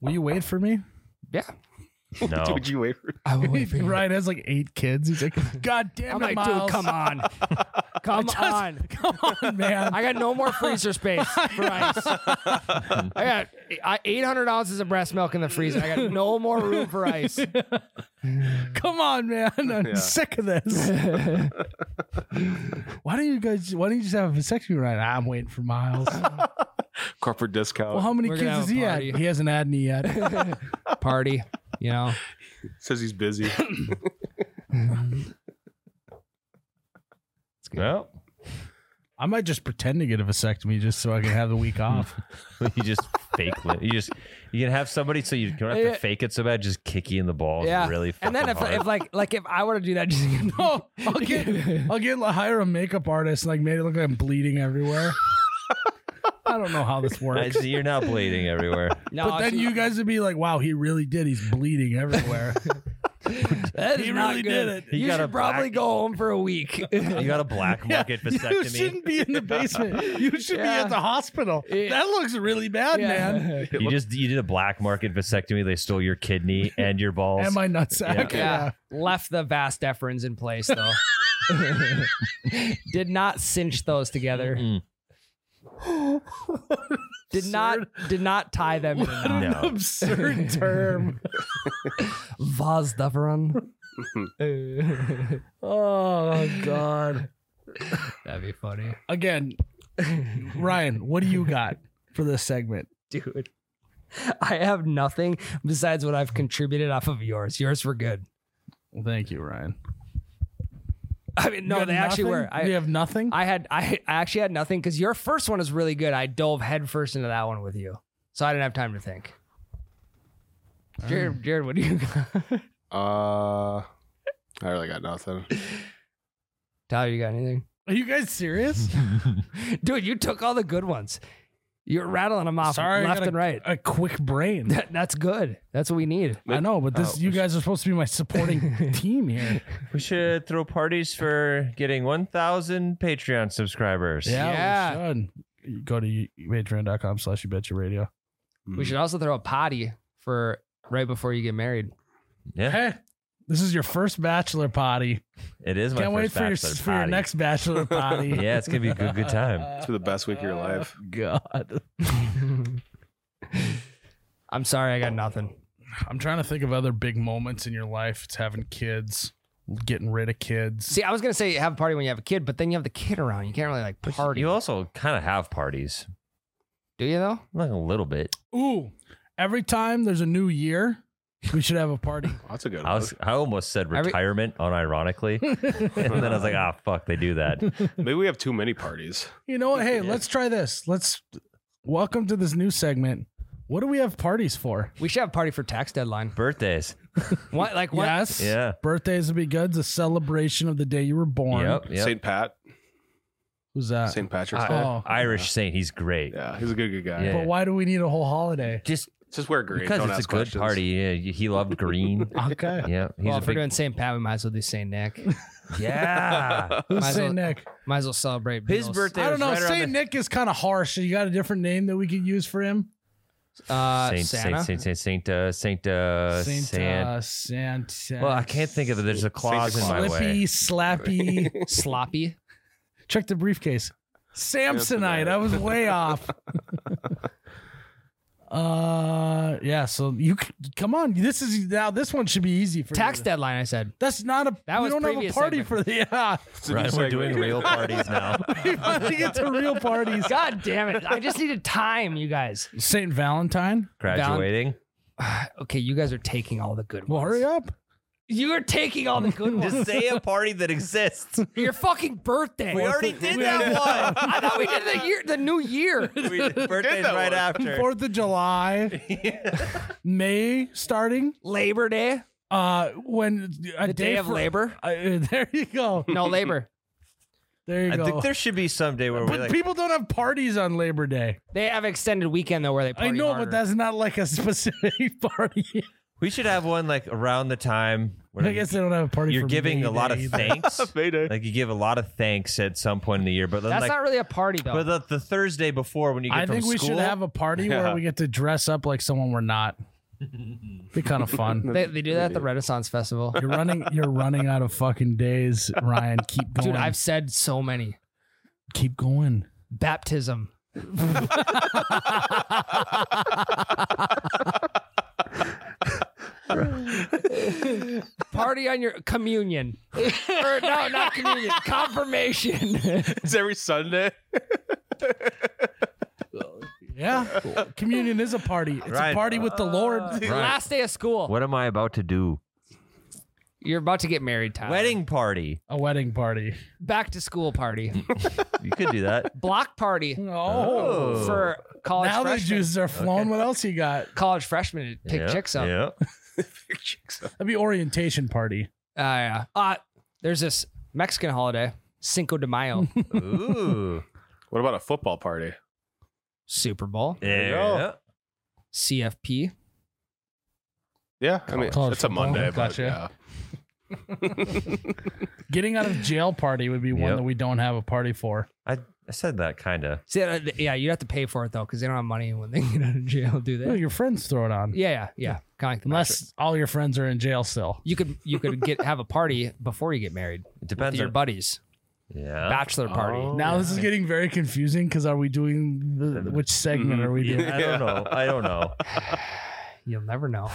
Speaker 1: Will you wait for me?
Speaker 2: No,
Speaker 4: Would you wait for
Speaker 3: I will wait for you.
Speaker 1: Ryan has like eight kids. He's like, God damn
Speaker 3: I'm
Speaker 1: it,
Speaker 3: like, dude,
Speaker 1: Miles.
Speaker 3: come on, come
Speaker 1: just-
Speaker 3: on.
Speaker 1: come on, man.
Speaker 3: I got no more freezer space for ice. I got I- 800 ounces of breast milk in the freezer. I got no more room for ice.
Speaker 1: come on, man. I'm
Speaker 4: Yeah.
Speaker 1: sick of this. why don't you guys? Why don't you just have a vasectomy right now? I'm waiting for Miles.
Speaker 4: corporate discount?
Speaker 1: well, how many
Speaker 3: We're gonna
Speaker 1: kids
Speaker 3: have
Speaker 1: has
Speaker 3: a
Speaker 1: he had?
Speaker 3: party.
Speaker 1: He hasn't had any yet.
Speaker 3: Party, you know.
Speaker 4: Says he's busy.
Speaker 2: well,
Speaker 1: I might just pretend to get a vasectomy just so I can have the week off.
Speaker 2: you just fake. Li- you just you can have somebody so you don't have
Speaker 3: Yeah.
Speaker 2: to fake it so bad. Just kick you in the balls.
Speaker 3: Yeah.
Speaker 2: really.
Speaker 3: And then
Speaker 2: fucking
Speaker 3: if,
Speaker 2: hard.
Speaker 3: if like like if I were to do that, just
Speaker 1: oh, I'll get, I'll get hire a makeup artist and like made it look like I'm bleeding everywhere. I don't know how this
Speaker 2: I
Speaker 1: works.
Speaker 2: see you're not bleeding everywhere.
Speaker 3: no,
Speaker 1: But then
Speaker 3: see,
Speaker 1: you guys would be like, "Wow, he really did. He's bleeding everywhere."
Speaker 3: that is
Speaker 1: he
Speaker 3: not
Speaker 1: really
Speaker 3: good.
Speaker 1: did it.
Speaker 2: He
Speaker 3: you
Speaker 2: got
Speaker 3: should
Speaker 2: a
Speaker 3: probably
Speaker 2: black-
Speaker 3: go home for a week.
Speaker 2: You got a black market
Speaker 1: You
Speaker 2: vasectomy.
Speaker 1: shouldn't be in the basement. You should be
Speaker 3: Yeah.
Speaker 1: at the hospital.
Speaker 3: Yeah.
Speaker 1: That looks really bad, man.
Speaker 2: You just you did a black market vasectomy. They stole your kidney and your balls.
Speaker 1: And my nutsack.
Speaker 3: Yeah. Left the vast deferens in place though. Did not cinch those together.
Speaker 1: Mm.
Speaker 2: Mm-mm.
Speaker 3: Did not did not tie them in a
Speaker 1: An
Speaker 3: knot.
Speaker 2: No.
Speaker 1: absurd term.
Speaker 3: Vaz deferens.
Speaker 1: oh God.
Speaker 3: That'd be funny.
Speaker 1: Again, Ryan, what do you got for this segment?
Speaker 3: Dude. I have nothing besides what I've contributed off of yours. Yours were good.
Speaker 1: Well, thank you, Ryan.
Speaker 3: I mean, no,
Speaker 1: You got
Speaker 3: they actually
Speaker 1: nothing?
Speaker 3: were. I,
Speaker 1: you have nothing.
Speaker 3: I had I, I actually had nothing because your first one is really good. I dove headfirst into that one with you, so I didn't have time to think. Jared, Jared, what do you got?
Speaker 4: Uh, I really got nothing.
Speaker 3: Tyler, you got anything?
Speaker 1: Are you guys serious?
Speaker 2: Mm.
Speaker 3: Dude, you took all the good ones. You're rattling them off
Speaker 1: Sorry, I
Speaker 3: left
Speaker 1: gotta-
Speaker 3: and right.
Speaker 1: A quick brain.
Speaker 3: That- that's good. That's what we need.
Speaker 1: I know, but
Speaker 2: Oh,
Speaker 1: this you guys are supposed to be my supporting team here.
Speaker 2: we should throw parties for getting 1,000 Patreon subscribers.
Speaker 1: Yeah, we should. Go to patreon.com slash you betcha radio.
Speaker 3: We
Speaker 2: Mm-hmm.
Speaker 3: should also throw a potty for right before you get married.
Speaker 2: yeah.
Speaker 1: Hey, this is your first bachelor potty.
Speaker 2: It is my
Speaker 1: Can't wait
Speaker 2: first
Speaker 1: for your,
Speaker 2: bachelor
Speaker 1: for your
Speaker 2: party.
Speaker 1: next bachelor potty.
Speaker 2: Yeah, it's gonna be a good good time.
Speaker 4: Mm. It's been the best week of your life.
Speaker 2: Uh,
Speaker 1: God,
Speaker 3: I'm sorry, I got nothing.
Speaker 1: I'm trying to think of other big moments in your life. It's having kids, getting rid of kids.
Speaker 3: See, I was gonna say have a party when you have a kid, but then you have the kid around. You can't really like party,
Speaker 2: You also kind of have parties,
Speaker 3: do you though?
Speaker 2: like a little bit.
Speaker 1: Ooh, every time there's a new year, we should have a party.
Speaker 4: That's a good
Speaker 2: I was, I almost said
Speaker 3: Every-
Speaker 2: retirement unironically, and then I was like, ah, fuck, they do that.
Speaker 4: one. Maybe we have too many parties.
Speaker 1: You know what? Hey, let's try this. Let's welcome to this new segment. What do we have parties for?
Speaker 3: We should have a party for tax deadline.
Speaker 2: Birthdays,
Speaker 3: What like what?
Speaker 1: Yes.
Speaker 2: yeah,
Speaker 1: Birthdays would be good. It's a celebration of the day you were born.
Speaker 2: yep, yep.
Speaker 4: St. Pat,
Speaker 1: Who's that?
Speaker 4: St. Patrick's
Speaker 2: I-
Speaker 4: Day.
Speaker 1: Uh, Oh.
Speaker 2: Irish Saint, he's great.
Speaker 4: Yeah, he's a good, good guy.
Speaker 2: Yeah.
Speaker 1: But why do we need a whole holiday?
Speaker 2: Just
Speaker 4: Just wear green.
Speaker 2: because
Speaker 4: Don't
Speaker 2: it's a
Speaker 4: ask
Speaker 2: good
Speaker 4: questions.
Speaker 2: party. Yeah, he loved green.
Speaker 1: Okay.
Speaker 2: yeah, he's
Speaker 3: well,
Speaker 2: a
Speaker 3: if we're
Speaker 2: big
Speaker 3: doing St. Pat, we might as well do St. Nick.
Speaker 2: yeah.
Speaker 1: Who's
Speaker 3: Might as
Speaker 1: Saint
Speaker 3: well-
Speaker 1: Nick?
Speaker 3: Might as well celebrate.
Speaker 2: His
Speaker 3: Beatles.
Speaker 2: birthday-
Speaker 1: I don't
Speaker 2: was
Speaker 1: know.
Speaker 2: right around
Speaker 1: Saint
Speaker 2: the-
Speaker 1: Nick is kind of harsh. You got a different name that we could use for him?
Speaker 3: Uh,
Speaker 2: Saint,
Speaker 3: Santa.
Speaker 2: Saint Saint Saint Saint uh, Saint uh, Saint.
Speaker 1: uh, Santa.
Speaker 2: well, I can't think of it. There's a clause in my
Speaker 1: Slippy,
Speaker 2: way.
Speaker 1: slappy.
Speaker 3: Sloppy.
Speaker 1: Check the briefcase. Samsonite.
Speaker 4: Samsonite.
Speaker 1: I was way off. uh, yeah. So you c- come on. This is now. This one should be easy for
Speaker 3: Tax
Speaker 1: You.
Speaker 3: deadline. I said.
Speaker 1: That's not a.
Speaker 3: That
Speaker 1: we
Speaker 3: was
Speaker 1: don't have a
Speaker 3: previous
Speaker 1: party
Speaker 3: segment.
Speaker 1: for the. Yeah,
Speaker 4: It's a new
Speaker 2: Right, we're
Speaker 4: segment.
Speaker 2: doing real parties now.
Speaker 1: we finally get to real parties.
Speaker 3: God damn it! I just needed time, you guys.
Speaker 1: Saint Valentine.
Speaker 2: Graduating.
Speaker 3: Okay, you guys are taking all the good ones.
Speaker 1: Well, hurry up.
Speaker 3: You are taking all the good ones.
Speaker 2: Just say a party that exists.
Speaker 3: Your fucking birthday.
Speaker 2: We already did
Speaker 1: We
Speaker 2: that
Speaker 1: already-
Speaker 2: one.
Speaker 3: I thought we did the year, the new year.
Speaker 2: We, birthday's
Speaker 4: that
Speaker 2: right
Speaker 4: one.
Speaker 2: after.
Speaker 1: Fourth of July, May starting.
Speaker 3: Labor Day.
Speaker 1: Uh, when a
Speaker 3: The day, of
Speaker 1: for-
Speaker 3: labor.
Speaker 1: Uh, there you go.
Speaker 3: No labor.
Speaker 1: There you
Speaker 2: I
Speaker 1: go.
Speaker 2: think there should be some day where we're
Speaker 1: but
Speaker 2: like,
Speaker 1: people don't have parties on Labor Day.
Speaker 3: They have extended weekend though, where they. Party
Speaker 1: I know,
Speaker 3: harder.
Speaker 1: but that's not like a specific party.
Speaker 2: we should have one like around the time where
Speaker 1: I guess they don't have a party.
Speaker 2: you're
Speaker 1: for
Speaker 2: giving
Speaker 1: May
Speaker 2: a lot
Speaker 1: Day
Speaker 2: of
Speaker 1: either.
Speaker 2: thanks.
Speaker 4: Mayday.
Speaker 2: like you give a lot of thanks at some point in the year, but then
Speaker 3: That's
Speaker 2: like,
Speaker 3: not really a party though.
Speaker 2: but the, the Thursday before when you get
Speaker 1: I
Speaker 2: from
Speaker 1: think we
Speaker 2: school,
Speaker 1: should have a party where
Speaker 4: Yeah.
Speaker 1: we get to dress up like someone we're not. Be kind of fun.
Speaker 3: they, they do that at the Renaissance Festival.
Speaker 1: You're running. You're running out of fucking days, Ryan. Keep going.
Speaker 3: Dude, I've said so many.
Speaker 1: keep going.
Speaker 3: Baptism. Party on your communion. Or, no, not communion. Confirmation.
Speaker 4: It's every Sunday.
Speaker 1: Yeah, communion is a party. It's a
Speaker 2: Right. Uh,
Speaker 1: party with the Lord.
Speaker 3: Last day of school.
Speaker 2: What am I about to do?
Speaker 3: You're about to get married,
Speaker 1: Uh,
Speaker 3: Tyler.
Speaker 2: Wedding party.
Speaker 1: A wedding party.
Speaker 3: Back to school party.
Speaker 2: You could do that.
Speaker 3: Block party
Speaker 1: Oh,
Speaker 3: for college
Speaker 1: now the
Speaker 3: freshmen.
Speaker 1: juices are flowing. What else you got?
Speaker 3: college freshmen to pick
Speaker 2: Yeah,
Speaker 3: chicks up.
Speaker 2: Yeah.
Speaker 1: That'd be orientation party.
Speaker 3: Uh, yeah. Uh, there's this Mexican holiday, Cinco de Mayo,
Speaker 2: Ooh.
Speaker 4: What about a football party?
Speaker 3: Super Bowl,
Speaker 4: you
Speaker 2: Yeah.
Speaker 4: go.
Speaker 3: CFP.
Speaker 4: Yeah, I mean
Speaker 1: College
Speaker 4: it's a
Speaker 1: football.
Speaker 4: Monday, but
Speaker 1: Gotcha.
Speaker 4: yeah.
Speaker 1: Getting out of jail party would be one
Speaker 2: Yep.
Speaker 1: that we don't have a party for.
Speaker 2: I, I said that kind of.
Speaker 3: See, uh, th- yeah, you'd have to pay for it though, because they don't have money when they get out of jail, do
Speaker 1: Well,
Speaker 3: they?
Speaker 1: your friends throw it on.
Speaker 3: Yeah, yeah, yeah. Kind of like
Speaker 1: Oh,
Speaker 3: the Bachelor.
Speaker 1: Unless all your friends are in jail still.
Speaker 3: you could you could get have a party before you get married
Speaker 2: It
Speaker 3: with
Speaker 2: depends
Speaker 3: your
Speaker 2: on. Uh,
Speaker 3: buddies,
Speaker 2: yeah.
Speaker 3: bachelor party.
Speaker 4: Oh.
Speaker 1: Now this is getting very confusing because are we doing the, which
Speaker 2: Mm-hmm.
Speaker 1: segment are we doing?
Speaker 2: I don't know. I don't know.
Speaker 3: You'll never know.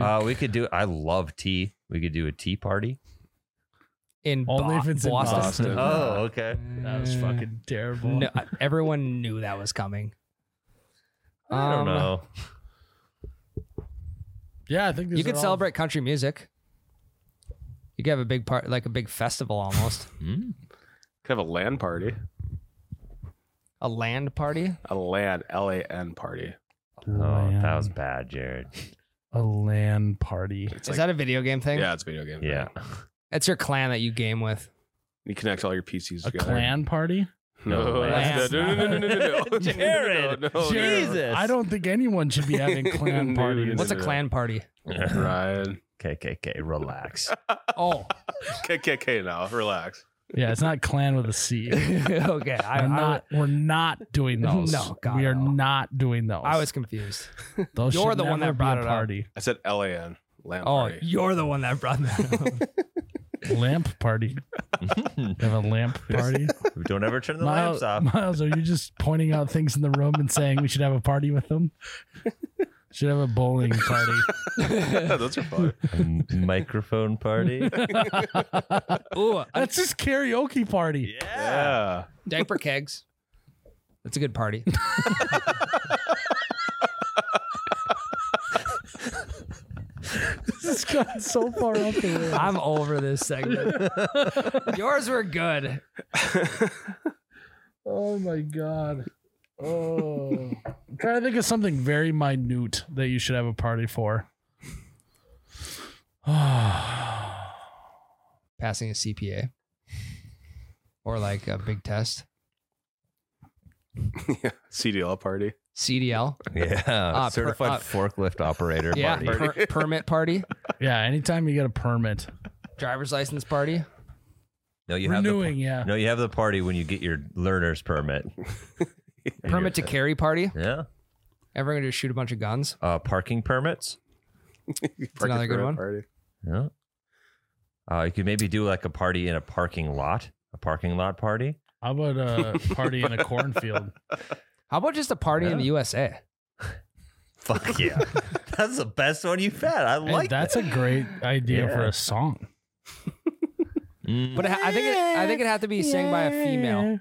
Speaker 2: Uh, we could do. I love tea. We could do a tea party.
Speaker 3: In
Speaker 1: Only
Speaker 3: Bo-
Speaker 1: if it's in
Speaker 3: Boston.
Speaker 1: Boston.
Speaker 4: Boston.
Speaker 2: Oh, okay.
Speaker 1: That was fucking terrible.
Speaker 3: No, everyone knew that was coming.
Speaker 2: I don't
Speaker 3: Um,
Speaker 2: know.
Speaker 1: Yeah, I think these
Speaker 3: You
Speaker 1: are
Speaker 3: could
Speaker 1: all-
Speaker 3: celebrate country music. You could have a big part, like a big festival almost,
Speaker 4: Could have a land party.
Speaker 3: a land party.
Speaker 4: A land L A N party.
Speaker 2: Oh,
Speaker 1: Land-
Speaker 2: that was bad, Jared.
Speaker 1: a land party.
Speaker 4: It's
Speaker 3: Is
Speaker 4: like
Speaker 3: that a video game thing?
Speaker 4: yeah, it's a video game.
Speaker 2: Yeah.
Speaker 3: That's your clan that you game with.
Speaker 4: You connect all your PCs
Speaker 1: A
Speaker 4: together.
Speaker 1: clan party?
Speaker 4: No,
Speaker 2: No,
Speaker 4: that's- no, no, no, no, no, no, no.
Speaker 2: Jared,
Speaker 4: No, no,
Speaker 3: Oh,
Speaker 4: no.
Speaker 2: Jesus.
Speaker 1: I don't think anyone should be having clan
Speaker 4: Dude.
Speaker 1: parties.
Speaker 4: Is
Speaker 3: What's a
Speaker 4: it a-
Speaker 3: clan party?
Speaker 4: Ryan.
Speaker 2: KKK, relax.
Speaker 3: Oh,
Speaker 4: KKK now. Relax.
Speaker 1: Yeah, it's not clan with a C.
Speaker 3: okay. I,
Speaker 1: We're
Speaker 3: am
Speaker 1: not.
Speaker 3: not.
Speaker 1: We're not doing those.
Speaker 3: No, God,
Speaker 1: we are
Speaker 3: no.
Speaker 1: not doing those.
Speaker 3: I was confused.
Speaker 1: Those
Speaker 3: You're
Speaker 1: should
Speaker 3: the one
Speaker 1: never
Speaker 3: that
Speaker 1: be a
Speaker 3: brought it up.
Speaker 1: party.
Speaker 4: I said L A N land
Speaker 3: Oh,
Speaker 4: party.
Speaker 3: you're the one that brought that. up.
Speaker 1: Lamp party. Have a lamp party.
Speaker 2: don't ever turn the
Speaker 1: Miles,
Speaker 2: lamps off.
Speaker 1: Miles, are you just pointing out things in the room and saying we should have a party with them? Should have a bowling party.
Speaker 4: Those are fun.
Speaker 2: M- microphone party.
Speaker 3: Ooh, a
Speaker 1: That's just karaoke party.
Speaker 4: Yeah.
Speaker 3: diaper kegs. That's a good party.
Speaker 1: This has gone so far off the rails.
Speaker 3: I'm over this segment. Yours were good.
Speaker 1: Oh my god. Oh. I'm trying to think of something very minute that you should have a party for.
Speaker 3: Passing a CPA or like a big test.
Speaker 4: CDL party.
Speaker 3: CDL.
Speaker 2: Yeah.
Speaker 3: per-
Speaker 2: Certified
Speaker 3: uh,
Speaker 2: forklift operator.
Speaker 3: Yeah,
Speaker 2: Marty.
Speaker 3: per- permit party,
Speaker 1: Yeah, anytime you get a permit,
Speaker 3: driver's license party.
Speaker 2: No, you
Speaker 1: renewing.
Speaker 2: Have
Speaker 1: yeah,
Speaker 2: the, no, you have the party when you get your learner's permit. And
Speaker 3: permit to
Speaker 2: you're-
Speaker 3: carry party.
Speaker 2: Yeah.
Speaker 3: Ever gonna just shoot a bunch of guns?
Speaker 2: Uh, parking permits.
Speaker 4: Parking
Speaker 3: another good
Speaker 4: permit
Speaker 3: one.
Speaker 4: Party.
Speaker 2: Yeah. Uh, you could maybe do like a party in a parking lot, a parking lot party.
Speaker 1: how about a party in a cornfield?
Speaker 3: How about just a party in
Speaker 2: Yeah.
Speaker 3: the USA?
Speaker 2: Fuck yeah. That's the best one you've had. I
Speaker 1: Hey,
Speaker 2: like
Speaker 1: that's a great idea for
Speaker 2: Yeah.
Speaker 1: a song.
Speaker 2: that. Mm.
Speaker 3: But it ha- I think it, I think it have to be sang by a female. I think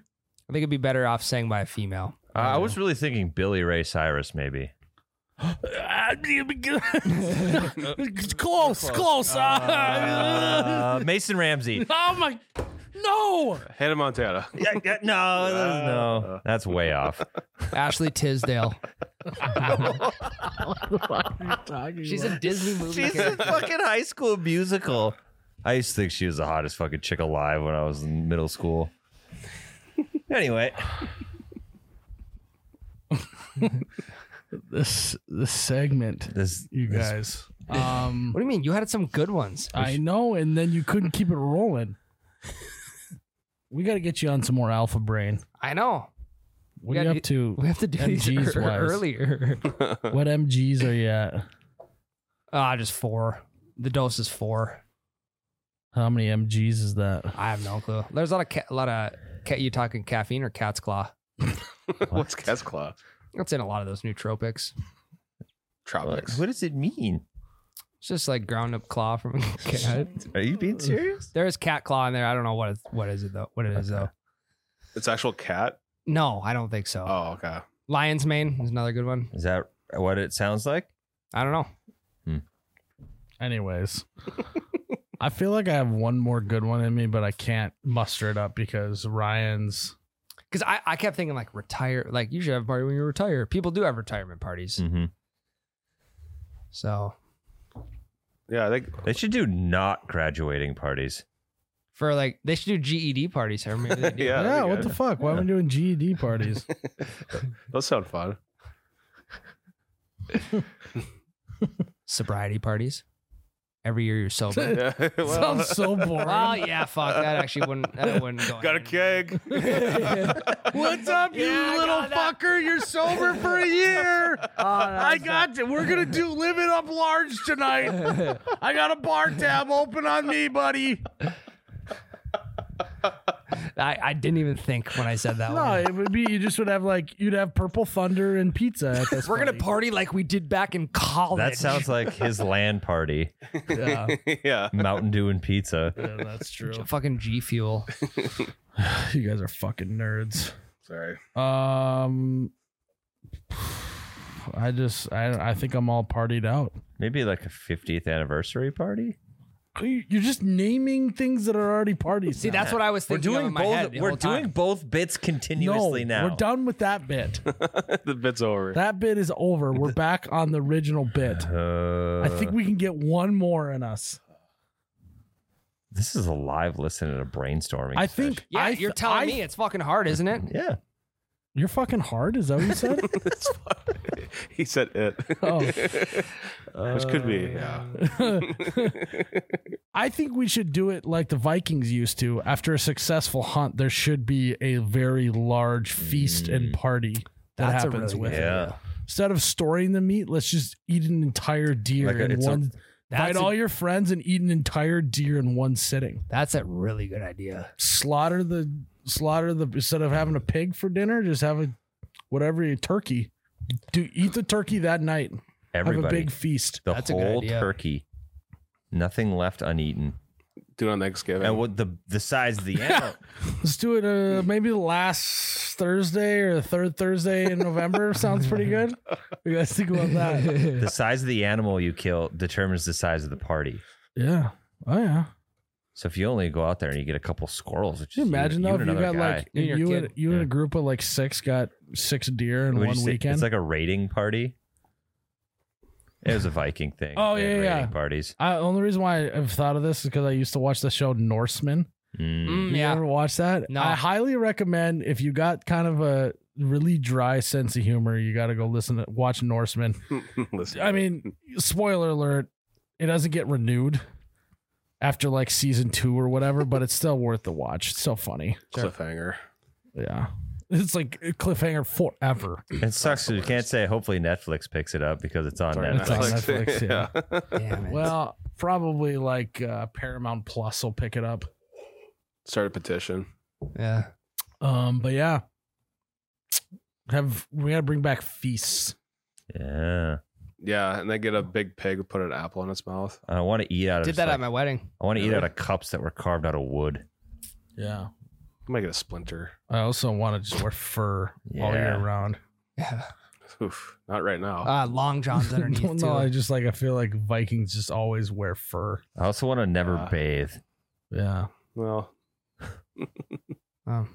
Speaker 3: it'd be better off sang by a female.
Speaker 2: Uh, I was really thinking Billy Ray Cyrus, maybe.
Speaker 1: close, close.
Speaker 2: Uh, Mason Ramsey.
Speaker 1: oh my! No,
Speaker 4: Hannah Montana.
Speaker 2: Yeah, yeah, no, no, that's way off.
Speaker 3: Ashley Tisdale. She's a Disney movie.
Speaker 2: She's in
Speaker 3: character.
Speaker 2: fucking High School Musical. I used to think she was the hottest fucking chick alive when I was in middle school. Anyway,
Speaker 1: this this segment,
Speaker 2: this
Speaker 1: you guys. Um,
Speaker 3: What do you mean? You had some good ones.
Speaker 1: I know, and then you couldn't keep it rolling. We got to get you on some more Alpha Brain.
Speaker 3: I know.
Speaker 1: What
Speaker 3: We
Speaker 1: are you
Speaker 3: gotta
Speaker 1: up to?
Speaker 3: We have to do
Speaker 1: MGs
Speaker 3: these ear-
Speaker 1: wise.
Speaker 3: earlier.
Speaker 1: What MGs are you at?
Speaker 3: Ah, just four. The dose is four.
Speaker 1: How many MGs is that?
Speaker 3: I have no clue. There's a lot of ca- a lot of ca- you talking caffeine or cat's claw.
Speaker 4: What's Cat's Claw?
Speaker 3: That's in a lot of those nootropics.
Speaker 4: Tropics.
Speaker 2: what does it mean?
Speaker 3: It's just like ground up claw from a cat.
Speaker 2: Are you being serious?
Speaker 3: there is cat claw in there. I don't know what it, what is it though. What it is though.
Speaker 4: It's actual cat.
Speaker 3: No, I don't think so.
Speaker 4: Oh, okay.
Speaker 3: Lion's mane is another good one.
Speaker 2: Is that what it sounds like?
Speaker 3: I don't know.
Speaker 1: Anyways, I feel like I have one more good one in me, but I can't muster it up because Ryan's.
Speaker 3: Because I, I kept thinking like retire like you should have a party when you retire. People do have retirement parties.
Speaker 2: Mm-hmm.
Speaker 3: So
Speaker 4: Yeah, I think
Speaker 2: They should do not graduating parties.
Speaker 3: for like they should do GED parties or maybe they do.
Speaker 4: Yeah, that'd
Speaker 1: yeah,
Speaker 4: be
Speaker 1: what
Speaker 4: good.
Speaker 1: the fuck? Why am I doing GED parties?
Speaker 4: those sound fun.
Speaker 3: sobriety parties. Every year you're sober.
Speaker 4: Yeah, well,
Speaker 1: Sounds so boring.
Speaker 3: well, yeah, fuck. That actually wouldn't that wouldn't go.
Speaker 4: got a
Speaker 3: in.
Speaker 4: keg.
Speaker 1: What's up, you
Speaker 3: Yeah, I
Speaker 1: little
Speaker 3: got that.
Speaker 1: fucker? You're sober for a year.
Speaker 3: Oh, that
Speaker 1: I
Speaker 3: was
Speaker 1: got you. We're gonna do live it up large tonight. I got a bar tab open on me, buddy.
Speaker 3: bad. I, I didn't even think when I said that
Speaker 1: No,
Speaker 3: one.
Speaker 1: it would be you just would have like you'd have purple thunder and pizza at this.
Speaker 3: We're gonna party like we did back in college.
Speaker 2: That sounds like his land party,
Speaker 1: Yeah,
Speaker 4: yeah.
Speaker 2: Mountain Dew and pizza.
Speaker 1: yeah, that's true.
Speaker 3: fucking G Fuel.
Speaker 1: You guys are fucking nerds.
Speaker 4: Sorry.
Speaker 1: Um, I just I I think I'm all partied out.
Speaker 2: Maybe like a 50th anniversary party.
Speaker 1: You- You're just naming things that are already parties.
Speaker 3: See,
Speaker 1: now.
Speaker 3: that's what I was thinking. of in my head the
Speaker 2: We're
Speaker 3: whole time.
Speaker 2: doing both bits
Speaker 1: no.
Speaker 2: continuously now.
Speaker 1: We're done with that bit.
Speaker 4: the bit's over.
Speaker 1: That bit is over. We're back on the original bit.
Speaker 2: Uh,
Speaker 1: I think we can get one more in us.
Speaker 2: this is a live listen and a brainstorming.
Speaker 1: I think.
Speaker 3: Yeah,
Speaker 1: I
Speaker 3: you're
Speaker 1: th-
Speaker 3: telling
Speaker 1: I-
Speaker 3: me it's fucking hard, isn't it?
Speaker 2: session. Yeah.
Speaker 1: you're fucking hard. Is that what you said?
Speaker 4: It's fun. he said it.
Speaker 1: Oh.
Speaker 4: Which could be.
Speaker 2: Uh,
Speaker 1: Uh,
Speaker 4: Yeah.
Speaker 1: I think we should do it like the Vikings used to. After a successful hunt, there should be a very large feast
Speaker 2: Mm.
Speaker 1: and party that
Speaker 3: That's a
Speaker 1: happens
Speaker 3: really
Speaker 1: with
Speaker 3: good
Speaker 1: it.
Speaker 2: Yeah.
Speaker 1: Instead of storing the meat, let's just eat an entire deer
Speaker 2: Like a-
Speaker 1: in
Speaker 2: it's a-
Speaker 1: one. Invite
Speaker 3: That's a-
Speaker 1: all your friends and eat an entire deer in one sitting.
Speaker 3: That's a really good idea.
Speaker 1: Slaughter the slaughter the instead of having a pig for dinner, just have a whatever a turkey. Do eat the turkey that night. Have a
Speaker 2: Everybody.
Speaker 1: big feast.
Speaker 2: the
Speaker 3: That's a good
Speaker 2: whole
Speaker 3: idea.
Speaker 2: turkey. Nothing left uneaten.
Speaker 4: Do it on Thanksgiving.
Speaker 2: And what the the size of the animal.
Speaker 1: Let's do it uh, maybe the last Thursday or the third Thursday in November. Sounds pretty good. You guys think about that.
Speaker 2: the size of the animal you kill determines the size of the party.
Speaker 1: Yeah. Oh yeah.
Speaker 2: So if you only go out there and you get a couple squirrels, which
Speaker 1: Can you imagine
Speaker 2: you,
Speaker 1: though
Speaker 2: and
Speaker 1: if you
Speaker 2: another
Speaker 1: got
Speaker 2: guy,
Speaker 1: like
Speaker 3: You and your
Speaker 1: you
Speaker 3: kid.
Speaker 1: and, you and a group of like six got six deer in
Speaker 2: Would you
Speaker 1: one
Speaker 2: say
Speaker 1: weekend.
Speaker 2: It's like a raiding party. It was a Viking thing.
Speaker 1: Oh,
Speaker 2: They
Speaker 1: yeah,
Speaker 2: had
Speaker 1: yeah.
Speaker 2: raiding parties.
Speaker 1: I, the only reason why I've thought of this is because I used to watch the show Norseman.
Speaker 2: Mm.
Speaker 3: Mm,
Speaker 1: You
Speaker 3: yeah.
Speaker 1: ever watch that?
Speaker 3: No.
Speaker 1: I highly recommend if you got kind of a really dry sense of humor, you got to go listen to watch Norseman.
Speaker 4: Listen,
Speaker 1: I mean, spoiler alert, it doesn't get renewed after like season two or whatever, but it's still worth the watch. It's so funny.
Speaker 4: cliffhanger.
Speaker 1: Yeah. It's like a cliffhanger forever.
Speaker 2: It sucks. that You can't say. Hopefully Netflix picks it up because it's on
Speaker 4: Sorry,
Speaker 2: Netflix.
Speaker 1: It's on Netflix, yeah.
Speaker 3: Damn it.
Speaker 1: Well, probably like uh, Paramount Plus will pick it up.
Speaker 4: Start a petition.
Speaker 3: yeah.
Speaker 1: Um, but yeah. Have we gotta bring back feasts.
Speaker 2: Yeah,
Speaker 4: Yeah, and they get a big pig, put an apple in its mouth.
Speaker 2: I want to eat out of.
Speaker 3: Did
Speaker 2: just,
Speaker 3: that
Speaker 2: like-
Speaker 3: at my wedding.
Speaker 2: I want to eat
Speaker 4: Really?
Speaker 2: out of cups that were carved out of wood.
Speaker 1: Yeah.
Speaker 4: Make it a splinter.
Speaker 1: I also want to just wear fur all year
Speaker 2: Yeah.
Speaker 1: round.
Speaker 3: Yeah.
Speaker 4: Oof, not right now.
Speaker 3: Uh, long johns
Speaker 1: Oh. no,
Speaker 3: underneath too.
Speaker 1: I just like I feel like Vikings just always wear fur.
Speaker 2: I also want to never
Speaker 4: Uh,
Speaker 2: bathe.
Speaker 1: Yeah.
Speaker 4: well,
Speaker 3: Oh,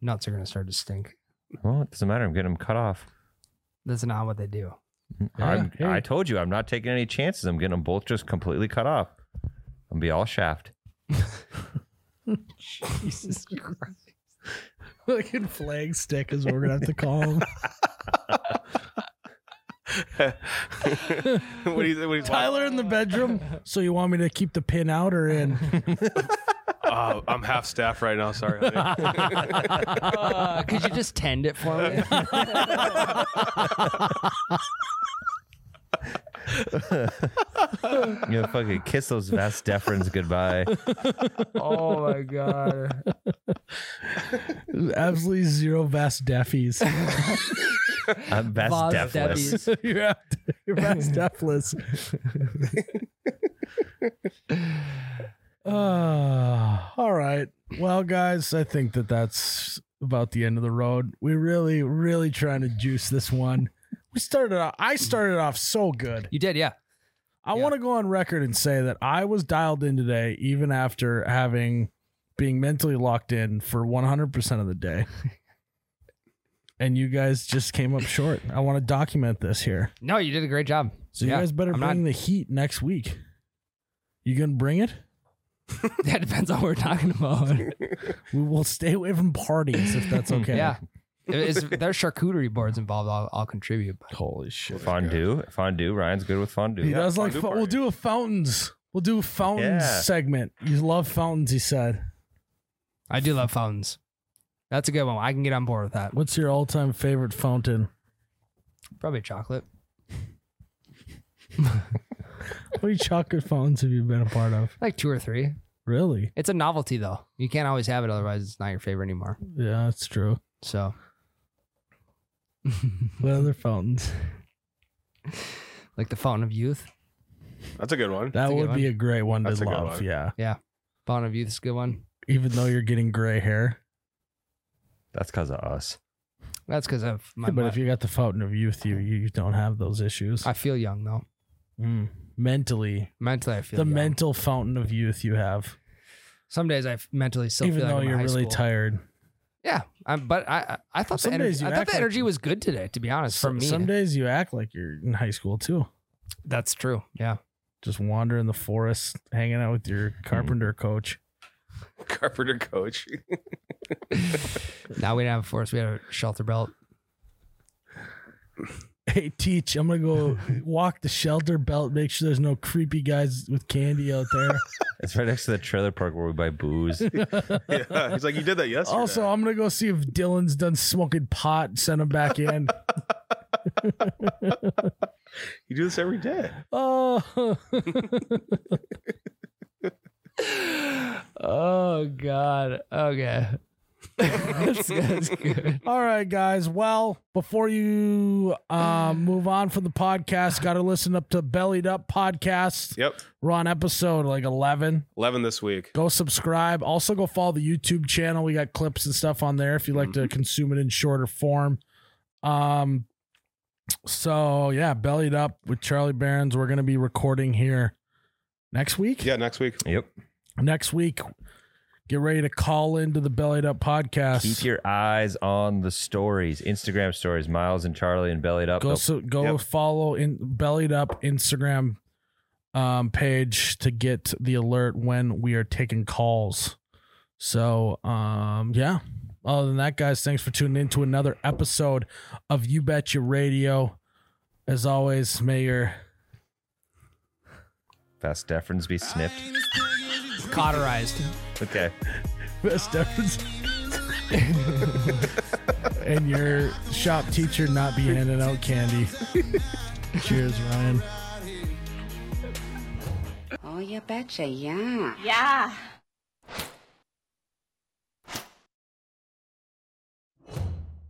Speaker 3: nuts are gonna start to stink.
Speaker 2: Well, it doesn't matter. I'm getting them cut off.
Speaker 3: That's not what they do.
Speaker 2: I'm,
Speaker 1: hey.
Speaker 2: I told you, I'm not taking any chances. I'm getting them both just completely cut off. I'm be all shaft.
Speaker 3: Jesus Christ.
Speaker 1: Fucking flag stick is what we're gonna have to call him.
Speaker 4: what do you? What do you?
Speaker 1: Tyler in the bedroom. So you want me to keep the pin out or in?
Speaker 4: Oh, I'm half staff right now. Sorry. honey.
Speaker 3: Uh, could you just tend it for me?
Speaker 2: You know, fucking kiss those vast deferens goodbye.
Speaker 3: oh my god.
Speaker 1: Absolutely zero vast deffies.
Speaker 2: I'm vast
Speaker 3: Vaz
Speaker 2: deathless.
Speaker 3: Devies.
Speaker 1: you're, out you're vast deathless. uh, all right. Well, guys, I think that that's about the end of the road. We're really, really trying to juice this one. We started off, I started off so good.
Speaker 3: You did, yeah.
Speaker 1: I
Speaker 3: Yeah.
Speaker 1: want to go on record and say that I was dialed in today, even after having being mentally locked in for 100% of the day. and you guys just came up short. I want to document this here.
Speaker 3: No, you did a great job.
Speaker 1: So you
Speaker 3: Yeah,
Speaker 1: guys better
Speaker 3: I'm
Speaker 1: bring the heat next week. You going to bring it?
Speaker 3: That depends on what we're talking about.
Speaker 1: We will stay away from parties if that's okay.
Speaker 3: Yeah. If it's- if there's charcuterie boards involved, I'll, I'll contribute. but-
Speaker 1: Holy shit.
Speaker 2: Fondue. Fondue. Ryan's good with fondue.
Speaker 1: He
Speaker 4: Yeah,
Speaker 1: does like
Speaker 4: fondue
Speaker 1: fo- we'll
Speaker 4: party.
Speaker 1: do a fountains. We'll do a fountains
Speaker 2: Yeah.
Speaker 1: segment. You love fountains, he said.
Speaker 3: I do love fountains. That's a good one. I can get on board with that.
Speaker 1: What's your all-time favorite fountain?
Speaker 3: Probably chocolate.
Speaker 1: How many chocolate fountains have you been a part of?
Speaker 3: Like two or three.
Speaker 1: Really?
Speaker 3: It's a novelty though. You can't always have it, otherwise it's not your favorite anymore.
Speaker 1: Yeah, that's true.
Speaker 3: So
Speaker 1: What other fountains?
Speaker 3: like the fountain of youth.
Speaker 4: That's a good one.
Speaker 1: That
Speaker 3: a good
Speaker 1: would be a great one to
Speaker 4: That's a good
Speaker 1: love.
Speaker 4: one.
Speaker 1: Yeah.
Speaker 3: Fountain of youth is a good one.
Speaker 1: Even though you're getting gray hair.
Speaker 2: That's because of us.
Speaker 3: That's because of my.
Speaker 1: but if you got the fountain of youth, you you don't have those issues.
Speaker 3: I feel young though.
Speaker 1: Mm. Mentally.
Speaker 3: Mentally, I feel
Speaker 1: the
Speaker 3: young.
Speaker 1: mental fountain of youth you have.
Speaker 3: Some days I f- mentally still
Speaker 1: even
Speaker 3: feel
Speaker 1: though
Speaker 3: like I'm in
Speaker 1: you're
Speaker 3: high
Speaker 1: really
Speaker 3: school.
Speaker 1: tired.
Speaker 3: Yeah, I'm, but I I I thought
Speaker 1: Some
Speaker 3: the
Speaker 1: days
Speaker 3: energy,
Speaker 1: you
Speaker 3: I thought
Speaker 1: act
Speaker 3: the
Speaker 1: like-
Speaker 3: energy was good today. To be honest, for
Speaker 1: So-
Speaker 3: me,
Speaker 1: Some days you act like you're in high school too.
Speaker 3: that's true. Yeah,
Speaker 1: Just wander in the forest, hanging out with your
Speaker 3: Hmm.
Speaker 1: carpenter coach.
Speaker 4: Carpenter coach.
Speaker 3: now we didn't have a forest. We had a shelter belt.
Speaker 1: Hey, teach, I'm gonna go walk the shelter belt, make sure there's no creepy guys with candy out there.
Speaker 2: It's right next to the trailer park where we buy booze.
Speaker 4: yeah, he's like, you did that yesterday.
Speaker 1: Also, I'm gonna go see if Dylan's done smoking pot. and Send him back in.
Speaker 4: you do this every day.
Speaker 1: oh,
Speaker 3: Oh God. Okay. that's, that's good.
Speaker 1: all right, guys. Well, before you um, move on from the podcast, got to listen up to Bellied Up podcast.
Speaker 4: Yep.
Speaker 1: We're on episode like 11.
Speaker 4: 11 this week.
Speaker 1: Go subscribe. Also, go follow the YouTube channel. We got clips and stuff on there if you like to consume it in shorter form. Um. So yeah, Bellied Up with Charlie Barons. We're gonna be recording here next week.
Speaker 4: Yeah, next week.
Speaker 2: yep.
Speaker 1: next week get ready to call into the bellied up
Speaker 2: Keep
Speaker 1: podcast
Speaker 2: your eyes on the stories, Instagram stories. Miles and Charlie and Bellied Up.
Speaker 1: go
Speaker 2: They'll-
Speaker 1: so, go
Speaker 4: Yep.
Speaker 1: follow in bellied up instagram um, page to get the alert when we are taking calls so um yeah Other than that, guys, thanks for tuning in to another episode of You Bet Your Radio. As always, may your
Speaker 2: Fast deferens be snipped.
Speaker 3: Cauterized.
Speaker 2: Okay.
Speaker 1: best efforts and your shop teacher not be handing out candy. Cheers, Ryan.
Speaker 7: Oh, you betcha, yeah.
Speaker 8: Yeah.